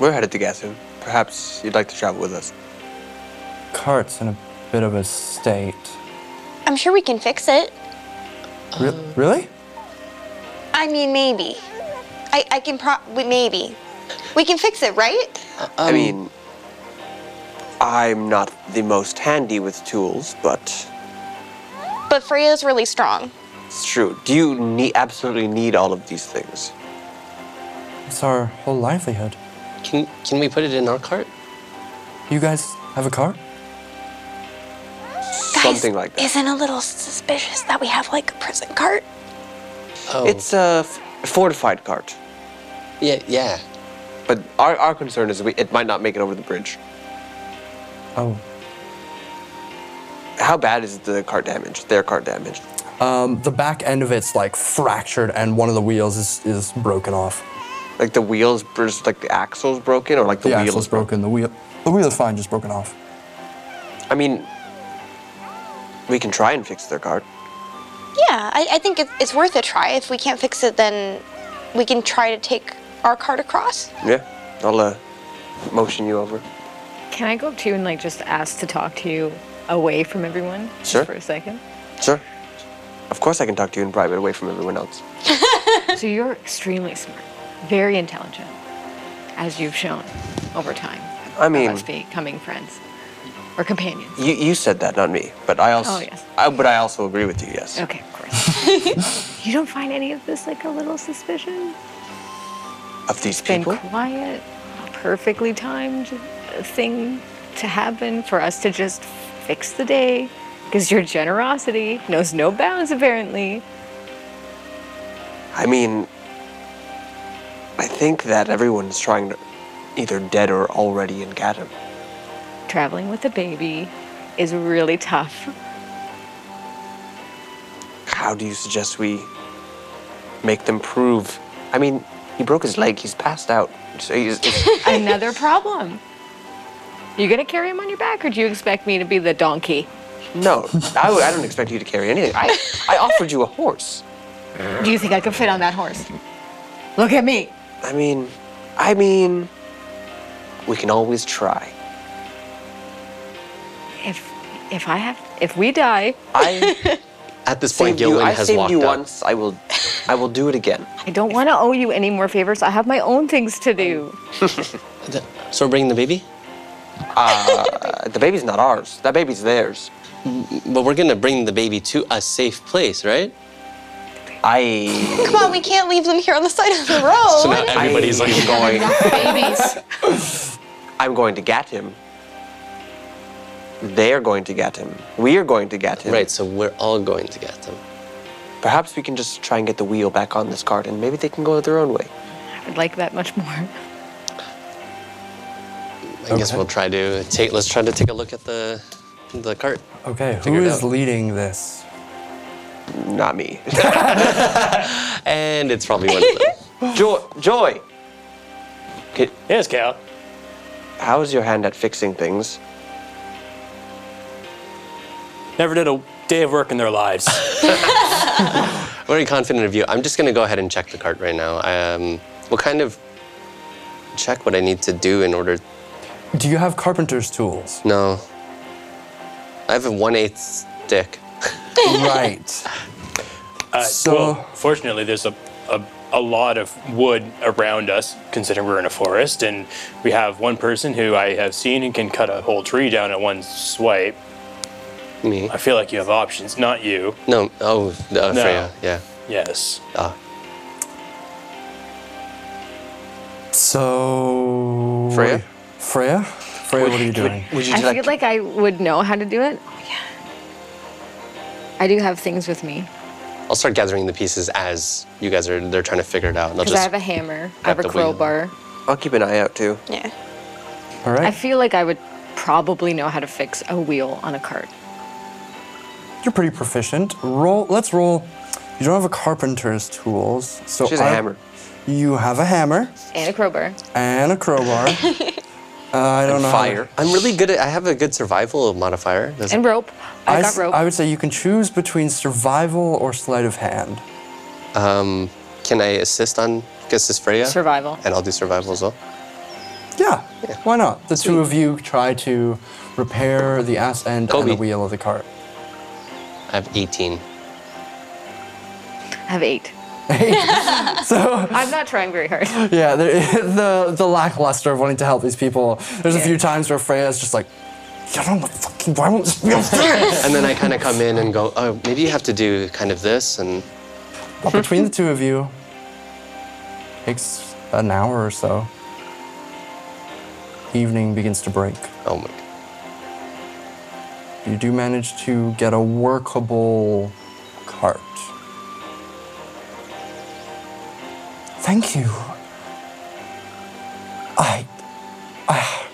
[SPEAKER 2] We're headed to Gathu. Perhaps you'd like to travel with us.
[SPEAKER 1] Cart's in a bit of a state.
[SPEAKER 3] I'm sure we can fix it.
[SPEAKER 1] Re- really?
[SPEAKER 3] I mean, maybe. I, I can pro. we- Maybe. We can fix it, right?
[SPEAKER 2] I mean, I'm not the most handy with tools, but
[SPEAKER 3] But Freya's really strong.
[SPEAKER 2] it's true. Do you need, absolutely need all of these things?
[SPEAKER 1] It's our whole livelihood.
[SPEAKER 5] Can can we put it in our cart?
[SPEAKER 1] You guys have a car?
[SPEAKER 2] Something like that.
[SPEAKER 3] Isn't a little suspicious that we have like a prison cart?
[SPEAKER 5] Oh,
[SPEAKER 2] It's a f- fortified cart,
[SPEAKER 5] yeah, yeah.
[SPEAKER 2] but our, our concern is we, it might not make it over the bridge.
[SPEAKER 1] Oh.
[SPEAKER 2] How bad is the cart damage? Their cart damage.
[SPEAKER 1] Um, the back end of it's like fractured, and one of the wheels is, is broken off.
[SPEAKER 2] Like the wheels, br- just like the axles broken, or like the,
[SPEAKER 1] The,
[SPEAKER 2] wheels
[SPEAKER 1] axle's broken. The wheel, the wheel is fine, just broken off.
[SPEAKER 2] I mean, we can try and fix their cart.
[SPEAKER 3] Yeah, I, I think it, it's worth a try. If we can't fix it, then we can try to take our cart across.
[SPEAKER 2] Yeah, I'll uh, motion you over.
[SPEAKER 7] Can I go up to you and like just ask to talk to you away from everyone just
[SPEAKER 2] Sure.
[SPEAKER 7] for a second?
[SPEAKER 2] Sure. Of course, I can talk to you in private, away from everyone else.
[SPEAKER 7] so you're extremely smart, very intelligent, as you've shown over time.
[SPEAKER 2] I mean-
[SPEAKER 7] of us becoming friends or companions.
[SPEAKER 2] You, you said that, not me. But I also,
[SPEAKER 7] Oh, yes. Oh,
[SPEAKER 2] I, but I also agree with you. Yes.
[SPEAKER 7] Okay, of
[SPEAKER 2] *laughs*
[SPEAKER 7] course. you don't find any of this like a little suspicious?
[SPEAKER 2] Of these
[SPEAKER 7] been
[SPEAKER 2] people,
[SPEAKER 7] quiet, a perfectly timed thing to happen for us to just fix the day because your generosity knows no bounds apparently.
[SPEAKER 2] I mean, I think that everyone's trying to, either dead or already in Gatum.
[SPEAKER 7] Traveling with a baby is really tough.
[SPEAKER 2] How do you suggest we make them prove? I mean, he broke his leg. He's passed out. So he's,
[SPEAKER 7] *laughs*
[SPEAKER 2] it's-
[SPEAKER 7] Another problem. You gonna carry him on your back, or do you expect me to be the donkey?
[SPEAKER 2] no, I, would- I don't expect you to carry anything. I, I offered you a horse.
[SPEAKER 7] Do you think I could fit on that horse? Look at me.
[SPEAKER 2] I mean, I mean, we can always try.
[SPEAKER 7] If if I have if we die,
[SPEAKER 2] I
[SPEAKER 5] At this point,
[SPEAKER 2] saved you.
[SPEAKER 5] Gillian
[SPEAKER 2] I
[SPEAKER 5] has
[SPEAKER 2] saved
[SPEAKER 5] walked
[SPEAKER 2] you
[SPEAKER 5] out.
[SPEAKER 2] once. I will, I will do it again.
[SPEAKER 7] I don't want to owe you any more favors. I have my own things to do.
[SPEAKER 5] Th- So we're bringing the baby,
[SPEAKER 2] Uh, the baby's not ours. That baby's theirs.
[SPEAKER 5] but we're gonna bring the baby to a safe place, right?
[SPEAKER 2] I.
[SPEAKER 3] Come on, we can't leave them here on the side of the road.
[SPEAKER 5] So now everybody's
[SPEAKER 2] I
[SPEAKER 5] like,
[SPEAKER 2] am going.
[SPEAKER 8] Babies.
[SPEAKER 2] I'm going to get him. They are going to get him. We are going to get him.
[SPEAKER 5] right. So we're all going to get them.
[SPEAKER 2] Perhaps we can just try and get the wheel back on this cart, and maybe they can go their own way.
[SPEAKER 7] I would like that much more.
[SPEAKER 5] I guess we'll try to take. Let's try to take a look at the the cart.
[SPEAKER 1] Okay,
[SPEAKER 5] Figure
[SPEAKER 1] who
[SPEAKER 5] it
[SPEAKER 1] is
[SPEAKER 5] out.
[SPEAKER 1] leading this?
[SPEAKER 2] Not me. *laughs*
[SPEAKER 5] And it's probably one of
[SPEAKER 7] *laughs*
[SPEAKER 5] them.
[SPEAKER 2] Joy. Joy. Ki-
[SPEAKER 4] Yes, Cal.
[SPEAKER 2] How's your hand at fixing things?
[SPEAKER 4] Never did a day of work in their lives. Uh,
[SPEAKER 5] very confident of you. I'm just going to go ahead and check the cart right now. Um, we'll kind of check what I need to do in order.
[SPEAKER 1] Do you have carpenter's tools?
[SPEAKER 5] No, I have a one-eighth stick. *laughs*
[SPEAKER 1] right.
[SPEAKER 4] Uh,
[SPEAKER 1] So-
[SPEAKER 4] well, fortunately, there's a, a, a lot of wood around us, considering we're in a forest, and we have one person who I have seen and can cut a whole tree down at one swipe.
[SPEAKER 5] Me?
[SPEAKER 4] I feel like you have options, not you.
[SPEAKER 5] No. Oh, uh,
[SPEAKER 4] No.
[SPEAKER 5] Freya. Yeah.
[SPEAKER 4] Yes.
[SPEAKER 5] Ah.
[SPEAKER 1] So.
[SPEAKER 2] Freya?
[SPEAKER 1] Freya? Freya, what are you doing?
[SPEAKER 2] Would you
[SPEAKER 7] I
[SPEAKER 2] like?
[SPEAKER 7] feel like I would know how to do it. Oh, yeah. I do have things with me
[SPEAKER 5] I'll start gathering the pieces as you guys are. They're trying to figure it out. And I'll
[SPEAKER 7] because I
[SPEAKER 5] just.
[SPEAKER 7] have a hammer, I
[SPEAKER 5] grab
[SPEAKER 7] have a
[SPEAKER 5] the wheel.
[SPEAKER 7] crowbar.
[SPEAKER 2] I'll keep an eye out too.
[SPEAKER 3] yeah.
[SPEAKER 1] All
[SPEAKER 7] I
[SPEAKER 1] right.
[SPEAKER 7] feel like I would probably know how to fix a wheel on a cart.
[SPEAKER 1] You're pretty proficient. Roll. Let's roll. You don't have a carpenter's tools, so
[SPEAKER 2] She has a
[SPEAKER 1] I-
[SPEAKER 2] hammer.
[SPEAKER 1] You have a hammer
[SPEAKER 7] And a crowbar. *laughs*
[SPEAKER 1] and a crowbar. Uh, I don't know. how to-
[SPEAKER 2] fire.
[SPEAKER 5] I'm really good at. I have a good survival modifier. Does
[SPEAKER 7] And rope. I,
[SPEAKER 1] I,
[SPEAKER 7] got
[SPEAKER 1] s-
[SPEAKER 7] rope.
[SPEAKER 1] I would say you can choose between survival or sleight of hand.
[SPEAKER 5] um, can I assist on guess this Freya?
[SPEAKER 7] Survival.
[SPEAKER 5] And I'll do survival as well.
[SPEAKER 1] Yeah, why not? The two of you try to repair the ass end and the
[SPEAKER 5] Kobe.
[SPEAKER 1] wheel of the cart. *laughs*
[SPEAKER 5] I have 18.
[SPEAKER 7] I have eight.
[SPEAKER 1] So
[SPEAKER 7] I'm not trying very hard.
[SPEAKER 5] *gasps*
[SPEAKER 1] yeah, *laughs* the the, the lackluster of wanting to help these people. There's a
[SPEAKER 7] Yeah.
[SPEAKER 1] few times where Freya's just like, "Get on the fucking why won't this wheel fit?"
[SPEAKER 5] And then I kind of come in and go, oh, maybe you have to do kind of this. And
[SPEAKER 1] But between the two of you, takes an hour or so. Evening begins to break.
[SPEAKER 5] oh my god.
[SPEAKER 1] You do manage to get a workable cart. Thank you. I, I,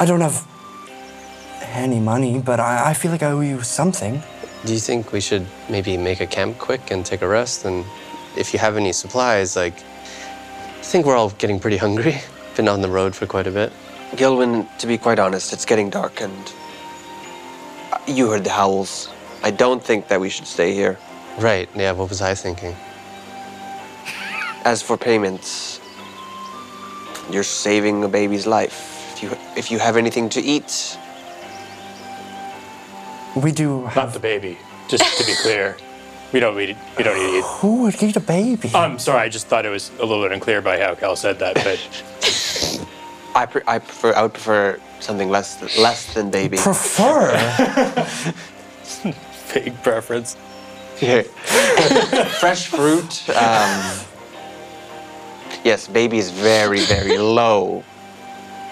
[SPEAKER 1] I don't have any money, but I, I feel like I owe you something.
[SPEAKER 5] Do you think we should maybe make a camp quick and take a rest? And if you have any supplies, like, I think we're all getting pretty hungry. *laughs* Been on the road for quite a bit.
[SPEAKER 2] Gilwin, to be quite honest, it's getting dark and uh, you heard the howls. I don't think that we should stay here.
[SPEAKER 5] Right. Yeah. What was I thinking?
[SPEAKER 2] As for payments, you're saving a baby's life. If you if you have anything to eat,
[SPEAKER 1] We do.
[SPEAKER 4] Not
[SPEAKER 1] Have,
[SPEAKER 4] the baby. Just to be clear, we don't need. We don't need. to eat.
[SPEAKER 1] who would eat a baby?
[SPEAKER 4] I'm Um, sorry. I just thought it was a little bit unclear by how Cal said that,
[SPEAKER 5] *laughs*
[SPEAKER 4] but
[SPEAKER 2] I, pre- I prefer I would prefer something less th- less than baby. *laughs*
[SPEAKER 1] Prefer.
[SPEAKER 4] big preference.
[SPEAKER 2] Fresh fruit. Um, yes, baby is very very low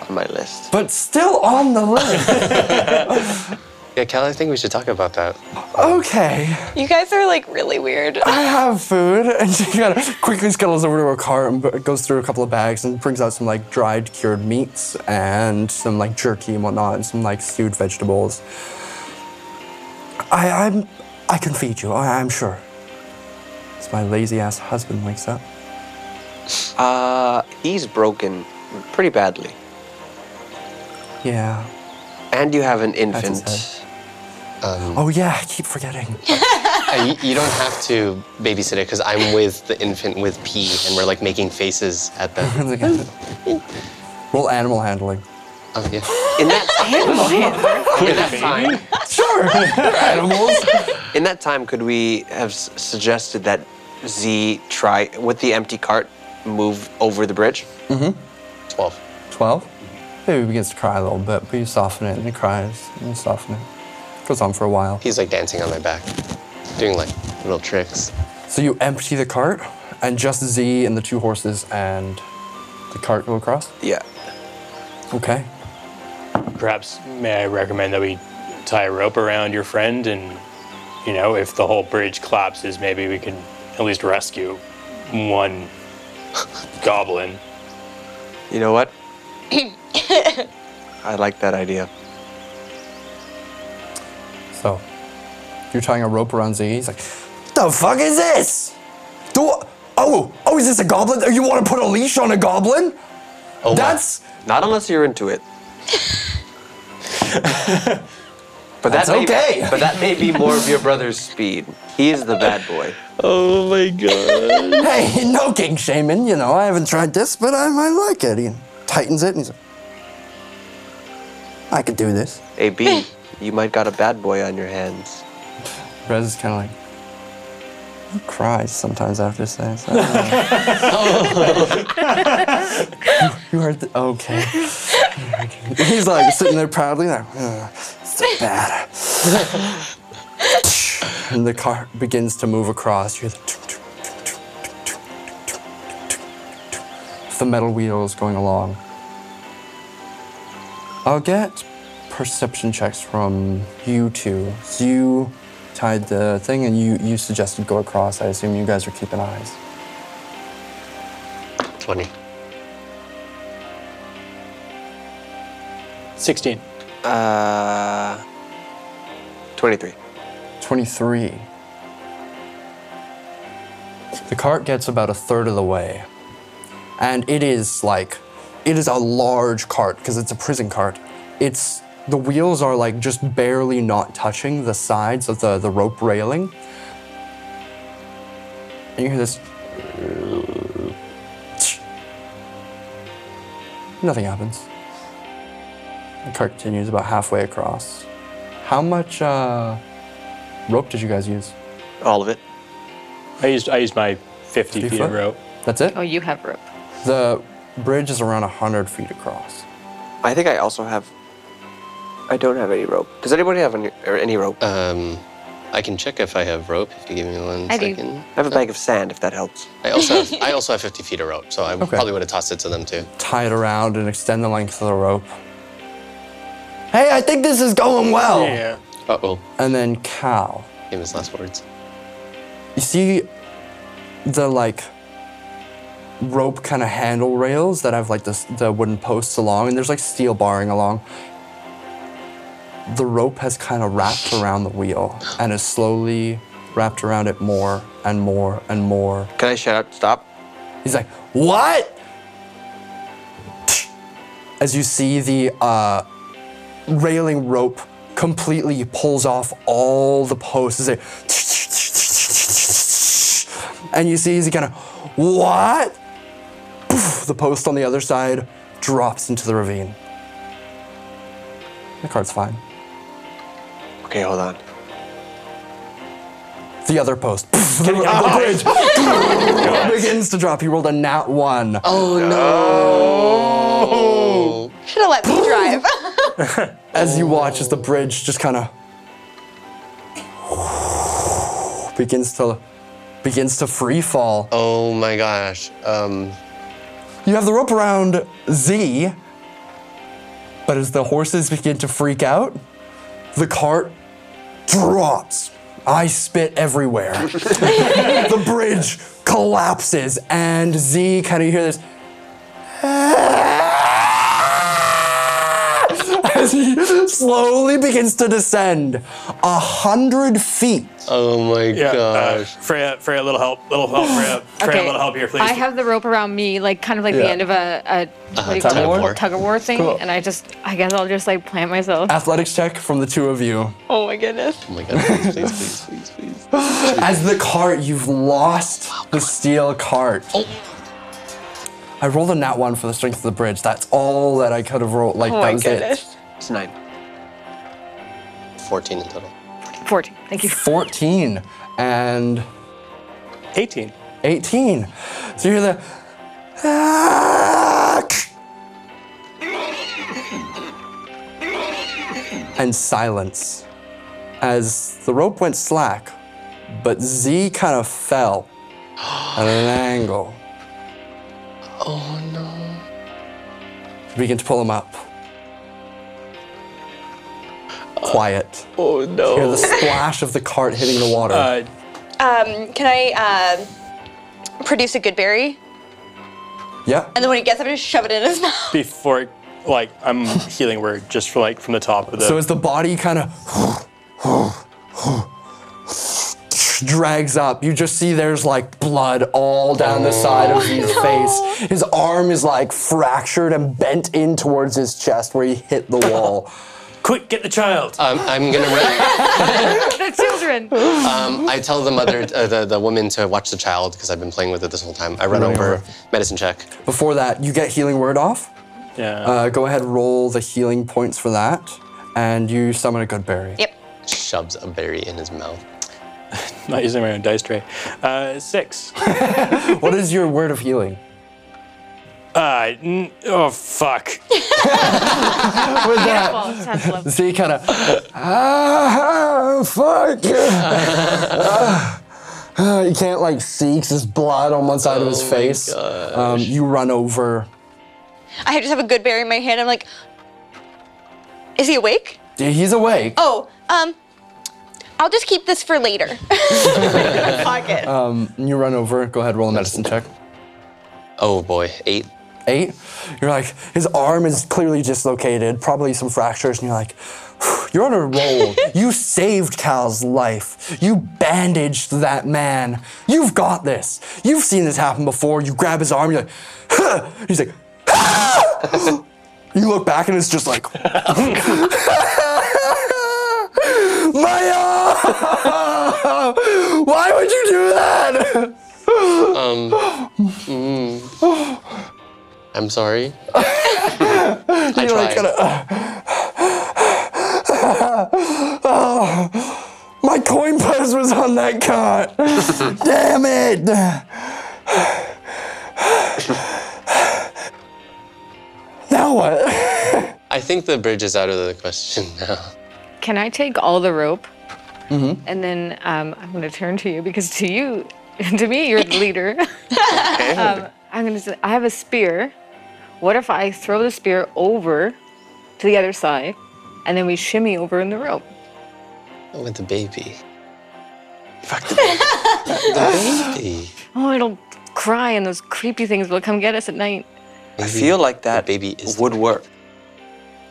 [SPEAKER 2] on my list.
[SPEAKER 1] but still on the list.
[SPEAKER 5] Yeah, Cal. I think we should talk about that.
[SPEAKER 1] Okay.
[SPEAKER 3] You guys are like really weird.
[SPEAKER 1] I have food. And *laughs* she kind of quickly scuttles over to her cart and b- goes through a couple of bags and brings out some like dried cured meats and some like jerky and whatnot and some like stewed vegetables. I, I'm, I can feed you, I, I'm sure. As my lazy ass husband wakes up.
[SPEAKER 2] Uh, he's broken pretty badly,
[SPEAKER 1] Yeah.
[SPEAKER 2] and you have an
[SPEAKER 1] That's his
[SPEAKER 2] infant.
[SPEAKER 1] Oh yeah, I keep forgetting. *laughs*
[SPEAKER 5] Uh, you, you don't have to babysit it because I'm with the infant with P, and we're like making faces
[SPEAKER 1] *laughs*
[SPEAKER 5] at them.
[SPEAKER 3] *laughs*
[SPEAKER 1] Roll animal handling.
[SPEAKER 5] Oh, yeah.
[SPEAKER 2] In that
[SPEAKER 5] Fine.
[SPEAKER 1] Sure. animals.
[SPEAKER 2] in that time, could we have s- suggested that Z try with the empty cart move over the bridge?
[SPEAKER 5] Twelve.
[SPEAKER 1] 12. Baby begins to cry a little bit, but you soften it and it cries and you soften it. Goes on for a while.
[SPEAKER 5] He's like dancing on my back, doing like little tricks.
[SPEAKER 1] So you empty the cart, and just Z and the two horses and the cart go across.
[SPEAKER 2] Yeah.
[SPEAKER 1] Okay.
[SPEAKER 4] Perhaps may I recommend that we tie a rope around your friend, and you know, if the whole bridge collapses, maybe we can at least rescue
[SPEAKER 5] *laughs*
[SPEAKER 4] one goblin.
[SPEAKER 2] You know *coughs* what? I like that idea.
[SPEAKER 1] So you're tying a rope around Z. He's like, "The fuck is this? Do oh oh is this a goblin? Oh, You want to put a leash on a goblin?
[SPEAKER 5] Oh, wow.
[SPEAKER 1] That's
[SPEAKER 2] Not unless you're into *laughs* it. but
[SPEAKER 1] That's
[SPEAKER 2] that may,
[SPEAKER 1] okay.
[SPEAKER 2] But that may be more of your brother's speed. He is the bad boy.
[SPEAKER 5] Oh my god.
[SPEAKER 1] hey *laughs* no king shaman. You know I haven't tried this, but I might like it." He tightens it and he's like, "I could do this."
[SPEAKER 2] *coughs* AB, you might got a bad boy on your hands.
[SPEAKER 1] Rez is kind of like he cries sometimes after saying something. you heard the okay. He's like sitting there proudly, like "Ugh, so bad. and the car begins to move across. You hear the tuk, tuk, tuk, tuk, tuk, tuk, tuk, tuk, tuk, tuk, the metal wheels going along. I'll get perception checks from you two. So you tied the thing and you, you suggested go across. I assume you guys are keeping eyes.
[SPEAKER 5] Twenty.
[SPEAKER 4] Sixteen.
[SPEAKER 2] Uh, 23.
[SPEAKER 1] 23. The cart gets about a third of the way, and it is like It is a large cart because it's a prison cart. It's the wheels are like just barely not touching the sides of the, the rope railing. And you hear this. Nothing happens. The cart continues about halfway across. How much uh, rope did you guys use?
[SPEAKER 2] All of it.
[SPEAKER 4] I used I used my 50
[SPEAKER 1] 50
[SPEAKER 4] feet of
[SPEAKER 1] foot?
[SPEAKER 4] rope.
[SPEAKER 1] That's it?
[SPEAKER 7] Oh, you have rope.
[SPEAKER 1] The bridge is around 100 feet across.
[SPEAKER 2] I think I also have. I don't have any rope. Does anybody have any, or any rope?
[SPEAKER 5] Um, I can check if I have rope if you give me one second.
[SPEAKER 7] I do.
[SPEAKER 2] I have a bag of sand if that helps.
[SPEAKER 5] I also have, I also have 50 feet of rope, so I probably would have tossed it to them too.
[SPEAKER 1] Tie it around and extend the length of the rope. Hey, I think this is going well.
[SPEAKER 5] Uh oh,
[SPEAKER 1] And then Cal.
[SPEAKER 5] gave his last words.
[SPEAKER 1] You see the like rope kind of handle rails that have like the, s- the wooden posts along, and there's like steel barring along. The rope has kind of wrapped around the wheel and is slowly wrapped around it more and more and more.
[SPEAKER 2] Can I shout out? Stop.
[SPEAKER 1] He's like, What? As you see the uh, railing rope completely pulls off all the posts. It's like, and you see he's kind of, What? Poof, The post on the other side drops into the ravine. The card's fine.
[SPEAKER 2] Okay, hold on.
[SPEAKER 1] The other post. poof, the,
[SPEAKER 4] Ah,
[SPEAKER 1] the
[SPEAKER 4] *laughs*
[SPEAKER 1] bridge begins to drop. He rolled a nat one.
[SPEAKER 3] Should have let me drive.
[SPEAKER 1] as you watch as the bridge just kind of begins to begins to free fall.
[SPEAKER 5] Oh my gosh. Um,
[SPEAKER 1] You have the rope around Z, but as the horses begin to freak out, the cart drops. I spit everywhere. the bridge collapses, and Z kind of you hear this. *laughs* As he slowly begins to descend a hundred feet.
[SPEAKER 5] oh my
[SPEAKER 4] Yeah. Uh,
[SPEAKER 5] gosh.
[SPEAKER 4] Freya, Freya, little help, little help,
[SPEAKER 5] *sighs*
[SPEAKER 4] Freya, Freya, little help here, please.
[SPEAKER 7] I have the rope around me, like kind of like the
[SPEAKER 1] Yeah.
[SPEAKER 7] end of a, a what do you
[SPEAKER 5] Uh-huh, tug
[SPEAKER 7] call
[SPEAKER 5] of
[SPEAKER 7] it?
[SPEAKER 5] war.
[SPEAKER 7] tug of war thing,
[SPEAKER 1] Cool.
[SPEAKER 7] and I just, I guess I'll just like plant myself.
[SPEAKER 5] Ah.
[SPEAKER 1] Athletics check from the two of you.
[SPEAKER 3] oh my goodness.
[SPEAKER 5] Oh my god, please, please, please, please, please.
[SPEAKER 1] As the cart, you've lost the steel cart.
[SPEAKER 3] Oh.
[SPEAKER 1] I rolled a nat one for the strength of the bridge. That's all that I could have rolled. Like
[SPEAKER 3] Oh
[SPEAKER 1] that
[SPEAKER 3] my
[SPEAKER 1] was
[SPEAKER 3] goodness.
[SPEAKER 2] It's nine.
[SPEAKER 5] 14 in total.
[SPEAKER 7] 14.
[SPEAKER 5] *laughs*
[SPEAKER 7] Thank you. *laughs*
[SPEAKER 1] it. Fourteen and
[SPEAKER 4] 18.
[SPEAKER 1] eighteen. So you hear the. "Ah!" And silence as the rope went slack, but Z kind of fell at an angle.
[SPEAKER 5] Oh no.
[SPEAKER 1] begin to pull him up. Quiet.
[SPEAKER 5] Oh no.
[SPEAKER 1] Hear the splash of the cart hitting the water.
[SPEAKER 4] Uh,
[SPEAKER 3] Um, can I uh, produce a good berry?
[SPEAKER 1] yeah.
[SPEAKER 3] And then when he gets up, just shove it in his mouth.
[SPEAKER 4] before, like, I'm healing word just for like from the top of the.
[SPEAKER 1] So as the body kind of drags up, you just see there's like blood all down the side of his face. His arm is like fractured and bent in towards his chest where he hit the wall.
[SPEAKER 4] Quick, get the child.
[SPEAKER 5] Um, I'm gonna run.
[SPEAKER 7] the children.
[SPEAKER 5] Um, I tell the mother, uh, the, the woman to watch the child because I've been playing with it this whole time. I run
[SPEAKER 1] Running
[SPEAKER 5] over,
[SPEAKER 1] over.
[SPEAKER 5] medicine check.
[SPEAKER 1] Before that, you get healing word off.
[SPEAKER 4] yeah.
[SPEAKER 1] Uh, go ahead, roll the healing points for that, and you summon a good berry.
[SPEAKER 3] Yep.
[SPEAKER 5] Shoves a berry in his mouth.
[SPEAKER 4] Not using my own dice tray. Uh, six.
[SPEAKER 1] What is your word of healing?
[SPEAKER 4] Uh, n- oh fuck.
[SPEAKER 1] With that,
[SPEAKER 7] Well, sounds lovely.
[SPEAKER 1] so you kind of, ah, fuck. Ah, ah, you can't like see 'cause there's blood on one side of his face. Um, you run over.
[SPEAKER 3] I just have a good berry in my hand. I'm like, is he awake?
[SPEAKER 1] He's awake.
[SPEAKER 3] Oh, um, I'll just keep this for later. Pocket.
[SPEAKER 1] And you run over. Go ahead, roll a medicine check.
[SPEAKER 5] Oh boy, eight.
[SPEAKER 1] Eight. You're like, his arm is clearly dislocated, probably some fractures, and you're like, you're on a roll. you saved Cal's life. You bandaged that man. You've got this. You've seen this happen before. You grab his arm, you're like, huh. he's like, "Ah!" You look back and it's just like, *laughs* Maya! *laughs* Why would you do that? *laughs*
[SPEAKER 5] Um, *gasps* mm-hmm. I'm sorry. *laughs* I uh,
[SPEAKER 1] You're like,
[SPEAKER 5] tried.
[SPEAKER 1] gonna, my coin purse was on that *laughs* cart. Damn it! now what?
[SPEAKER 5] I think the bridge is out of the question *laughs* now.
[SPEAKER 7] Can I take all the rope?
[SPEAKER 5] Mm-hmm.
[SPEAKER 7] And then um, I'm going to turn to you because to you, *laughs* to me, you're
[SPEAKER 5] *laughs*
[SPEAKER 7] the leader. *laughs* um, I'm going to say, I have a spear. What if I throw the spear over to the other side and then we shimmy over in the rope?
[SPEAKER 5] With the baby. *laughs* Fuck the baby.
[SPEAKER 7] Oh, it'll cry and those creepy things will come get us at night.
[SPEAKER 2] I feel like that
[SPEAKER 5] baby is-
[SPEAKER 2] would work.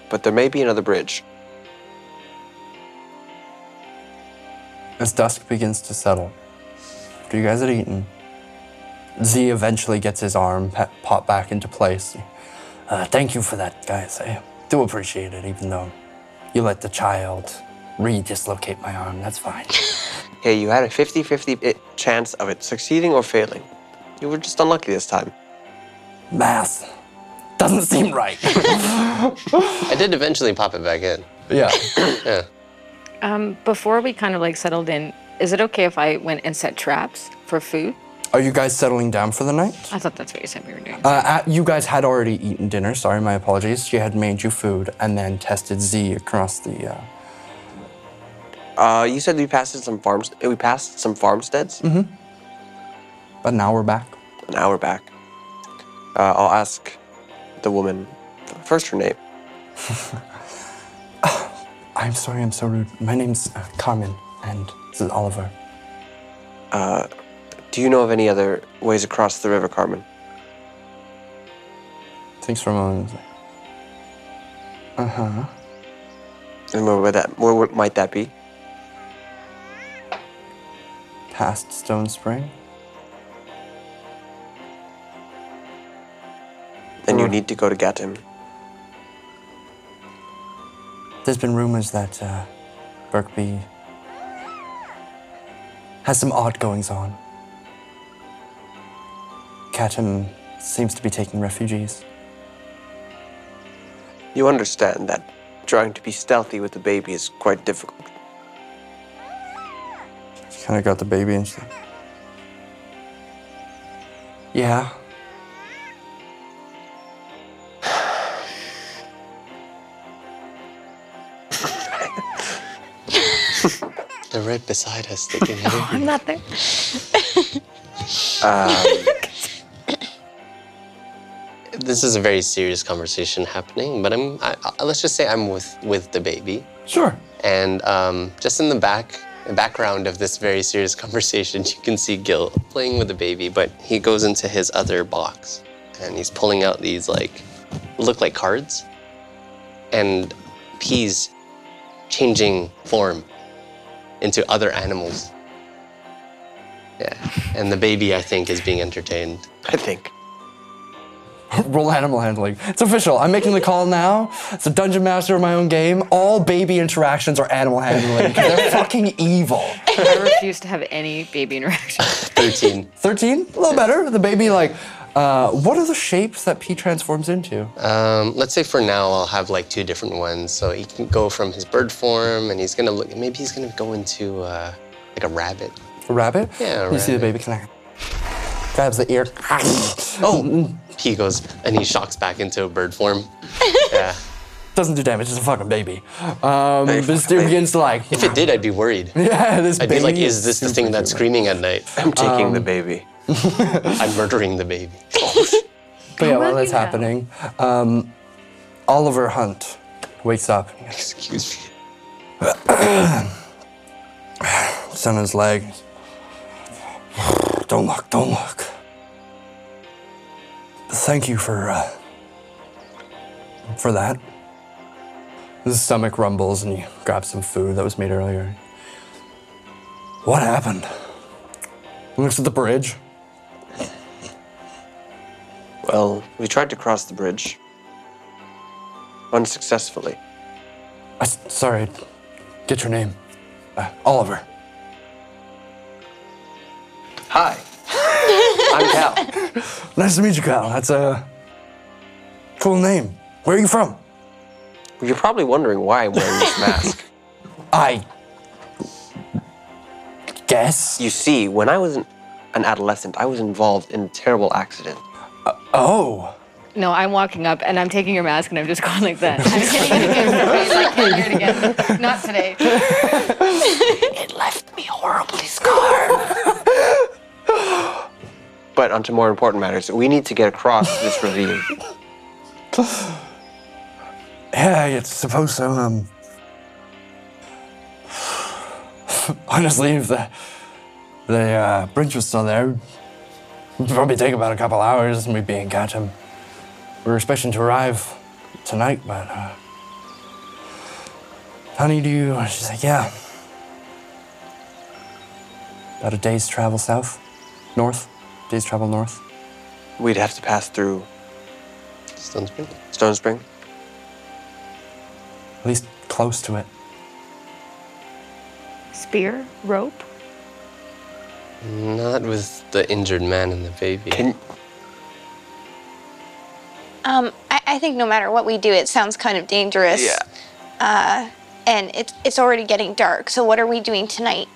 [SPEAKER 2] But there may be another bridge.
[SPEAKER 1] As dusk begins to settle, after you guys had eaten, Z eventually gets his arm pa- popped back into place. Uh, thank you for that, guys. I do appreciate it, even though you let the child re-dislocate my arm. That's *laughs* fine.
[SPEAKER 2] Hey, you had a 50 50 chance of it succeeding or failing. You were just unlucky this time.
[SPEAKER 1] Math doesn't seem *laughs* right.
[SPEAKER 5] I did eventually pop it back in.
[SPEAKER 1] yeah.
[SPEAKER 5] Yeah.
[SPEAKER 7] Um, before we kind of like settled in, is it okay if I went and set traps for food?
[SPEAKER 1] Are you guys settling down for the night?
[SPEAKER 7] I thought that's what you said we were doing.
[SPEAKER 1] Uh, at, you guys had already eaten dinner. Sorry, my apologies. She had made you food and then tested Z across the. Uh,
[SPEAKER 2] Uh, you said we passed some farms. eh, We passed some farmsteads.
[SPEAKER 1] but now we're back.
[SPEAKER 2] An hour back. Uh, I'll ask the woman first her name.
[SPEAKER 1] I'm sorry. I'm so rude. My name's uh, Carmen, and this is Oliver.
[SPEAKER 2] Do you know of any other ways across the river, Carmen?
[SPEAKER 1] Thanks for a moment.
[SPEAKER 2] And where would that? Where would, might that be?
[SPEAKER 1] Past Stone Spring.
[SPEAKER 2] And you need to go to Gatim.
[SPEAKER 1] There's been rumors that uh, Berkby has some odd goings on. Katim seems to be taking refugees.
[SPEAKER 2] You understand that trying to be stealthy with the baby is quite difficult.
[SPEAKER 1] She kind of got the baby and stuff. Yeah.
[SPEAKER 5] They're right beside *laughs* us. They can hear
[SPEAKER 7] I'm
[SPEAKER 5] me.
[SPEAKER 7] not there.
[SPEAKER 5] This is a very serious conversation happening, but I'm. I, I, let's just say I'm with with the baby,
[SPEAKER 1] Sure.
[SPEAKER 5] and um, just in the back background of this very serious *laughs* conversation, you can see Gil playing with the baby, but he goes into his other box, and he's pulling out these like look like cards, and he's changing form into other animals. Yeah, and the baby I think is being entertained.
[SPEAKER 2] I think.
[SPEAKER 1] Roll animal handling. It's official. I'm making the call now. It's a dungeon master of my own game. All baby interactions are animal handling. 'cause
[SPEAKER 5] *laughs*
[SPEAKER 1] They're fucking evil.
[SPEAKER 7] I refuse to have any baby interaction. *laughs*
[SPEAKER 5] Thirteen.
[SPEAKER 1] 13? A little better. The baby, like, uh, what are the shapes that P transforms into?
[SPEAKER 5] Um, let's say for now I'll have like two different ones. So he can go from his bird form, and he's gonna look. Maybe he's gonna go into uh, like a rabbit.
[SPEAKER 1] A rabbit?
[SPEAKER 5] Yeah, a
[SPEAKER 1] You see the
[SPEAKER 5] rabbit.
[SPEAKER 1] baby kind of grabs the ear.
[SPEAKER 5] Oh, he goes and he shocks back into a bird form. Yeah.
[SPEAKER 1] Doesn't do damage. It's a fucking baby. Um, this dude begins to like. *laughs*
[SPEAKER 5] If it did, I'd be worried.
[SPEAKER 1] Yeah, this
[SPEAKER 5] I'd be
[SPEAKER 1] baby.
[SPEAKER 5] like, is this the thing that's
[SPEAKER 1] superhuman."
[SPEAKER 5] screaming at night? *laughs*
[SPEAKER 2] I'm taking the baby.
[SPEAKER 5] I'm murdering the baby.
[SPEAKER 1] But yeah, while
[SPEAKER 7] on,
[SPEAKER 1] that's
[SPEAKER 7] you know.
[SPEAKER 1] happening, um, Oliver Hunt wakes up.
[SPEAKER 5] Excuse me.
[SPEAKER 1] *clears throat* It's on his leg. *sighs* Don't look, don't look. Thank you for uh, for that. His stomach rumbles and he grabs some food that was made earlier. What happened? Looks at the bridge.
[SPEAKER 2] Well, we tried to cross the bridge. unsuccessfully.
[SPEAKER 1] Uh, s- sorry, get your name. Uh, Oliver.
[SPEAKER 2] Hi, I'm Cal.
[SPEAKER 1] Nice to meet you, Kyle. That's a cool name. Where are you from?
[SPEAKER 2] You're probably wondering why I'm wearing this *laughs* mask.
[SPEAKER 1] I guess.
[SPEAKER 2] You see, when I was an, an adolescent, I was involved in a terrible accident.
[SPEAKER 1] oh,
[SPEAKER 7] No, I'm walking up and I'm taking your mask and I'm just going like that. I'm hitting it against the face, like, "Can't hear it again. Not today.
[SPEAKER 2] But onto more important matters, we need to get across this *laughs* ravine.
[SPEAKER 1] yeah, I suppose so. Um, *sighs* honestly, if the the uh, bridge was still there, it'd probably take about a couple hours and we'd be in Gotham. We were expecting to arrive tonight, but uh, honey, do you? She's like, yeah. About a day's travel south, north, day's travel north.
[SPEAKER 2] We'd have to pass through
[SPEAKER 5] Sounds good.
[SPEAKER 2] Stone Spring.
[SPEAKER 1] At least close to it.
[SPEAKER 7] Spear, rope.
[SPEAKER 5] Not with the injured man and the baby.
[SPEAKER 2] Can
[SPEAKER 3] Um, I, I think no matter what we do, it sounds kind of dangerous. Uh,
[SPEAKER 2] yeah.
[SPEAKER 3] And it's it's already getting dark. So what are we doing tonight?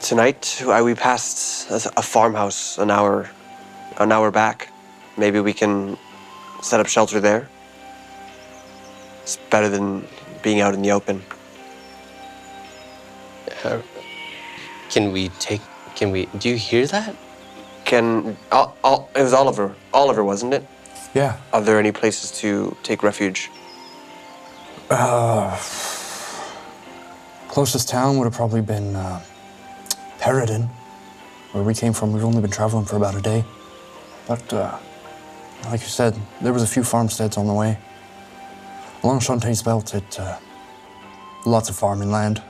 [SPEAKER 2] Tonight I, we passed a, a farmhouse an hour, an hour back. Maybe we can set up shelter there. It's better than being out in the open.
[SPEAKER 5] Can we take? Can we? Do you hear that?
[SPEAKER 2] Can Ol- Ol- it was Oliver? Oliver wasn't it?
[SPEAKER 1] Yeah.
[SPEAKER 2] Are there any places to take refuge?
[SPEAKER 1] Closest town would have probably been uh, Peridon, where we came from. We've only been traveling for about a day. But uh, like you said, there was a few farmsteads on the way. Along Shantae's Belt, it uh, lots of farming land.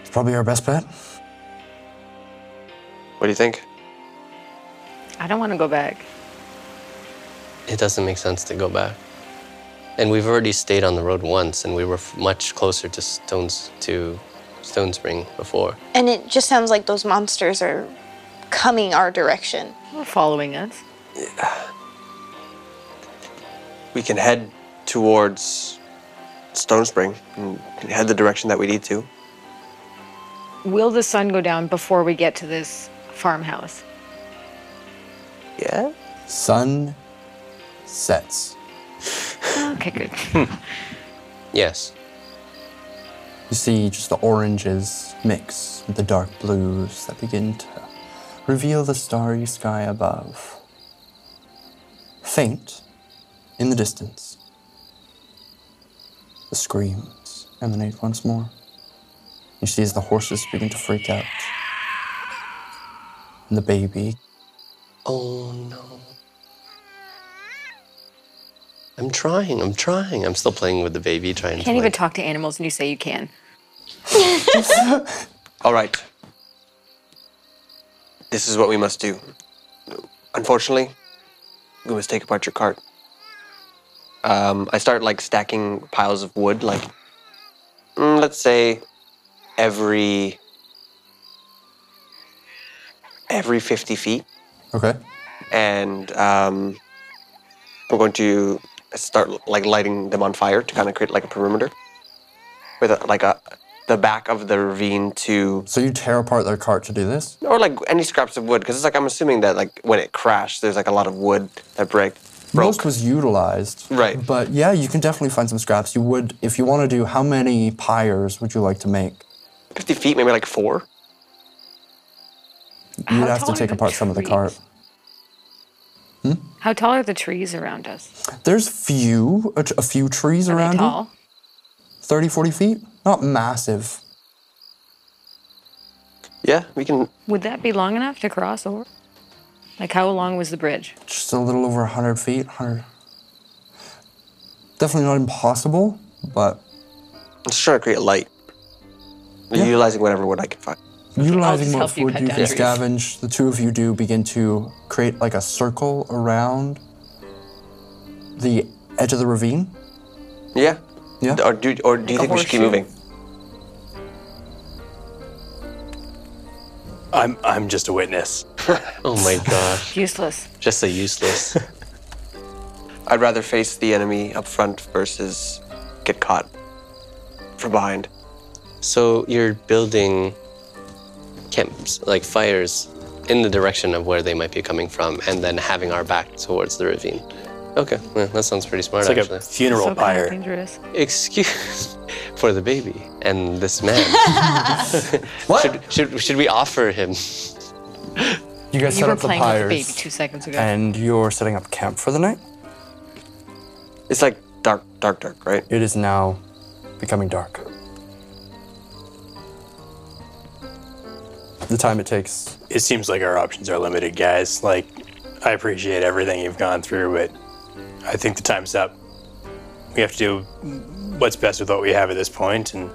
[SPEAKER 1] It's probably our best bet.
[SPEAKER 2] What do you think?
[SPEAKER 7] I don't want to go back.
[SPEAKER 5] It doesn't make sense to go back. And we've already stayed on the road once, and we were f- much closer to Stones to Stone Spring before.
[SPEAKER 3] And it just sounds like those monsters are coming our direction.
[SPEAKER 7] We're following us.
[SPEAKER 2] We can head towards Stone Spring and head the direction that we need to.
[SPEAKER 7] Will the sun go down before we get to this farmhouse?
[SPEAKER 2] Yeah.
[SPEAKER 1] Sun sets.
[SPEAKER 7] Okay, good.
[SPEAKER 5] Yes.
[SPEAKER 1] You see just the oranges mix with the dark blues that begin to reveal the starry sky above. Faint in the distance, the screams emanate once more. You see as the horses begin to freak out, and the baby
[SPEAKER 5] Oh no. I'm trying. I'm trying. I'm still playing with the baby, trying
[SPEAKER 7] Can't
[SPEAKER 5] to.
[SPEAKER 7] even
[SPEAKER 5] like-
[SPEAKER 7] talk to animals and you say you can.
[SPEAKER 2] All right. This is what we must do. Unfortunately, we must take apart your cart. Um, I start like stacking piles of wood, like mm, let's say every every fifty feet,
[SPEAKER 1] Okay.
[SPEAKER 2] and um, we're going to start like lighting them on fire to kind of create like a perimeter with a, like a the back of the ravine to
[SPEAKER 1] So you tear apart their cart to do this?
[SPEAKER 2] or like any scraps of wood because it's like i'm assuming that like when it crashed there's like a lot of wood that break broke
[SPEAKER 1] Most was utilized.
[SPEAKER 2] Right.
[SPEAKER 1] But yeah, you can definitely find some scraps. You would if you want to do how many pyres would you like to make?
[SPEAKER 2] 50 feet maybe like four
[SPEAKER 7] How
[SPEAKER 1] You'd have
[SPEAKER 7] tall
[SPEAKER 1] to
[SPEAKER 7] are
[SPEAKER 1] take
[SPEAKER 7] the
[SPEAKER 1] apart some of the
[SPEAKER 7] trees?
[SPEAKER 1] cart.
[SPEAKER 7] How tall are the trees around us?
[SPEAKER 1] There's few, a, t- a few trees
[SPEAKER 7] Are
[SPEAKER 1] around
[SPEAKER 7] they
[SPEAKER 1] you.
[SPEAKER 7] tall?
[SPEAKER 1] 30, 40 feet. Not massive.
[SPEAKER 2] yeah we can
[SPEAKER 7] Would that be long enough to cross over? Like, how long was the bridge?
[SPEAKER 1] Just a little over 100 feet. 100. Definitely not impossible, but
[SPEAKER 2] I'm just trying to create light
[SPEAKER 1] Yeah.
[SPEAKER 2] utilizing whatever wood i can find
[SPEAKER 1] Utilizing
[SPEAKER 7] just
[SPEAKER 1] what
[SPEAKER 7] help you
[SPEAKER 1] food
[SPEAKER 7] cut
[SPEAKER 1] you
[SPEAKER 7] down
[SPEAKER 1] can
[SPEAKER 7] trees.
[SPEAKER 1] scavenge, the two of you do begin to create like a circle around the edge of the ravine.
[SPEAKER 2] Yeah.
[SPEAKER 1] Yeah.
[SPEAKER 2] Or do, or do you think we should keep moving?
[SPEAKER 4] I'm I'm just a witness.
[SPEAKER 5] Oh my gosh.
[SPEAKER 7] Useless.
[SPEAKER 5] Just a
[SPEAKER 7] *laughs*
[SPEAKER 5] useless.
[SPEAKER 2] I'd rather face the enemy up front versus get caught from behind.
[SPEAKER 5] So you're building camps, like fires, in the direction of where they might be coming from, and then having our back towards the ravine. Okay, well, that sounds pretty smart,
[SPEAKER 4] It's like
[SPEAKER 5] actually.
[SPEAKER 4] a funeral
[SPEAKER 7] So kind of
[SPEAKER 4] pyre.
[SPEAKER 7] dangerous.
[SPEAKER 5] Excuse *laughs* for the baby and
[SPEAKER 2] *laughs*
[SPEAKER 5] this man.
[SPEAKER 1] What?
[SPEAKER 5] should, should, should we offer him?
[SPEAKER 1] you guys
[SPEAKER 7] You
[SPEAKER 1] set
[SPEAKER 7] were
[SPEAKER 1] up the
[SPEAKER 7] playing with the baby
[SPEAKER 1] pyres,
[SPEAKER 7] two seconds ago.
[SPEAKER 1] and you're setting up camp for the night.
[SPEAKER 2] It's like dark, dark, dark, right?
[SPEAKER 1] It is now becoming dark. The time it takes.
[SPEAKER 4] It seems like our options are limited, guys. Like, I appreciate everything you've gone through, but I think the time's up. We have to do what's best with what we have at this point, and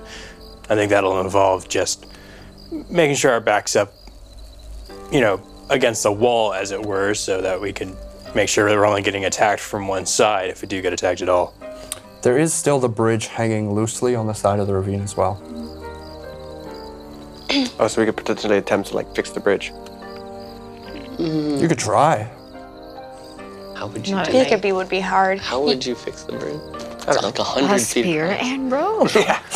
[SPEAKER 4] I think that'll involve just making sure our back's up, you know, against the wall, as it were, so that we can make sure that we're only getting attacked from one side if we do get attacked at all.
[SPEAKER 1] There is still the bridge hanging loosely on the side of the ravine as well.
[SPEAKER 2] Oh, so we could potentially attempt to like fix the bridge.
[SPEAKER 1] You could try.
[SPEAKER 5] How would you
[SPEAKER 7] Not
[SPEAKER 5] do that?
[SPEAKER 7] at night.
[SPEAKER 3] think it'd be would be hard.
[SPEAKER 5] How would you fix the bird? It's like a
[SPEAKER 7] A
[SPEAKER 5] hundred feet.
[SPEAKER 7] spear and rope.
[SPEAKER 1] *laughs*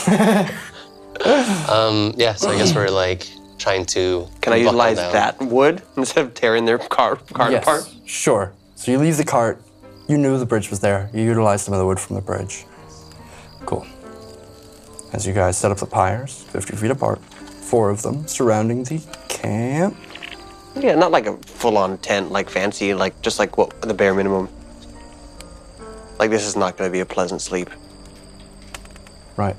[SPEAKER 5] Um, yeah, so I guess we're like trying to.
[SPEAKER 2] Can I
[SPEAKER 5] buckle
[SPEAKER 2] utilize
[SPEAKER 5] down.
[SPEAKER 2] that wood *laughs* instead of tearing their car, car
[SPEAKER 1] Yes,
[SPEAKER 2] apart?
[SPEAKER 1] Sure. So you leave the cart. You knew the bridge was there. You utilized some of the wood from the bridge. Cool. As you guys set up the pyres, 50 feet apart, four of them surrounding the camp.
[SPEAKER 2] Yeah, not like a full-on tent, like fancy, like just like what the bare minimum. Like this is not going to be a pleasant sleep.
[SPEAKER 1] Right.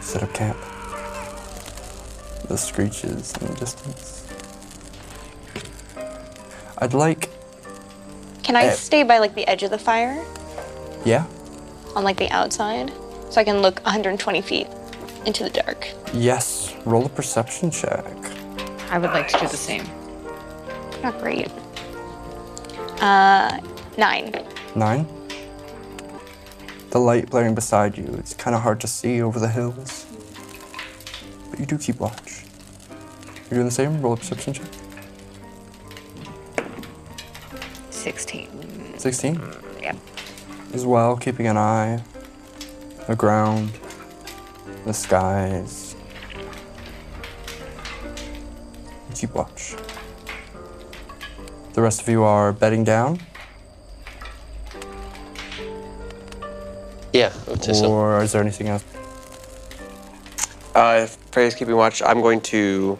[SPEAKER 1] Set up camp. The screeches in the distance. I'd like.
[SPEAKER 3] Can I
[SPEAKER 1] Uh,
[SPEAKER 3] stay by like the edge of the fire
[SPEAKER 1] Yeah?
[SPEAKER 3] on like the outside so I can look 120 feet into the dark?
[SPEAKER 1] Yes. Roll a perception check.
[SPEAKER 7] I would like to do the same.
[SPEAKER 3] Not great. Uh, nine.
[SPEAKER 1] Nine. The light blaring beside you, it's kind of hard to see over the hills. But you do keep watch. You're doing the same? Roll a perception check.
[SPEAKER 7] 16.
[SPEAKER 1] 16.
[SPEAKER 7] Yep.
[SPEAKER 1] As well, keeping an eye. The ground. The skies. You keep watch. The rest of you are bedding down?
[SPEAKER 5] Yeah, I would say so.
[SPEAKER 1] Or is there anything else?
[SPEAKER 2] Uh, if Freya's keeping watch, I'm going to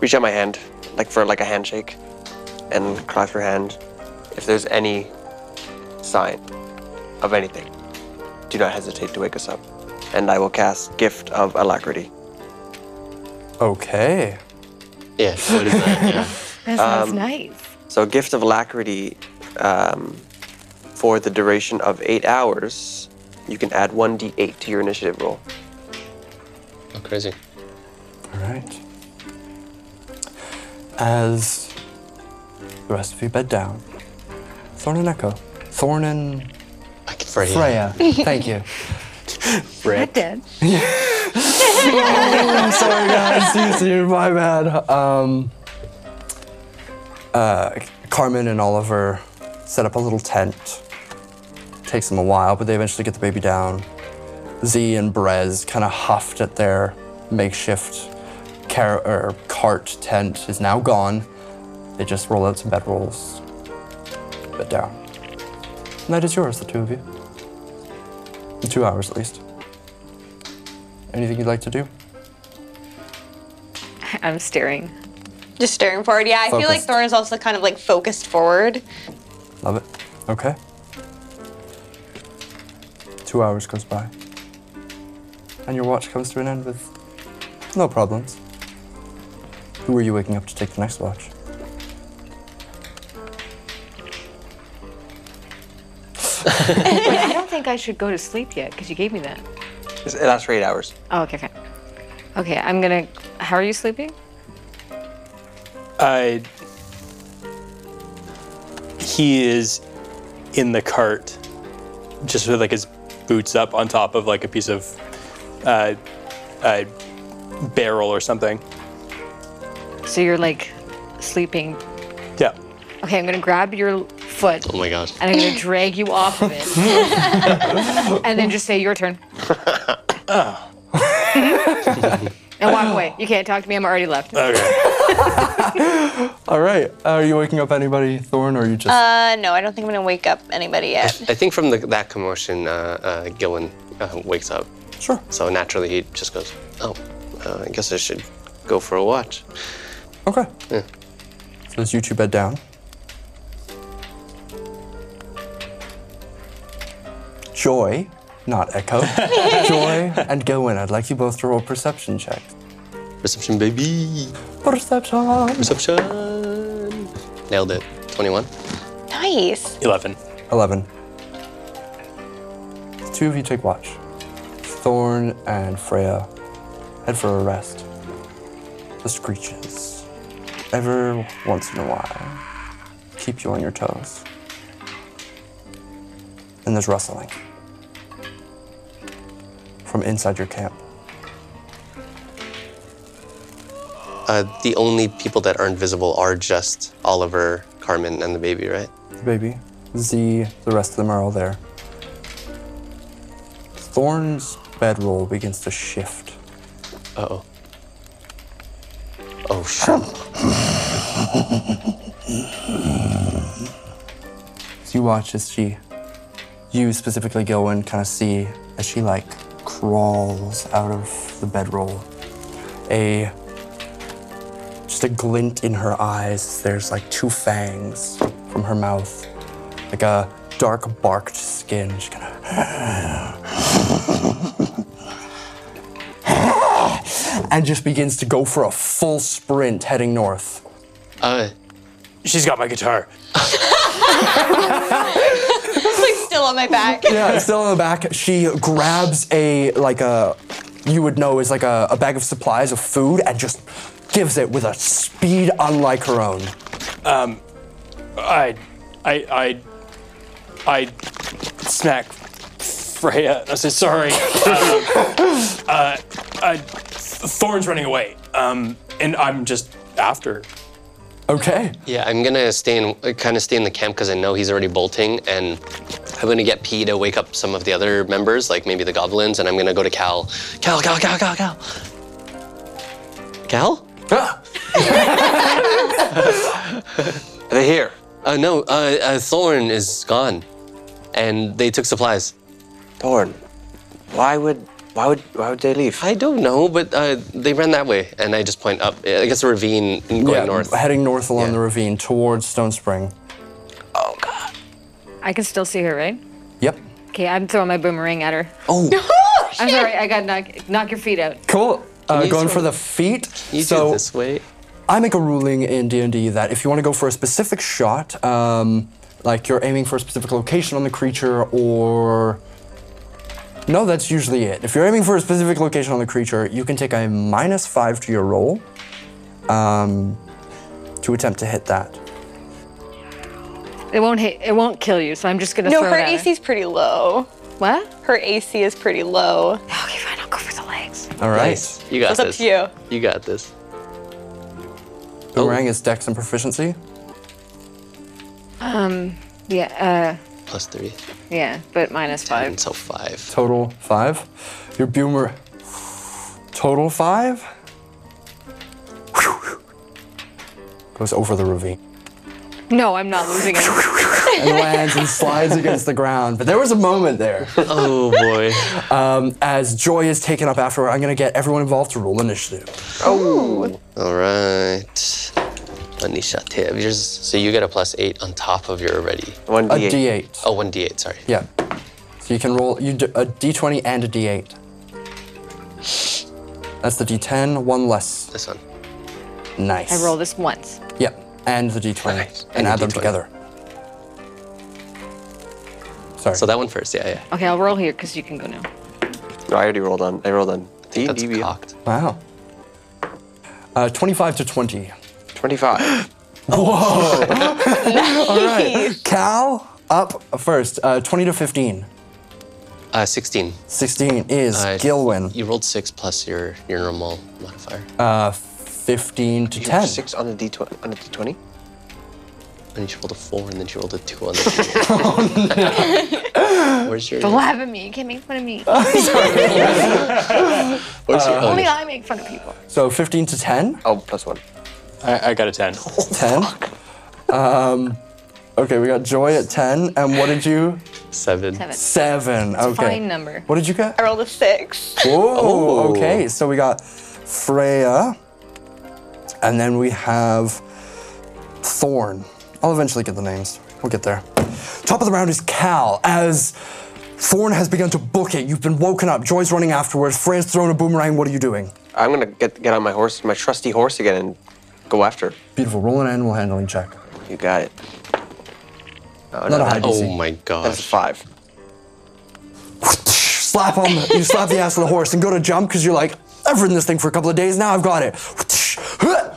[SPEAKER 2] reach out my hand, like for like a handshake, and clasp her hand. If there's any sign of anything, do not hesitate to wake us up, and I will cast Gift of Alacrity.
[SPEAKER 1] Okay.
[SPEAKER 5] Yeah, what is that? Yeah.
[SPEAKER 7] That sounds nice.
[SPEAKER 2] So, Gift of Alacrity, um, for the duration of eight hours, you can add one d8 to your initiative roll.
[SPEAKER 5] Oh, *laughs* crazy.
[SPEAKER 1] All right. As the rest of you bed down, Thorn and Echo, Thorn and
[SPEAKER 5] I can Freya.
[SPEAKER 1] Freya, thank you.
[SPEAKER 7] I did.
[SPEAKER 1] I'm sorry, *laughs* guys. Seriously, my bad. Um, uh, Carmen and Oliver set up a little tent. Takes them a while, but they eventually get the baby down. Z and Brez kind of huffed at their makeshift car- or cart tent is now gone. They just roll out some bedrolls, bed down. And that is yours, the two of you. In two hours at least. Anything you'd like to do?
[SPEAKER 7] I'm staring.
[SPEAKER 3] Just staring forward. Yeah, I feel like
[SPEAKER 1] Focused.
[SPEAKER 3] Thorn is also kind of like focused forward.
[SPEAKER 1] Love it. Okay. Two hours goes by. And your watch comes to an end with no problems. Who are you waking up to take the next watch?
[SPEAKER 7] Wait, I don't think think I should go to sleep yet because you gave me that.
[SPEAKER 2] It lasts for eight hours.
[SPEAKER 7] Oh, okay, okay. Okay, I'm gonna. How are you sleeping?
[SPEAKER 4] I. He is in the cart, just with like his boots up on top of like a piece of uh, uh, barrel or something.
[SPEAKER 7] So you're like sleeping.
[SPEAKER 4] Yeah.
[SPEAKER 7] Okay, I'm gonna grab your foot
[SPEAKER 5] Oh my god.
[SPEAKER 7] and I'm gonna drag you off of it, and then just say your turn. and walk away. You can't talk to me. I'm already left.
[SPEAKER 4] Okay.
[SPEAKER 1] All right. Are you waking up anybody, Thorn, or are you just?
[SPEAKER 3] Uh, no, I don't think I'm gonna wake up anybody yet.
[SPEAKER 5] I think from the, that commotion, uh, uh, Gillen uh, wakes up.
[SPEAKER 1] sure.
[SPEAKER 5] So naturally, he just goes, "Oh, uh, I guess I should go for a watch."
[SPEAKER 1] Okay. So as you two bed down. Joy, not Echo. Joy and Gilwin, I'd like you both to roll perception checks.
[SPEAKER 5] Perception, baby.
[SPEAKER 1] Perception.
[SPEAKER 5] Perception. Nailed it. Twenty-one.
[SPEAKER 3] Nice.
[SPEAKER 4] *laughs* Eleven.
[SPEAKER 1] Eleven. Two of you take watch. Thorn and Freya head for a rest. The screeches, every once in a while, keep you on your toes. And there's rustling from inside your camp.
[SPEAKER 5] Uh, the only people that aren't visible are just Oliver, Carmen, and the baby, right?
[SPEAKER 1] The baby, Z, the rest of them are all there. Thorn's bedroll begins to shift.
[SPEAKER 5] Uh oh. Oh shit.
[SPEAKER 1] So you watch as she, you specifically, go and kind of see as she like crawls out of the bedroll. A just a glint in her eyes. There's like two fangs from her mouth, like a dark barked skin. She kind of. *laughs* And just begins to go for a full sprint heading north.
[SPEAKER 5] *laughs* Uh,
[SPEAKER 4] She's got my guitar.
[SPEAKER 3] Like still on my
[SPEAKER 1] *laughs*
[SPEAKER 3] back. *laughs*
[SPEAKER 1] yeah, it's still in the back. She grabs a like a you would know is like a, a bag of supplies of food and just gives it with a speed unlike her own.
[SPEAKER 4] I, I, I, I smack Freya. *laughs* I said, sorry. Um, uh, I, Thorn's running away. Um, and I'm just after.
[SPEAKER 1] Okay.
[SPEAKER 5] yeah, I'm gonna stay in, kind of stay in the camp because I know he's already bolting, and I'm gonna get P to wake up some of the other members, like maybe the goblins, and I'm gonna go to Cal. Cal, Cal, Cal, Cal, Cal. Cal?
[SPEAKER 2] Are they here?
[SPEAKER 5] Uh, no, uh, uh, Thorn is gone, and they took supplies.
[SPEAKER 2] Thorn. Why would why would why would they leave?
[SPEAKER 5] I don't know, but uh, they ran that way, and I just point up. I guess a ravine going north.
[SPEAKER 1] Heading north along
[SPEAKER 5] Yeah.
[SPEAKER 1] the ravine towards Stone Spring.
[SPEAKER 7] I can still see her, right?
[SPEAKER 1] Yep.
[SPEAKER 7] Okay, I'm throwing my boomerang at her.
[SPEAKER 3] Oh,
[SPEAKER 7] I'm
[SPEAKER 3] shit.
[SPEAKER 7] sorry, I got knock knock your feet out.
[SPEAKER 1] Cool. Uh,
[SPEAKER 5] you
[SPEAKER 1] going
[SPEAKER 5] sort
[SPEAKER 1] for the
[SPEAKER 5] of-
[SPEAKER 1] feet.
[SPEAKER 5] You
[SPEAKER 1] so
[SPEAKER 5] do this way.
[SPEAKER 1] I make a ruling in D and D that if you want to go for a specific shot, um, like you're aiming for a specific location on the creature, or no, that's usually it. If you're aiming for a specific location on the creature, you can take a minus five to your roll um, to attempt to hit that.
[SPEAKER 7] It won't hit. It won't kill you. So I'm just gonna
[SPEAKER 3] No,
[SPEAKER 7] throw
[SPEAKER 3] her
[SPEAKER 7] it at
[SPEAKER 3] AC's pretty low.
[SPEAKER 7] What?
[SPEAKER 3] Her AC is pretty low.
[SPEAKER 7] Okay, fine. I'll go for the legs.
[SPEAKER 1] All right.
[SPEAKER 5] Nice. You got
[SPEAKER 3] It's up
[SPEAKER 5] this.
[SPEAKER 3] to you.
[SPEAKER 5] You got this.
[SPEAKER 1] Boomerang is Dex and proficiency.
[SPEAKER 7] Yeah. Uh.
[SPEAKER 5] Plus three.
[SPEAKER 7] Yeah. But minus
[SPEAKER 5] And
[SPEAKER 7] five.
[SPEAKER 5] so five.
[SPEAKER 1] Total five. Your boomer. Total five. Whew. Goes over the ravine.
[SPEAKER 7] No, I'm not losing it.
[SPEAKER 1] and lands and slides against the ground. But there was a moment there.
[SPEAKER 5] Oh boy.
[SPEAKER 1] As Joy is taken up after, I'm going to get everyone involved to roll initiative.
[SPEAKER 5] All right. Initiative. Yours. So you get a plus eight on top of your already.
[SPEAKER 2] One
[SPEAKER 1] A
[SPEAKER 2] D eight.
[SPEAKER 1] D8.
[SPEAKER 5] Oh, one d8. Sorry.
[SPEAKER 1] Yeah. So you can roll you d- a D20 and a D8. That's the D10, one less.
[SPEAKER 5] This one.
[SPEAKER 1] Nice.
[SPEAKER 7] I roll this once.
[SPEAKER 1] Yep. And the D20.
[SPEAKER 5] Nice.
[SPEAKER 1] And,
[SPEAKER 5] And
[SPEAKER 1] add
[SPEAKER 5] the
[SPEAKER 1] them
[SPEAKER 5] D20.
[SPEAKER 1] together. Sorry.
[SPEAKER 5] So that one first, yeah, yeah.
[SPEAKER 7] Okay, I'll roll here because you can go now.
[SPEAKER 2] No, I already rolled on. I rolled on. D
[SPEAKER 5] That's
[SPEAKER 2] D B
[SPEAKER 5] cocked.
[SPEAKER 1] wow. Uh, 25 to 20.
[SPEAKER 2] Twenty-five.
[SPEAKER 1] Cal up first. Uh, 20 to 15.
[SPEAKER 5] Uh, 16.
[SPEAKER 1] 16 is
[SPEAKER 5] Uh,
[SPEAKER 1] Gilwin.
[SPEAKER 5] You rolled six plus your, your normal modifier.
[SPEAKER 1] 15 to
[SPEAKER 2] You
[SPEAKER 1] 10.
[SPEAKER 2] have Six on the D twenty. On the D twenty.
[SPEAKER 5] and she rolled a four, and then she rolled a two on the
[SPEAKER 1] *laughs*
[SPEAKER 5] table.
[SPEAKER 1] Oh,
[SPEAKER 5] Where's your,
[SPEAKER 7] Don't laugh at me. You can't make fun of *laughs* me.
[SPEAKER 5] where's
[SPEAKER 1] Uh,
[SPEAKER 5] your
[SPEAKER 7] Only
[SPEAKER 5] bonus?
[SPEAKER 7] I make fun of people.
[SPEAKER 1] So 15 to 10.
[SPEAKER 2] Oh, plus one.
[SPEAKER 4] I, I got a *laughs* 10.
[SPEAKER 1] 10. Um, okay, we got Joy at 10. And what did you?
[SPEAKER 5] Seven.
[SPEAKER 7] Seven.
[SPEAKER 1] Seven. Okay.
[SPEAKER 7] Fine number.
[SPEAKER 1] What did you get?
[SPEAKER 3] I rolled a six.
[SPEAKER 1] Oh,
[SPEAKER 5] Oh.
[SPEAKER 1] okay. So we got Freya, and then we have Thorn. I'll eventually get the names. We'll get there. Top of the round is Cal. As Thorn has begun to book it, you've been woken up. Joy's running afterwards. Freya's thrown a boomerang. What are you doing?
[SPEAKER 2] I'm gonna get get on my horse, my trusty horse again, and go after.
[SPEAKER 1] Beautiful. Roll an animal handling check.
[SPEAKER 2] You got it. Oh,
[SPEAKER 1] Not a high
[SPEAKER 5] Oh
[SPEAKER 1] DC.
[SPEAKER 5] my
[SPEAKER 2] That's a
[SPEAKER 5] gosh.
[SPEAKER 2] five.
[SPEAKER 1] slap on the, you slap the ass of the horse and go to jump because you're like, I've ridden this thing for a couple of days now, I've got it. *laughs*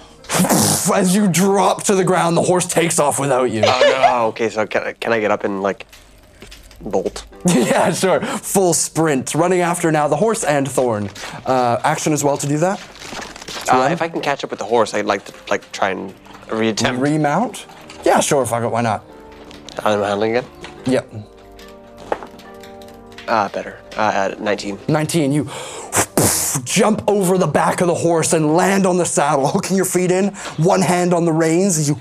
[SPEAKER 1] As you drop to the ground, the horse takes off without you. *laughs*
[SPEAKER 2] Oh no. Okay, so can I, can I get up and like bolt? Uh,
[SPEAKER 1] yeah, sure. Full sprint, running after now the horse and Thorn. Uh, action as well to do that.
[SPEAKER 2] Uh, if I can catch up with the horse, I'd like to like try and reattempt.
[SPEAKER 1] Remount. Yeah, sure. Fuck it. Why not?
[SPEAKER 2] I'm handling it.
[SPEAKER 1] Yep.
[SPEAKER 2] Ah, better. Uh, at 19.
[SPEAKER 1] 19. You *laughs* jump over the back of the horse and land on the saddle, *laughs* hooking your feet in, one hand on the reins as you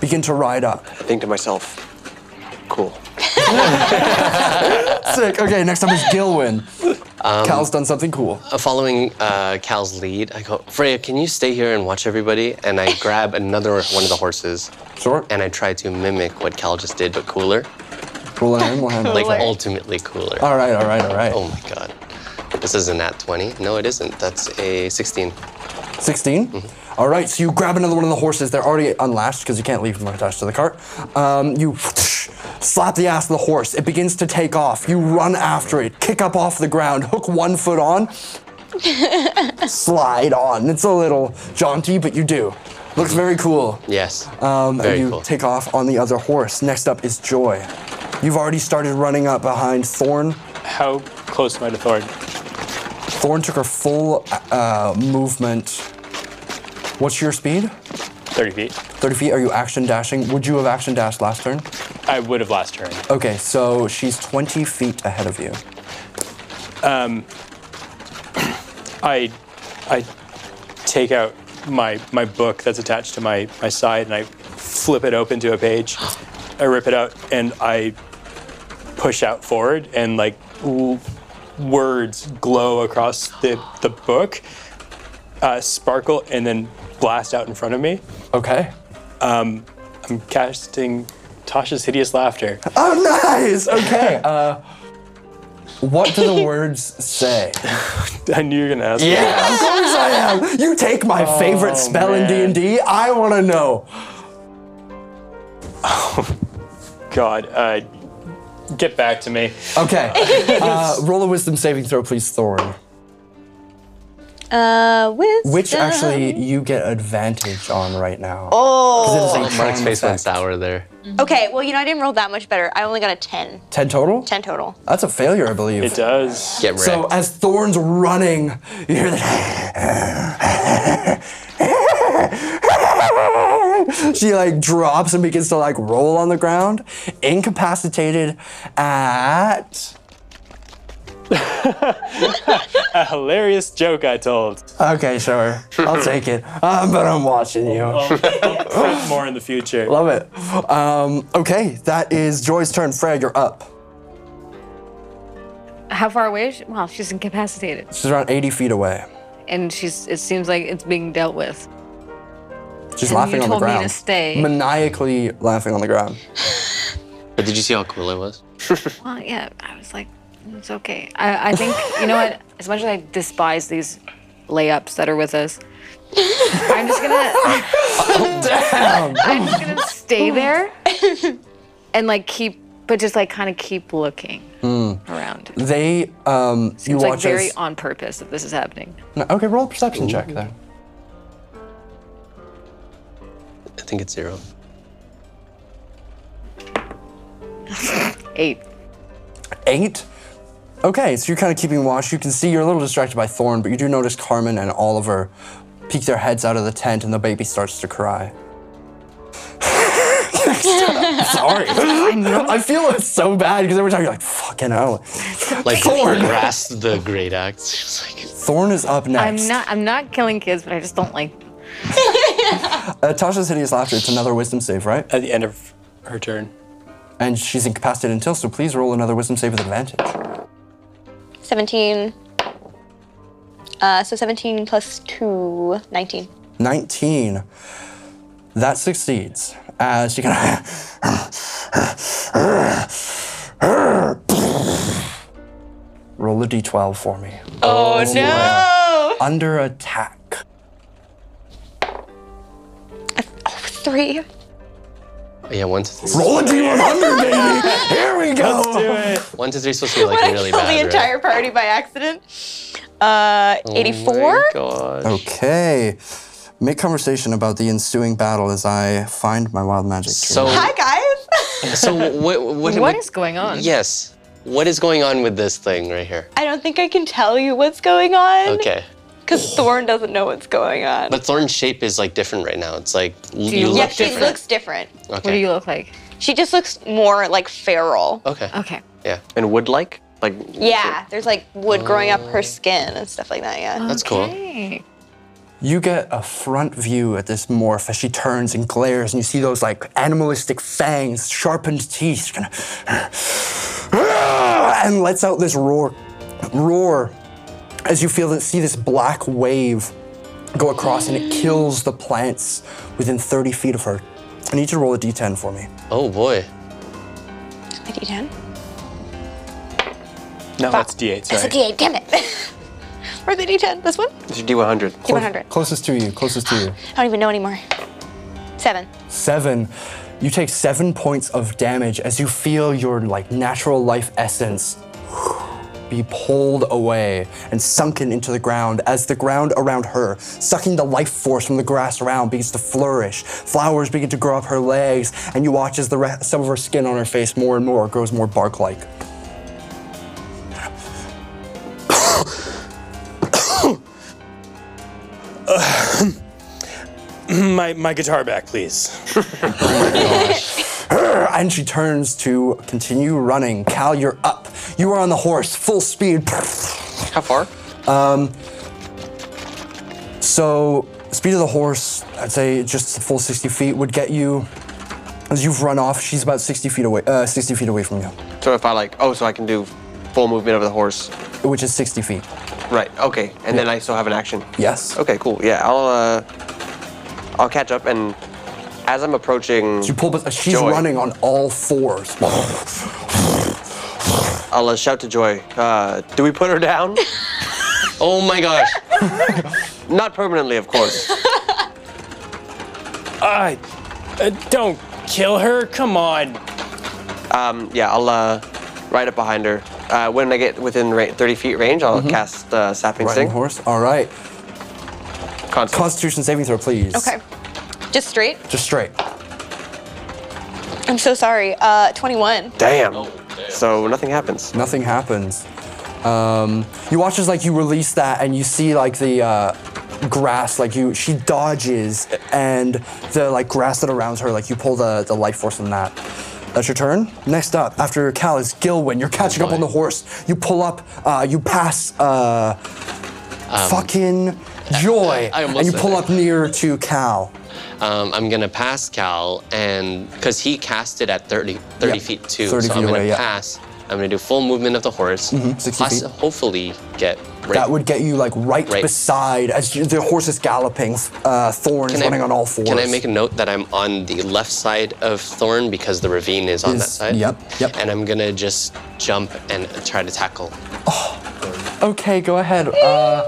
[SPEAKER 1] *laughs* begin to ride up.
[SPEAKER 2] I think to myself, cool.
[SPEAKER 1] Sick. Okay, next up is Gilwin. Cal's done something cool.
[SPEAKER 5] Um, Uh, Following uh, Cal's lead, I go, Freya, can you stay here and watch everybody? And I
[SPEAKER 1] *laughs*
[SPEAKER 5] grab another one of the horses,
[SPEAKER 1] Sure.
[SPEAKER 5] and I try to mimic what Cal just did, but cooler.
[SPEAKER 1] Roll an animal handle.
[SPEAKER 5] Like,
[SPEAKER 7] Cooler.
[SPEAKER 5] ultimately cooler.
[SPEAKER 1] all right, all right, all right.
[SPEAKER 5] Oh my god. This is an at 20. No, it isn't. That's a 16.
[SPEAKER 1] 16.
[SPEAKER 5] Mm-hmm.
[SPEAKER 1] All right, so you grab another one of the horses. They're already unlashed because you can't leave them attached to the cart. Um, you *sniffs* slap the ass of the horse. It begins to take off. You run after it, kick up off the ground, hook one foot on, slide on. It's a little jaunty, but you do. Looks very cool.
[SPEAKER 5] Yes.
[SPEAKER 1] Um,
[SPEAKER 5] Very
[SPEAKER 1] and you
[SPEAKER 5] cool.
[SPEAKER 1] take off on the other horse. Next up is Joy. You've already started running up behind Thorn.
[SPEAKER 4] How close am I to Thorn?
[SPEAKER 1] Thorn took her full uh, movement. What's your speed?
[SPEAKER 4] 30 feet.
[SPEAKER 1] 30 feet. Are you action dashing? Would you have action dashed last turn?
[SPEAKER 4] I would have last turn.
[SPEAKER 1] Okay, so she's 20 feet ahead of you.
[SPEAKER 4] I, I take out my my book that's attached to my my side and I flip it open to a page. I rip it out and I push out forward and like l- words glow across the the book, uh, sparkle and then blast out in front of me.
[SPEAKER 1] Okay.
[SPEAKER 4] I'm casting Tasha's hideous laughter. *laughs*
[SPEAKER 1] Oh, nice! Okay. Uh, what do *laughs* the words say?
[SPEAKER 4] I knew you were gonna ask. me.
[SPEAKER 1] Yeah, Oh, of course I am. You take my favorite spell in
[SPEAKER 4] man.
[SPEAKER 1] D&D. I want to know.
[SPEAKER 4] God, uh, get back to me.
[SPEAKER 1] Okay. Uh, roll a wisdom saving throw, please, Thorn.
[SPEAKER 3] Uh, with
[SPEAKER 1] Which actually you get advantage on right now.
[SPEAKER 3] Oh.
[SPEAKER 1] It is a
[SPEAKER 5] Mark's
[SPEAKER 1] charm
[SPEAKER 5] face went
[SPEAKER 1] effect.
[SPEAKER 5] sour there.
[SPEAKER 3] Okay. Well, you know, I didn't roll that much better. I only got a ten.
[SPEAKER 1] 10 total?
[SPEAKER 3] Ten total.
[SPEAKER 1] That's a failure, I believe.
[SPEAKER 4] It does.
[SPEAKER 5] Get wrecked.
[SPEAKER 1] So as Thorn's running, you hear that. *laughs* she like drops and begins to like roll on the ground, incapacitated at.
[SPEAKER 4] A hilarious joke I told. *gasps*
[SPEAKER 1] Okay, sure. I'll take it. Um, but I'm watching you.
[SPEAKER 4] Print more in the future.
[SPEAKER 1] Love it. Um, okay, that is Joy's turn. Fred, you're up.
[SPEAKER 7] How far away is she? Well, she's incapacitated.
[SPEAKER 1] She's around 80 feet away.
[SPEAKER 7] And she's it seems like it's being dealt with.
[SPEAKER 1] She's
[SPEAKER 7] And
[SPEAKER 1] laughing
[SPEAKER 7] you
[SPEAKER 1] on
[SPEAKER 7] told
[SPEAKER 1] the
[SPEAKER 7] me to
[SPEAKER 1] ground.
[SPEAKER 7] stay.
[SPEAKER 1] Maniacally laughing on the ground.
[SPEAKER 5] But did you see how cool I was?
[SPEAKER 7] Well, yeah, I was like, it's okay. I, I *laughs* think you know what? As much as I despise these layups that are with us, I'm just
[SPEAKER 1] *laughs*
[SPEAKER 7] gonna
[SPEAKER 1] Oh,
[SPEAKER 7] I'm just gonna stay there and like keep but just like kind of keep looking around.
[SPEAKER 1] They, um, Hmm. you
[SPEAKER 7] It's like
[SPEAKER 1] watch
[SPEAKER 7] very
[SPEAKER 1] as.
[SPEAKER 7] on purpose that this is happening.
[SPEAKER 1] No, okay, roll a perception check there.
[SPEAKER 5] I think it's zero.
[SPEAKER 7] Eight.
[SPEAKER 1] Eight. Okay, so you're kind of keeping watch. You can see you're a little distracted by Thorn, but you do notice Carmen and Oliver peek their heads out of the tent, and the baby starts to cry. *laughs*
[SPEAKER 7] *laughs*
[SPEAKER 1] Sorry, I feel it's so bad because every time you're like, "Fucking hell."
[SPEAKER 5] Like
[SPEAKER 1] Thorn.
[SPEAKER 5] grasped the great axe. She's like,
[SPEAKER 1] Thorn is up next.
[SPEAKER 7] I'm not. I'm not killing kids, but I just don't like.
[SPEAKER 1] Uh, Tasha's hideous laughter. It's another wisdom save, right?
[SPEAKER 4] At the end of her turn,
[SPEAKER 1] And she's incapacitated until, so please roll another wisdom save with advantage.
[SPEAKER 3] 17. Uh, so 17 plus 2, 19.
[SPEAKER 1] 19. That succeeds. As she kind of. roll a d12 for me.
[SPEAKER 3] Oh, no!
[SPEAKER 1] Under attack.
[SPEAKER 3] Three.
[SPEAKER 5] yeah, one to three.
[SPEAKER 1] Roll a d100, baby! Here we go!
[SPEAKER 5] One to three is supposed to be like
[SPEAKER 3] When
[SPEAKER 5] really
[SPEAKER 3] I killed
[SPEAKER 5] bad.
[SPEAKER 3] the
[SPEAKER 5] right?
[SPEAKER 3] entire party by accident. Uh,
[SPEAKER 5] Oh
[SPEAKER 3] 84?
[SPEAKER 5] my gosh.
[SPEAKER 1] Okay. Make conversation about the ensuing battle as I find my wild magic. tree.
[SPEAKER 5] So,
[SPEAKER 3] Hi, guys!
[SPEAKER 5] so what? What,
[SPEAKER 7] What is going on?
[SPEAKER 5] Yes. What is going on with this thing right here?
[SPEAKER 3] I don't think I can tell you what's going on.
[SPEAKER 5] Okay.
[SPEAKER 3] Because Thorn doesn't know what's going on.
[SPEAKER 5] But Thorn's shape is like different right now. It's like l-
[SPEAKER 7] you
[SPEAKER 5] you
[SPEAKER 7] look
[SPEAKER 3] yeah,
[SPEAKER 5] look
[SPEAKER 3] she
[SPEAKER 5] different.
[SPEAKER 3] looks different.
[SPEAKER 5] okay.
[SPEAKER 7] What do you look like?
[SPEAKER 3] She just looks more like feral.
[SPEAKER 5] okay.
[SPEAKER 7] Okay.
[SPEAKER 5] Yeah.
[SPEAKER 2] And wood like? Like
[SPEAKER 3] Yeah, there's like wood growing up her skin and stuff like that, *gasps* yeah.
[SPEAKER 5] That's cool.
[SPEAKER 7] Hey.
[SPEAKER 1] You get a front view at this morph as she turns and glares, and you see those like animalistic fangs, sharpened teeth, kind of, *sighs* and lets out this roar, roar, as you feel that see this black wave go across, and it kills the plants within 30 feet of her. I need you to roll a d10 for me.
[SPEAKER 5] Oh boy.
[SPEAKER 3] A D10?
[SPEAKER 4] no, that's D8. Sorry.
[SPEAKER 3] It's a D8, damn it. *laughs* Where's the D10? This one?
[SPEAKER 2] It's your D100.
[SPEAKER 1] Clo-
[SPEAKER 3] 100.
[SPEAKER 1] Closest to you. Closest to you.
[SPEAKER 3] I don't even know anymore. Seven.
[SPEAKER 1] seven you take seven points of damage as you feel your like natural life essence be pulled away and sunken into the ground as the ground around her sucking the life force from the grass around begins to flourish flowers begin to grow up her legs and you watch as the re- some of her skin on her face more and more grows more bark like
[SPEAKER 4] My my guitar back, please.
[SPEAKER 1] and she turns to continue running cal you're up you are on the horse full speed
[SPEAKER 2] How far?
[SPEAKER 1] So, speed of the horse, I'd say just the full 60 feet would get you. As you've run off, she's about 60 feet away. Uh, 60 feet away from you,
[SPEAKER 2] So if I like, oh, so I can do full movement of the horse.
[SPEAKER 1] which is 60 feet.
[SPEAKER 2] Right. Okay. And then I still have an action.
[SPEAKER 1] Yes.
[SPEAKER 2] Okay. Cool. Yeah. I'll uh, I'll catch up and as I'm approaching,
[SPEAKER 1] You pull, but she's
[SPEAKER 2] Joy.
[SPEAKER 1] running on all fours.
[SPEAKER 2] I'll uh, shout to Joy. Uh, do we put her
[SPEAKER 1] *laughs*
[SPEAKER 2] down?
[SPEAKER 5] Oh my gosh.
[SPEAKER 2] Not permanently, of course.
[SPEAKER 4] Uh, uh, don't kill her. Come on.
[SPEAKER 2] Um, yeah. I'll uh, ride up behind her. Uh, when I get within ra- 30 feet range, I'll cast uh, Sapping
[SPEAKER 1] Riding
[SPEAKER 2] Sting.
[SPEAKER 1] horse. All right.
[SPEAKER 2] Constant.
[SPEAKER 1] Constitution saving throw, please.
[SPEAKER 3] Okay. Just straight?
[SPEAKER 1] Just straight.
[SPEAKER 3] I'm so sorry. Uh, 21.
[SPEAKER 2] Damn. So nothing happens.
[SPEAKER 1] Nothing happens. Um, you watch as like you release that, and you see like the uh, grass, like you she dodges, and the like grass that around her, like you pull the the life force from that. That's your turn. Next up, after Cal is Gilwin. You're catching up on the horse. You pull up. Uh, you pass. Uh, fucking joy,
[SPEAKER 5] Um, I almost
[SPEAKER 1] and you
[SPEAKER 5] said
[SPEAKER 1] pull
[SPEAKER 5] it.
[SPEAKER 1] up near to Cal.
[SPEAKER 5] Um, I'm gonna pass Cal, and because he cast it at 30, 30
[SPEAKER 1] Yeah,
[SPEAKER 5] feet too,
[SPEAKER 1] 30
[SPEAKER 5] so
[SPEAKER 1] feet
[SPEAKER 5] I'm gonna
[SPEAKER 1] away, yeah.
[SPEAKER 5] pass. I'm gonna do full movement of the horse,
[SPEAKER 1] 60
[SPEAKER 5] plus
[SPEAKER 1] feet.
[SPEAKER 5] hopefully get right.
[SPEAKER 1] That would get you like right,
[SPEAKER 5] Right.
[SPEAKER 1] beside as you, the horse is galloping. Uh, Thorn is
[SPEAKER 5] Can I-
[SPEAKER 1] running on all fours.
[SPEAKER 5] Can I make a note that I'm on the left side of Thorn because the ravine is on that
[SPEAKER 1] Is-
[SPEAKER 5] side?
[SPEAKER 1] yep, yep.
[SPEAKER 5] And I'm gonna just jump and try to tackle.
[SPEAKER 1] Okay, go ahead. Uh,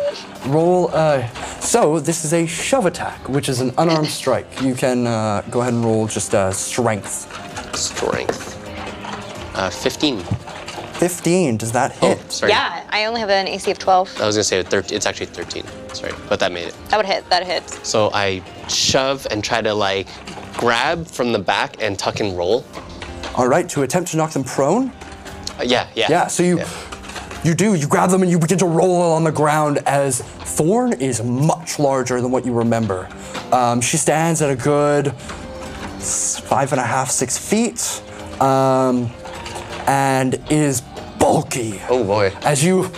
[SPEAKER 1] roll. Uh, so this is a shove attack, which is an unarmed strike. You can uh, go ahead and roll just uh, strength.
[SPEAKER 5] Strength. Uh, 15.
[SPEAKER 1] 15. Does that hit?
[SPEAKER 5] Oh, sorry.
[SPEAKER 3] Yeah, I only have an AC of 12.
[SPEAKER 5] I was gonna say 13. It's actually 13. Sorry, but that made it.
[SPEAKER 3] That would hit. That hits.
[SPEAKER 5] So I shove and try to like grab from the back and tuck and roll.
[SPEAKER 1] All right. To attempt to knock them prone.
[SPEAKER 5] Uh, yeah, yeah.
[SPEAKER 1] Yeah. So you.
[SPEAKER 5] Yeah.
[SPEAKER 1] You do. You grab them and you begin to roll on the ground as Thorn is much larger than what you remember. Um, she stands at a good s- five and a half, six feet, um, and is bulky.
[SPEAKER 5] Oh boy. Oh.
[SPEAKER 1] As you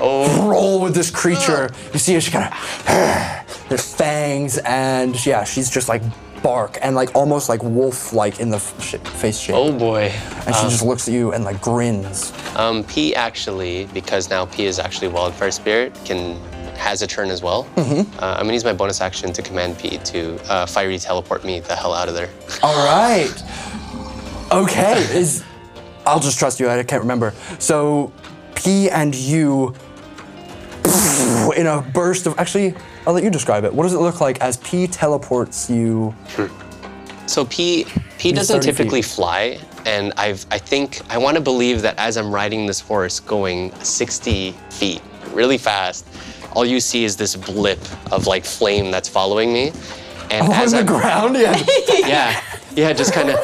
[SPEAKER 1] roll with this creature, you see her. She *sighs* kind of there's fangs, and yeah, she's just like bark and like almost like wolf-like in the f- sh- face shape.
[SPEAKER 5] Oh boy.
[SPEAKER 1] And she just looks at you and like grins.
[SPEAKER 5] Um, P actually, because now P is actually Wildfire Spirit, can has a turn as well.
[SPEAKER 1] Mm-hmm.
[SPEAKER 5] Uh, I'm gonna use my bonus action to command P to uh, fiery teleport me the hell out of there.
[SPEAKER 1] All right.
[SPEAKER 5] *laughs*
[SPEAKER 1] Okay. Is I'll just trust you. I can't remember. So P and you in a burst of actually I'll let you describe it. What does it look like as P teleports you?
[SPEAKER 5] So P P doesn't
[SPEAKER 1] 30 feet.
[SPEAKER 5] typically fly, and I've I think I want to believe that as I'm riding this horse going 60 feet really fast, all you see is this blip of like flame that's following me, and
[SPEAKER 1] Oh, On
[SPEAKER 5] *laughs* as
[SPEAKER 1] the
[SPEAKER 5] I'm
[SPEAKER 1] ground?
[SPEAKER 5] *laughs*
[SPEAKER 1] Yeah.
[SPEAKER 5] yeah yeah just kind of.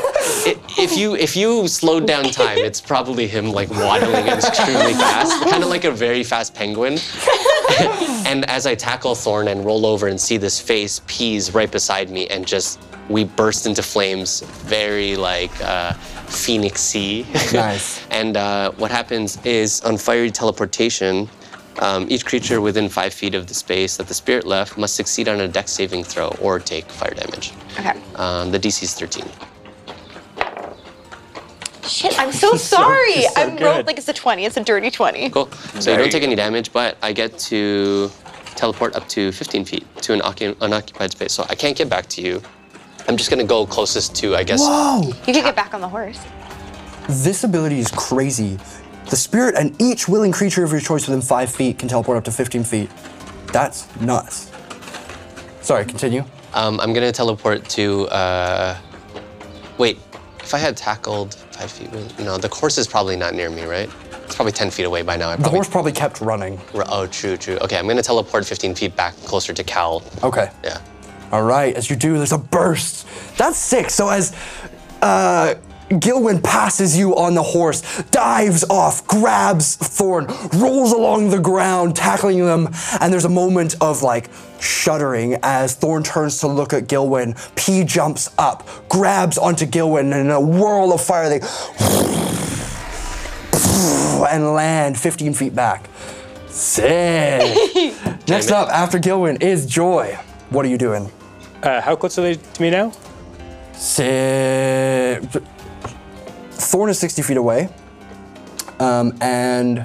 [SPEAKER 5] If you if you slowed down time, it's probably him like waddling extremely fast, kind of like a very fast penguin. *laughs* And as I tackle Thorn and roll over and see this face, Peas right beside me, and just we burst into flames, very like uh, phoenixy. *laughs*
[SPEAKER 1] Nice.
[SPEAKER 5] and uh, what happens is on fiery teleportation, um, each creature within five feet of the space that the spirit left must succeed on a dex saving throw or take fire damage.
[SPEAKER 3] Okay.
[SPEAKER 5] Um, the DC is 13.
[SPEAKER 3] Shit, I'm so sorry.
[SPEAKER 4] so
[SPEAKER 3] I wrote
[SPEAKER 4] good.
[SPEAKER 3] like it's a 20. It's a dirty 20.
[SPEAKER 5] Cool. So you don't take any damage, but I get to teleport up to 15 feet to an occu- unoccupied space. So I can't get back to you. I'm just gonna go closest to, I guess.
[SPEAKER 1] Whoa.
[SPEAKER 3] You could get back on the horse.
[SPEAKER 1] This ability is crazy. The spirit and each willing creature of your choice within five feet can teleport up to 15 feet. That's nuts. Sorry. Continue.
[SPEAKER 5] Um, I'm gonna teleport to. Uh, wait, if I had tackled five feet, with- no, the course is probably not near me, right? It's probably 10 feet away by now. I
[SPEAKER 1] The
[SPEAKER 5] probably,
[SPEAKER 1] horse probably kept running.
[SPEAKER 5] Oh, true, true. Okay, I'm gonna teleport 15 feet back closer to Cal.
[SPEAKER 1] Okay.
[SPEAKER 5] Yeah.
[SPEAKER 1] All right, as you do, there's a burst. That's six. So as uh, Gilwin passes you on the horse, dives off, grabs Thorn, rolls along the ground, tackling them, and there's a moment of like shuddering as Thorn turns to look at Gilwin. P jumps up, grabs onto Gilwin, and in a whirl of fire, they and land 15 feet back. Sick. Next up, after Gilwin, is Joy. What are you doing?
[SPEAKER 4] Uh, how close are they to me now?
[SPEAKER 1] Si- Thorn is 60 feet away. Um, and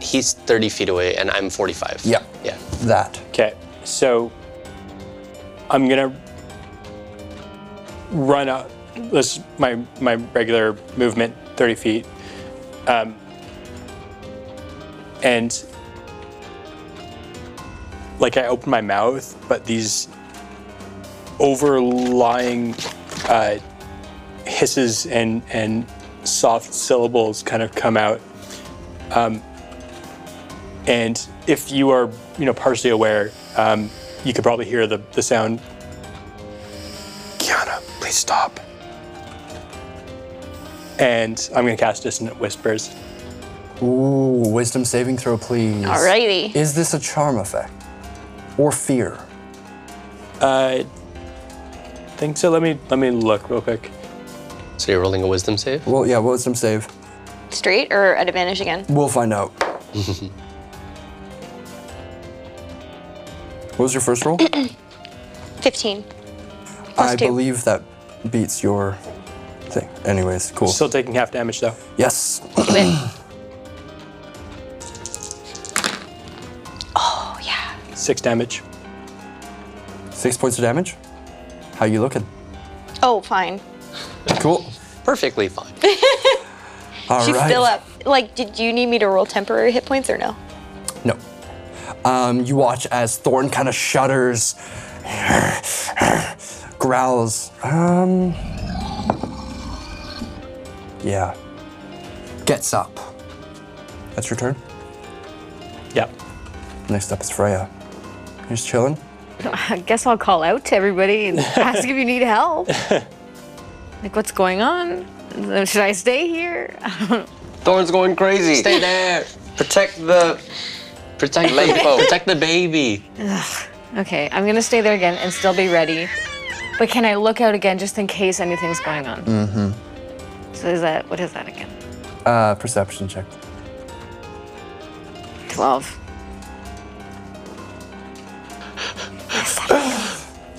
[SPEAKER 5] He's 30 feet away, and I'm 45.
[SPEAKER 1] Yeah.
[SPEAKER 5] Yeah.
[SPEAKER 1] that.
[SPEAKER 4] Okay, so I'm gonna run up this my my regular movement, 30 feet, um, and like I open my mouth, but these overlying uh, hisses and and soft syllables kind of come out and if you are you know partially aware um, you could probably hear the, the sound kiana please stop and i'm going to cast dissonant whispers
[SPEAKER 1] Ooh, wisdom saving throw, please.
[SPEAKER 3] Alrighty.
[SPEAKER 1] Is this a charm effect? Or fear?
[SPEAKER 4] uh, think so let me let me look real quick
[SPEAKER 5] So you're rolling a wisdom save?
[SPEAKER 1] Well, yeah, wisdom save.
[SPEAKER 3] Straight or at advantage again?
[SPEAKER 1] We'll find
[SPEAKER 3] *laughs*
[SPEAKER 1] out. what was your first roll?
[SPEAKER 3] 15.
[SPEAKER 1] I
[SPEAKER 3] two.
[SPEAKER 1] believe that beats your thing. Anyways, cool.
[SPEAKER 4] still taking half damage though
[SPEAKER 1] yes.
[SPEAKER 3] Oh, yeah.
[SPEAKER 4] six damage
[SPEAKER 1] Six points of damage. How you looking?
[SPEAKER 3] Oh, fine.
[SPEAKER 1] Cool.
[SPEAKER 5] Perfectly fine.
[SPEAKER 1] All right.
[SPEAKER 3] She's still up. Like, did you need me to roll temporary hit points or no?
[SPEAKER 1] No. Um, you watch as Thorn kind of shudders, growls. Um, Yeah. Gets up. That's your turn.
[SPEAKER 4] Yeah.
[SPEAKER 1] Next up is Freya. You're just chilling.
[SPEAKER 7] I guess I'll call out to everybody and ask if you need help. like, what's going on? Should I stay here?
[SPEAKER 2] Thorn's going crazy.
[SPEAKER 5] Stay there.
[SPEAKER 2] Protect the.
[SPEAKER 5] Protect the,
[SPEAKER 2] Lampo.
[SPEAKER 5] protect the baby.
[SPEAKER 7] okay, I'm gonna stay there again and still be ready. But can I look out again just in case anything's going on? Mm-hmm. So is that what is that again?
[SPEAKER 1] Uh, perception check.
[SPEAKER 7] Twelve. *laughs*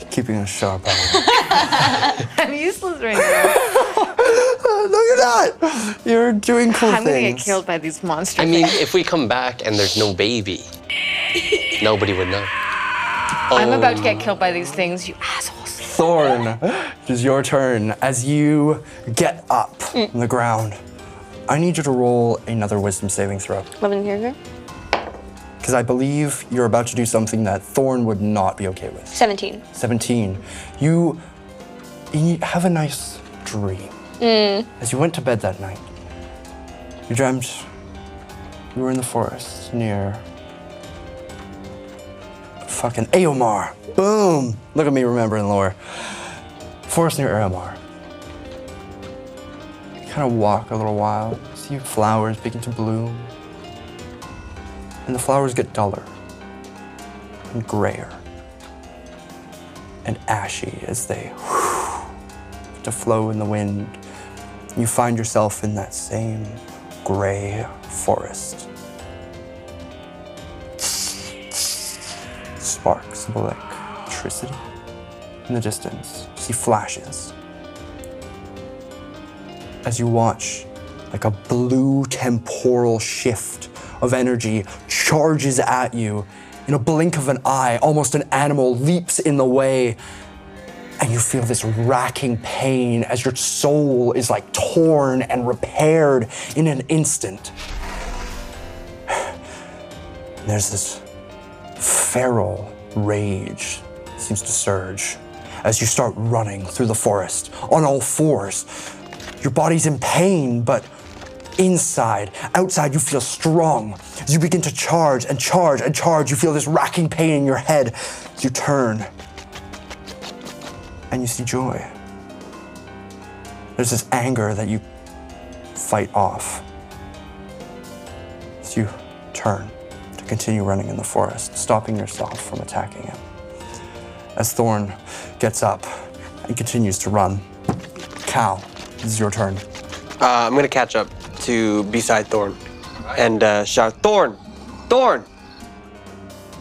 [SPEAKER 1] Keeping a sharp
[SPEAKER 7] *laughs*
[SPEAKER 1] eye.
[SPEAKER 7] I'm useless right now.
[SPEAKER 1] Look at that! You're doing cool
[SPEAKER 7] I'm gonna get
[SPEAKER 1] things.
[SPEAKER 7] killed by these monsters.
[SPEAKER 5] I mean, if we come back and there's no baby, nobody would know.
[SPEAKER 7] I'm about to get killed by these things, you assholes.
[SPEAKER 1] Thorn, it is your turn as you get up
[SPEAKER 7] Mm.
[SPEAKER 1] from the ground. I need you to roll another wisdom saving throw.
[SPEAKER 3] Eleven years ago.
[SPEAKER 1] Because I believe you're about to do something that Thorn would not be okay with.
[SPEAKER 3] Seventeen.
[SPEAKER 1] 17. You, you have a nice dream. As you went to bed that night, you dreamt you were in the forest near fucking Aomar. Boom! Look at me remembering lore. Forest near Aomar. You kind of walk a little while, see flowers begin to bloom, and the flowers get duller and grayer and ashy as they to flow in the wind. You find yourself in that same gray forest. Sparks of electricity in the distance. You see flashes. As you watch, like a blue temporal shift of energy charges at you. In a blink of an eye, almost an animal leaps in the way and you feel this racking pain as your soul is like torn and repaired in an instant. *sighs* And there's this feral rage seems to surge as you start running through the forest on all fours. Your body's in pain, but inside, outside, you feel strong. As you begin to charge and charge and charge, you feel this racking pain in your head. As you turn, and you see joy. There's this anger that you fight off. So you turn to continue running in the forest, stopping yourself from attacking him. As Thorn gets up and continues to run, Cal, this is your turn.
[SPEAKER 2] Uh, I'm gonna catch up to beside Thorn and uh, shout, Thorn, Thorn,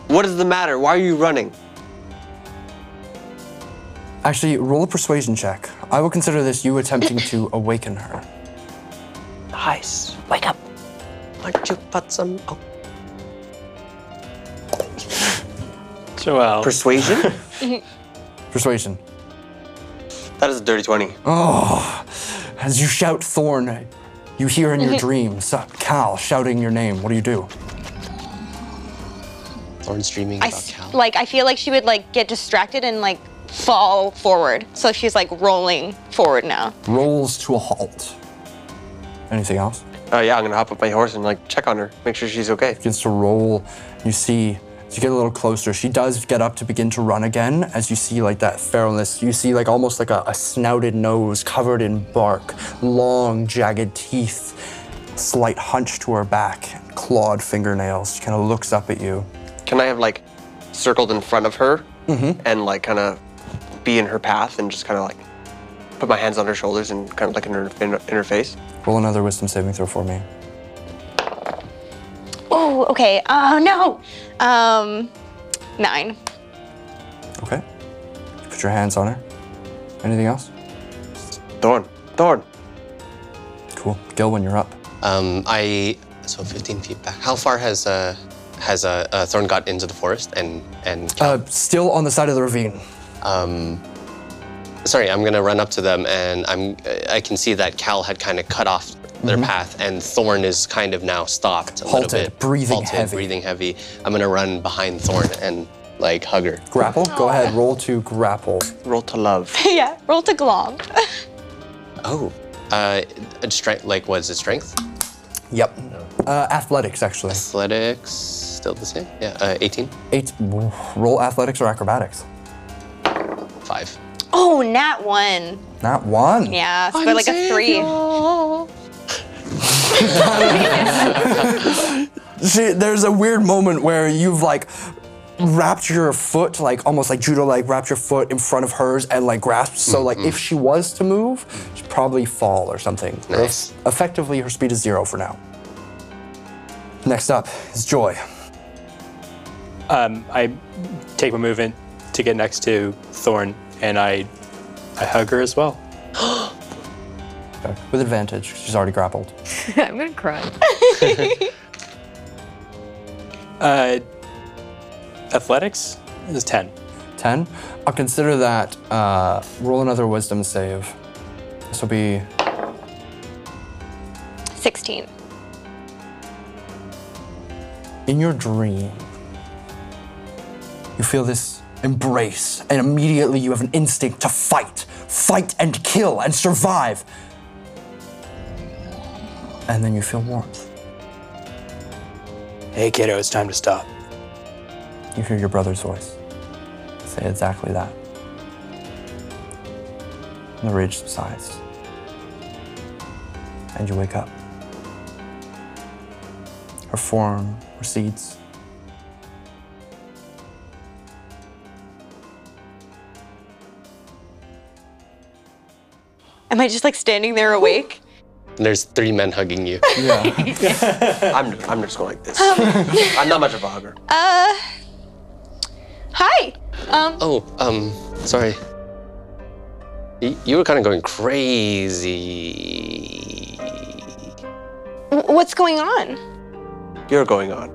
[SPEAKER 2] what is the matter? Why are you running?
[SPEAKER 1] Actually, roll a persuasion check. I will consider this you attempting to awaken her.
[SPEAKER 5] Nice. Wake up. Why don't you put some? Oh,
[SPEAKER 4] So well.
[SPEAKER 2] Persuasion?
[SPEAKER 1] Persuasion.
[SPEAKER 2] that is a dirty 20.
[SPEAKER 1] As you shout Thorn, you hear in your dreams uh, Cal shouting your name. What do you do?
[SPEAKER 5] Lauren's dreaming
[SPEAKER 3] I
[SPEAKER 5] about
[SPEAKER 3] s-
[SPEAKER 5] Cal.
[SPEAKER 3] like. I feel like she would like get distracted and like fall forward. So she's like rolling forward now.
[SPEAKER 1] rolls to a halt. Anything else?
[SPEAKER 2] Uh, yeah, I'm gonna hop up my horse and like check on her, make sure she's okay.
[SPEAKER 1] Begins to roll. You see, as you get a little closer, she does get up to begin to run again. As you see, like that feralness, you see, like almost like a, a snouted nose covered in bark, long, jagged teeth, slight hunch to her back, clawed fingernails. She kind of looks up at you.
[SPEAKER 2] Can I have like circled in front of her and like kind of be in her path and just kind of like put my hands on her shoulders and kind of like in her, in, in her face?
[SPEAKER 1] Roll another wisdom saving throw for me.
[SPEAKER 3] Oh, okay. Oh no. Um, nine. *laughs*
[SPEAKER 1] Okay. You put your hands on her. Anything else?
[SPEAKER 2] Thorn, Thorn.
[SPEAKER 1] Cool. Gilwin, you're up.
[SPEAKER 5] Um, I so 15 feet back. How far has uh has uh, uh Thorn got into the forest and and Cal?
[SPEAKER 1] Uh, still on the side of the ravine.
[SPEAKER 5] sorry, I'm gonna run up to them and I'm I can see that Cal had kind of cut off their path and Thorn is kind of now stopped a
[SPEAKER 1] Mm-hmm. Halted,
[SPEAKER 5] little bit,
[SPEAKER 1] breathing
[SPEAKER 5] halted,
[SPEAKER 1] heavy.
[SPEAKER 5] breathing heavy. I'm gonna run behind Thorn and like hug her.
[SPEAKER 1] Grapple. Go ahead. Roll to grapple.
[SPEAKER 2] Roll to love.
[SPEAKER 3] yeah. Roll to glom.
[SPEAKER 5] Oh, Uh, a strength, like, what is it, strength?
[SPEAKER 1] Yep. Uh, athletics, actually.
[SPEAKER 5] Athletics, still the same? Yeah, uh, 18,
[SPEAKER 1] Eight. Roll athletics or acrobatics.
[SPEAKER 5] 5.
[SPEAKER 3] *laughs* Oh, nat one.
[SPEAKER 1] Not one.
[SPEAKER 3] Yeah, so like a three.
[SPEAKER 1] See, there's a weird moment where you've like wrapped your foot, like almost like judo, like wrapped your foot in front of hers and like grasped. So like if she was to move, she'd probably fall or something.
[SPEAKER 5] Nice.
[SPEAKER 1] Effectively, her speed is zero for now. Next up is Joy.
[SPEAKER 4] Um, I take my movement to get next to Thorn, and I, I hug her as well.
[SPEAKER 1] Okay. With advantage, she's already grappled.
[SPEAKER 7] *laughs* I'm gonna cry.
[SPEAKER 4] Uh, athletics is 10.
[SPEAKER 1] 10. I'll consider that uh, roll another wisdom save. This will be
[SPEAKER 3] 16.
[SPEAKER 1] In your dream, you feel this embrace, and immediately you have an instinct to fight, fight and kill and survive. And then you feel warmth.
[SPEAKER 4] Hey, kiddo, it's time to stop.
[SPEAKER 1] You hear your brother's voice say exactly that. The rage subsides, and you wake up. Her form recedes.
[SPEAKER 3] Am I just like standing there awake?
[SPEAKER 5] And there's three men hugging you.
[SPEAKER 1] Yeah.
[SPEAKER 2] I'm, I'm just going like this. *laughs* I'm not much of a hugger.
[SPEAKER 3] Hi. Um,
[SPEAKER 5] oh, um, sorry. Y- You were kind of going crazy.
[SPEAKER 3] w- what's going on?
[SPEAKER 2] You're going on.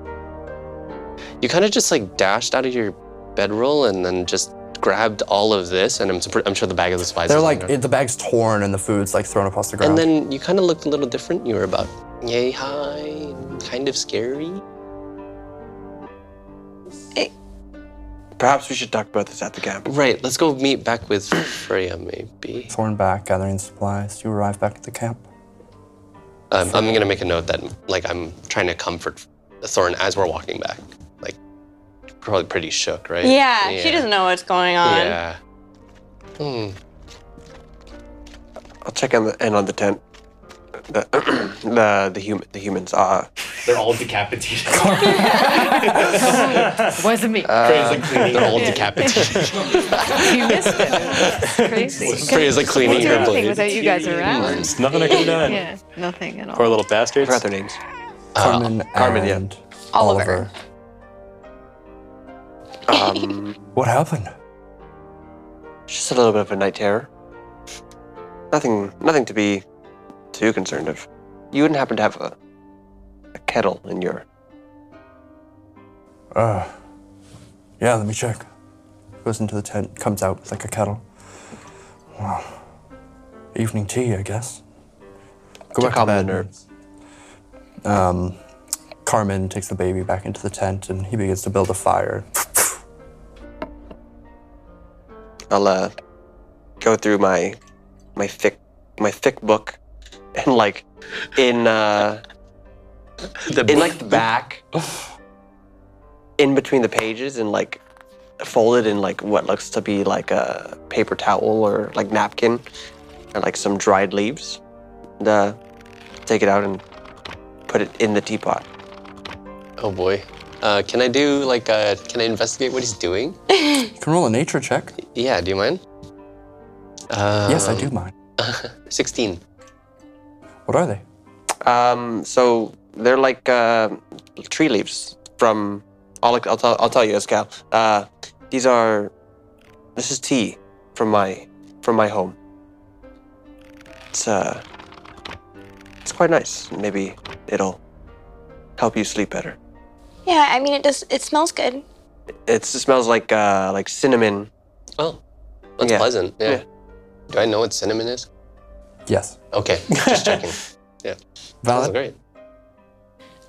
[SPEAKER 5] You kind of just like dashed out of your bedroll and then just grabbed all of this, and I'm, supr- I'm sure the bag of the supplies.
[SPEAKER 1] They're
[SPEAKER 5] is
[SPEAKER 1] like,
[SPEAKER 5] under.
[SPEAKER 1] it, the bag's torn and the food's like thrown across the ground.
[SPEAKER 5] And then you kind of looked a little different. You were about yay high, and kind of scary.
[SPEAKER 2] Perhaps we should talk about this at the camp.
[SPEAKER 5] Right, let's go meet back with Freya, maybe.
[SPEAKER 1] Thorn back, gathering supplies. You arrive back at the camp.
[SPEAKER 5] Um, I'm gonna make a note that like I'm trying to comfort Thorn as we're walking back. Like, probably pretty shook, right?
[SPEAKER 3] Yeah, she doesn't know what's going on.
[SPEAKER 5] Yeah. Hmm.
[SPEAKER 2] I'll check in, the, in on the tent. *clears throat* The the the, hum, the humans. Uh,
[SPEAKER 8] They're all decapitated.
[SPEAKER 7] Wasn't me.
[SPEAKER 5] Uh.
[SPEAKER 8] Freya's like cleaning.
[SPEAKER 5] They're
[SPEAKER 8] *laughs*
[SPEAKER 5] all decapitated.
[SPEAKER 7] you missed it. Crazy.
[SPEAKER 5] Freya's like cleaning
[SPEAKER 7] Couldn't do
[SPEAKER 5] her
[SPEAKER 7] anything
[SPEAKER 5] blade.
[SPEAKER 7] without you guys around.
[SPEAKER 4] It's nothing I could have done.
[SPEAKER 7] Yeah, nothing at all.
[SPEAKER 4] Poor little bastards.
[SPEAKER 2] what are their names?
[SPEAKER 1] Carmen,
[SPEAKER 2] Uh, Carmen, yeah.
[SPEAKER 1] and
[SPEAKER 3] Oliver.
[SPEAKER 1] Oliver.
[SPEAKER 2] Um,
[SPEAKER 1] *laughs* What happened?
[SPEAKER 2] just a little bit of a night terror. Nothing, nothing to be too concerned of. You wouldn't happen to have a, a kettle in your
[SPEAKER 1] Uh, yeah, let me check. Goes into the tent, comes out with like a kettle. Wow. Evening tea, I guess. Go
[SPEAKER 2] To
[SPEAKER 1] back to
[SPEAKER 2] calm the
[SPEAKER 1] bed.
[SPEAKER 2] nerves.
[SPEAKER 1] Um, Carmen takes the baby back into the tent and he begins to build a fire.
[SPEAKER 2] I'll uh, go through my my thick my thick book and like in uh, in like the back *sighs* in between the pages and like fold it in like what looks to be like a paper towel or like napkin and like some dried leaves. And, uh, take it out and put it in the teapot.
[SPEAKER 5] Oh boy. Uh, can I do like uh, can I investigate what
[SPEAKER 3] *laughs*
[SPEAKER 5] he's doing?
[SPEAKER 1] You can roll a nature check.
[SPEAKER 5] Yeah, do you mind? Uh,
[SPEAKER 1] yes, I do mind.
[SPEAKER 5] 16.
[SPEAKER 1] What are they?
[SPEAKER 2] Um, so they're like uh, tree leaves from. I'll, I'll, tell, I'll tell you, Escal. Uh, these are. This is tea from my from my home. It's uh. It's quite nice. Maybe it'll help you sleep better.
[SPEAKER 3] Yeah, I mean it does. It smells good.
[SPEAKER 2] It's, it smells like uh, like cinnamon.
[SPEAKER 5] Oh, that's
[SPEAKER 2] Yeah.
[SPEAKER 5] pleasant. Yeah.
[SPEAKER 2] Yeah.
[SPEAKER 5] Do I know what cinnamon is?
[SPEAKER 1] Yes.
[SPEAKER 5] Okay, just checking.
[SPEAKER 1] *laughs*
[SPEAKER 5] That's
[SPEAKER 1] Valid?
[SPEAKER 5] great.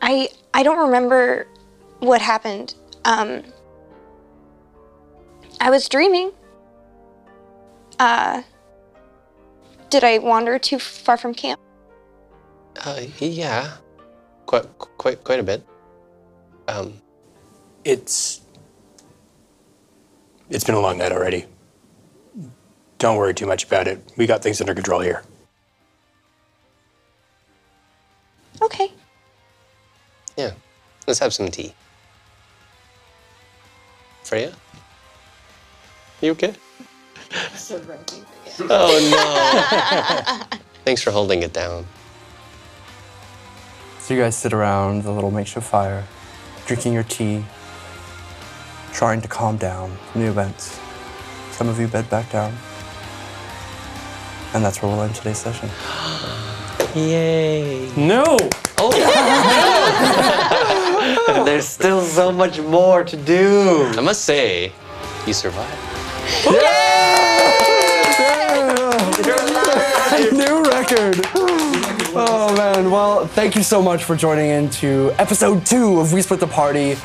[SPEAKER 3] I I don't remember what happened. Um, I was dreaming. Uh, Did I wander too far from camp?
[SPEAKER 5] Uh, yeah, quite, quite, quite a bit. Um,
[SPEAKER 4] It's it's been a long night already. Don't worry too much about it. We got things under control here.
[SPEAKER 3] Okay.
[SPEAKER 5] yeah, let's have some tea. Freya, you okay? oh no! *laughs* Thanks for holding it down.
[SPEAKER 1] So you guys sit around the little makeshift fire, drinking your tea, trying to calm down from the events. Some of you bed back down. And that's where we'll end today's *laughs* session.
[SPEAKER 2] Yay.
[SPEAKER 4] No.
[SPEAKER 2] There's still so much more to do.
[SPEAKER 5] I must say, you survived.
[SPEAKER 1] New record! *gasps* Oh man, well, thank you so much for joining in to episode two of We Split the Party.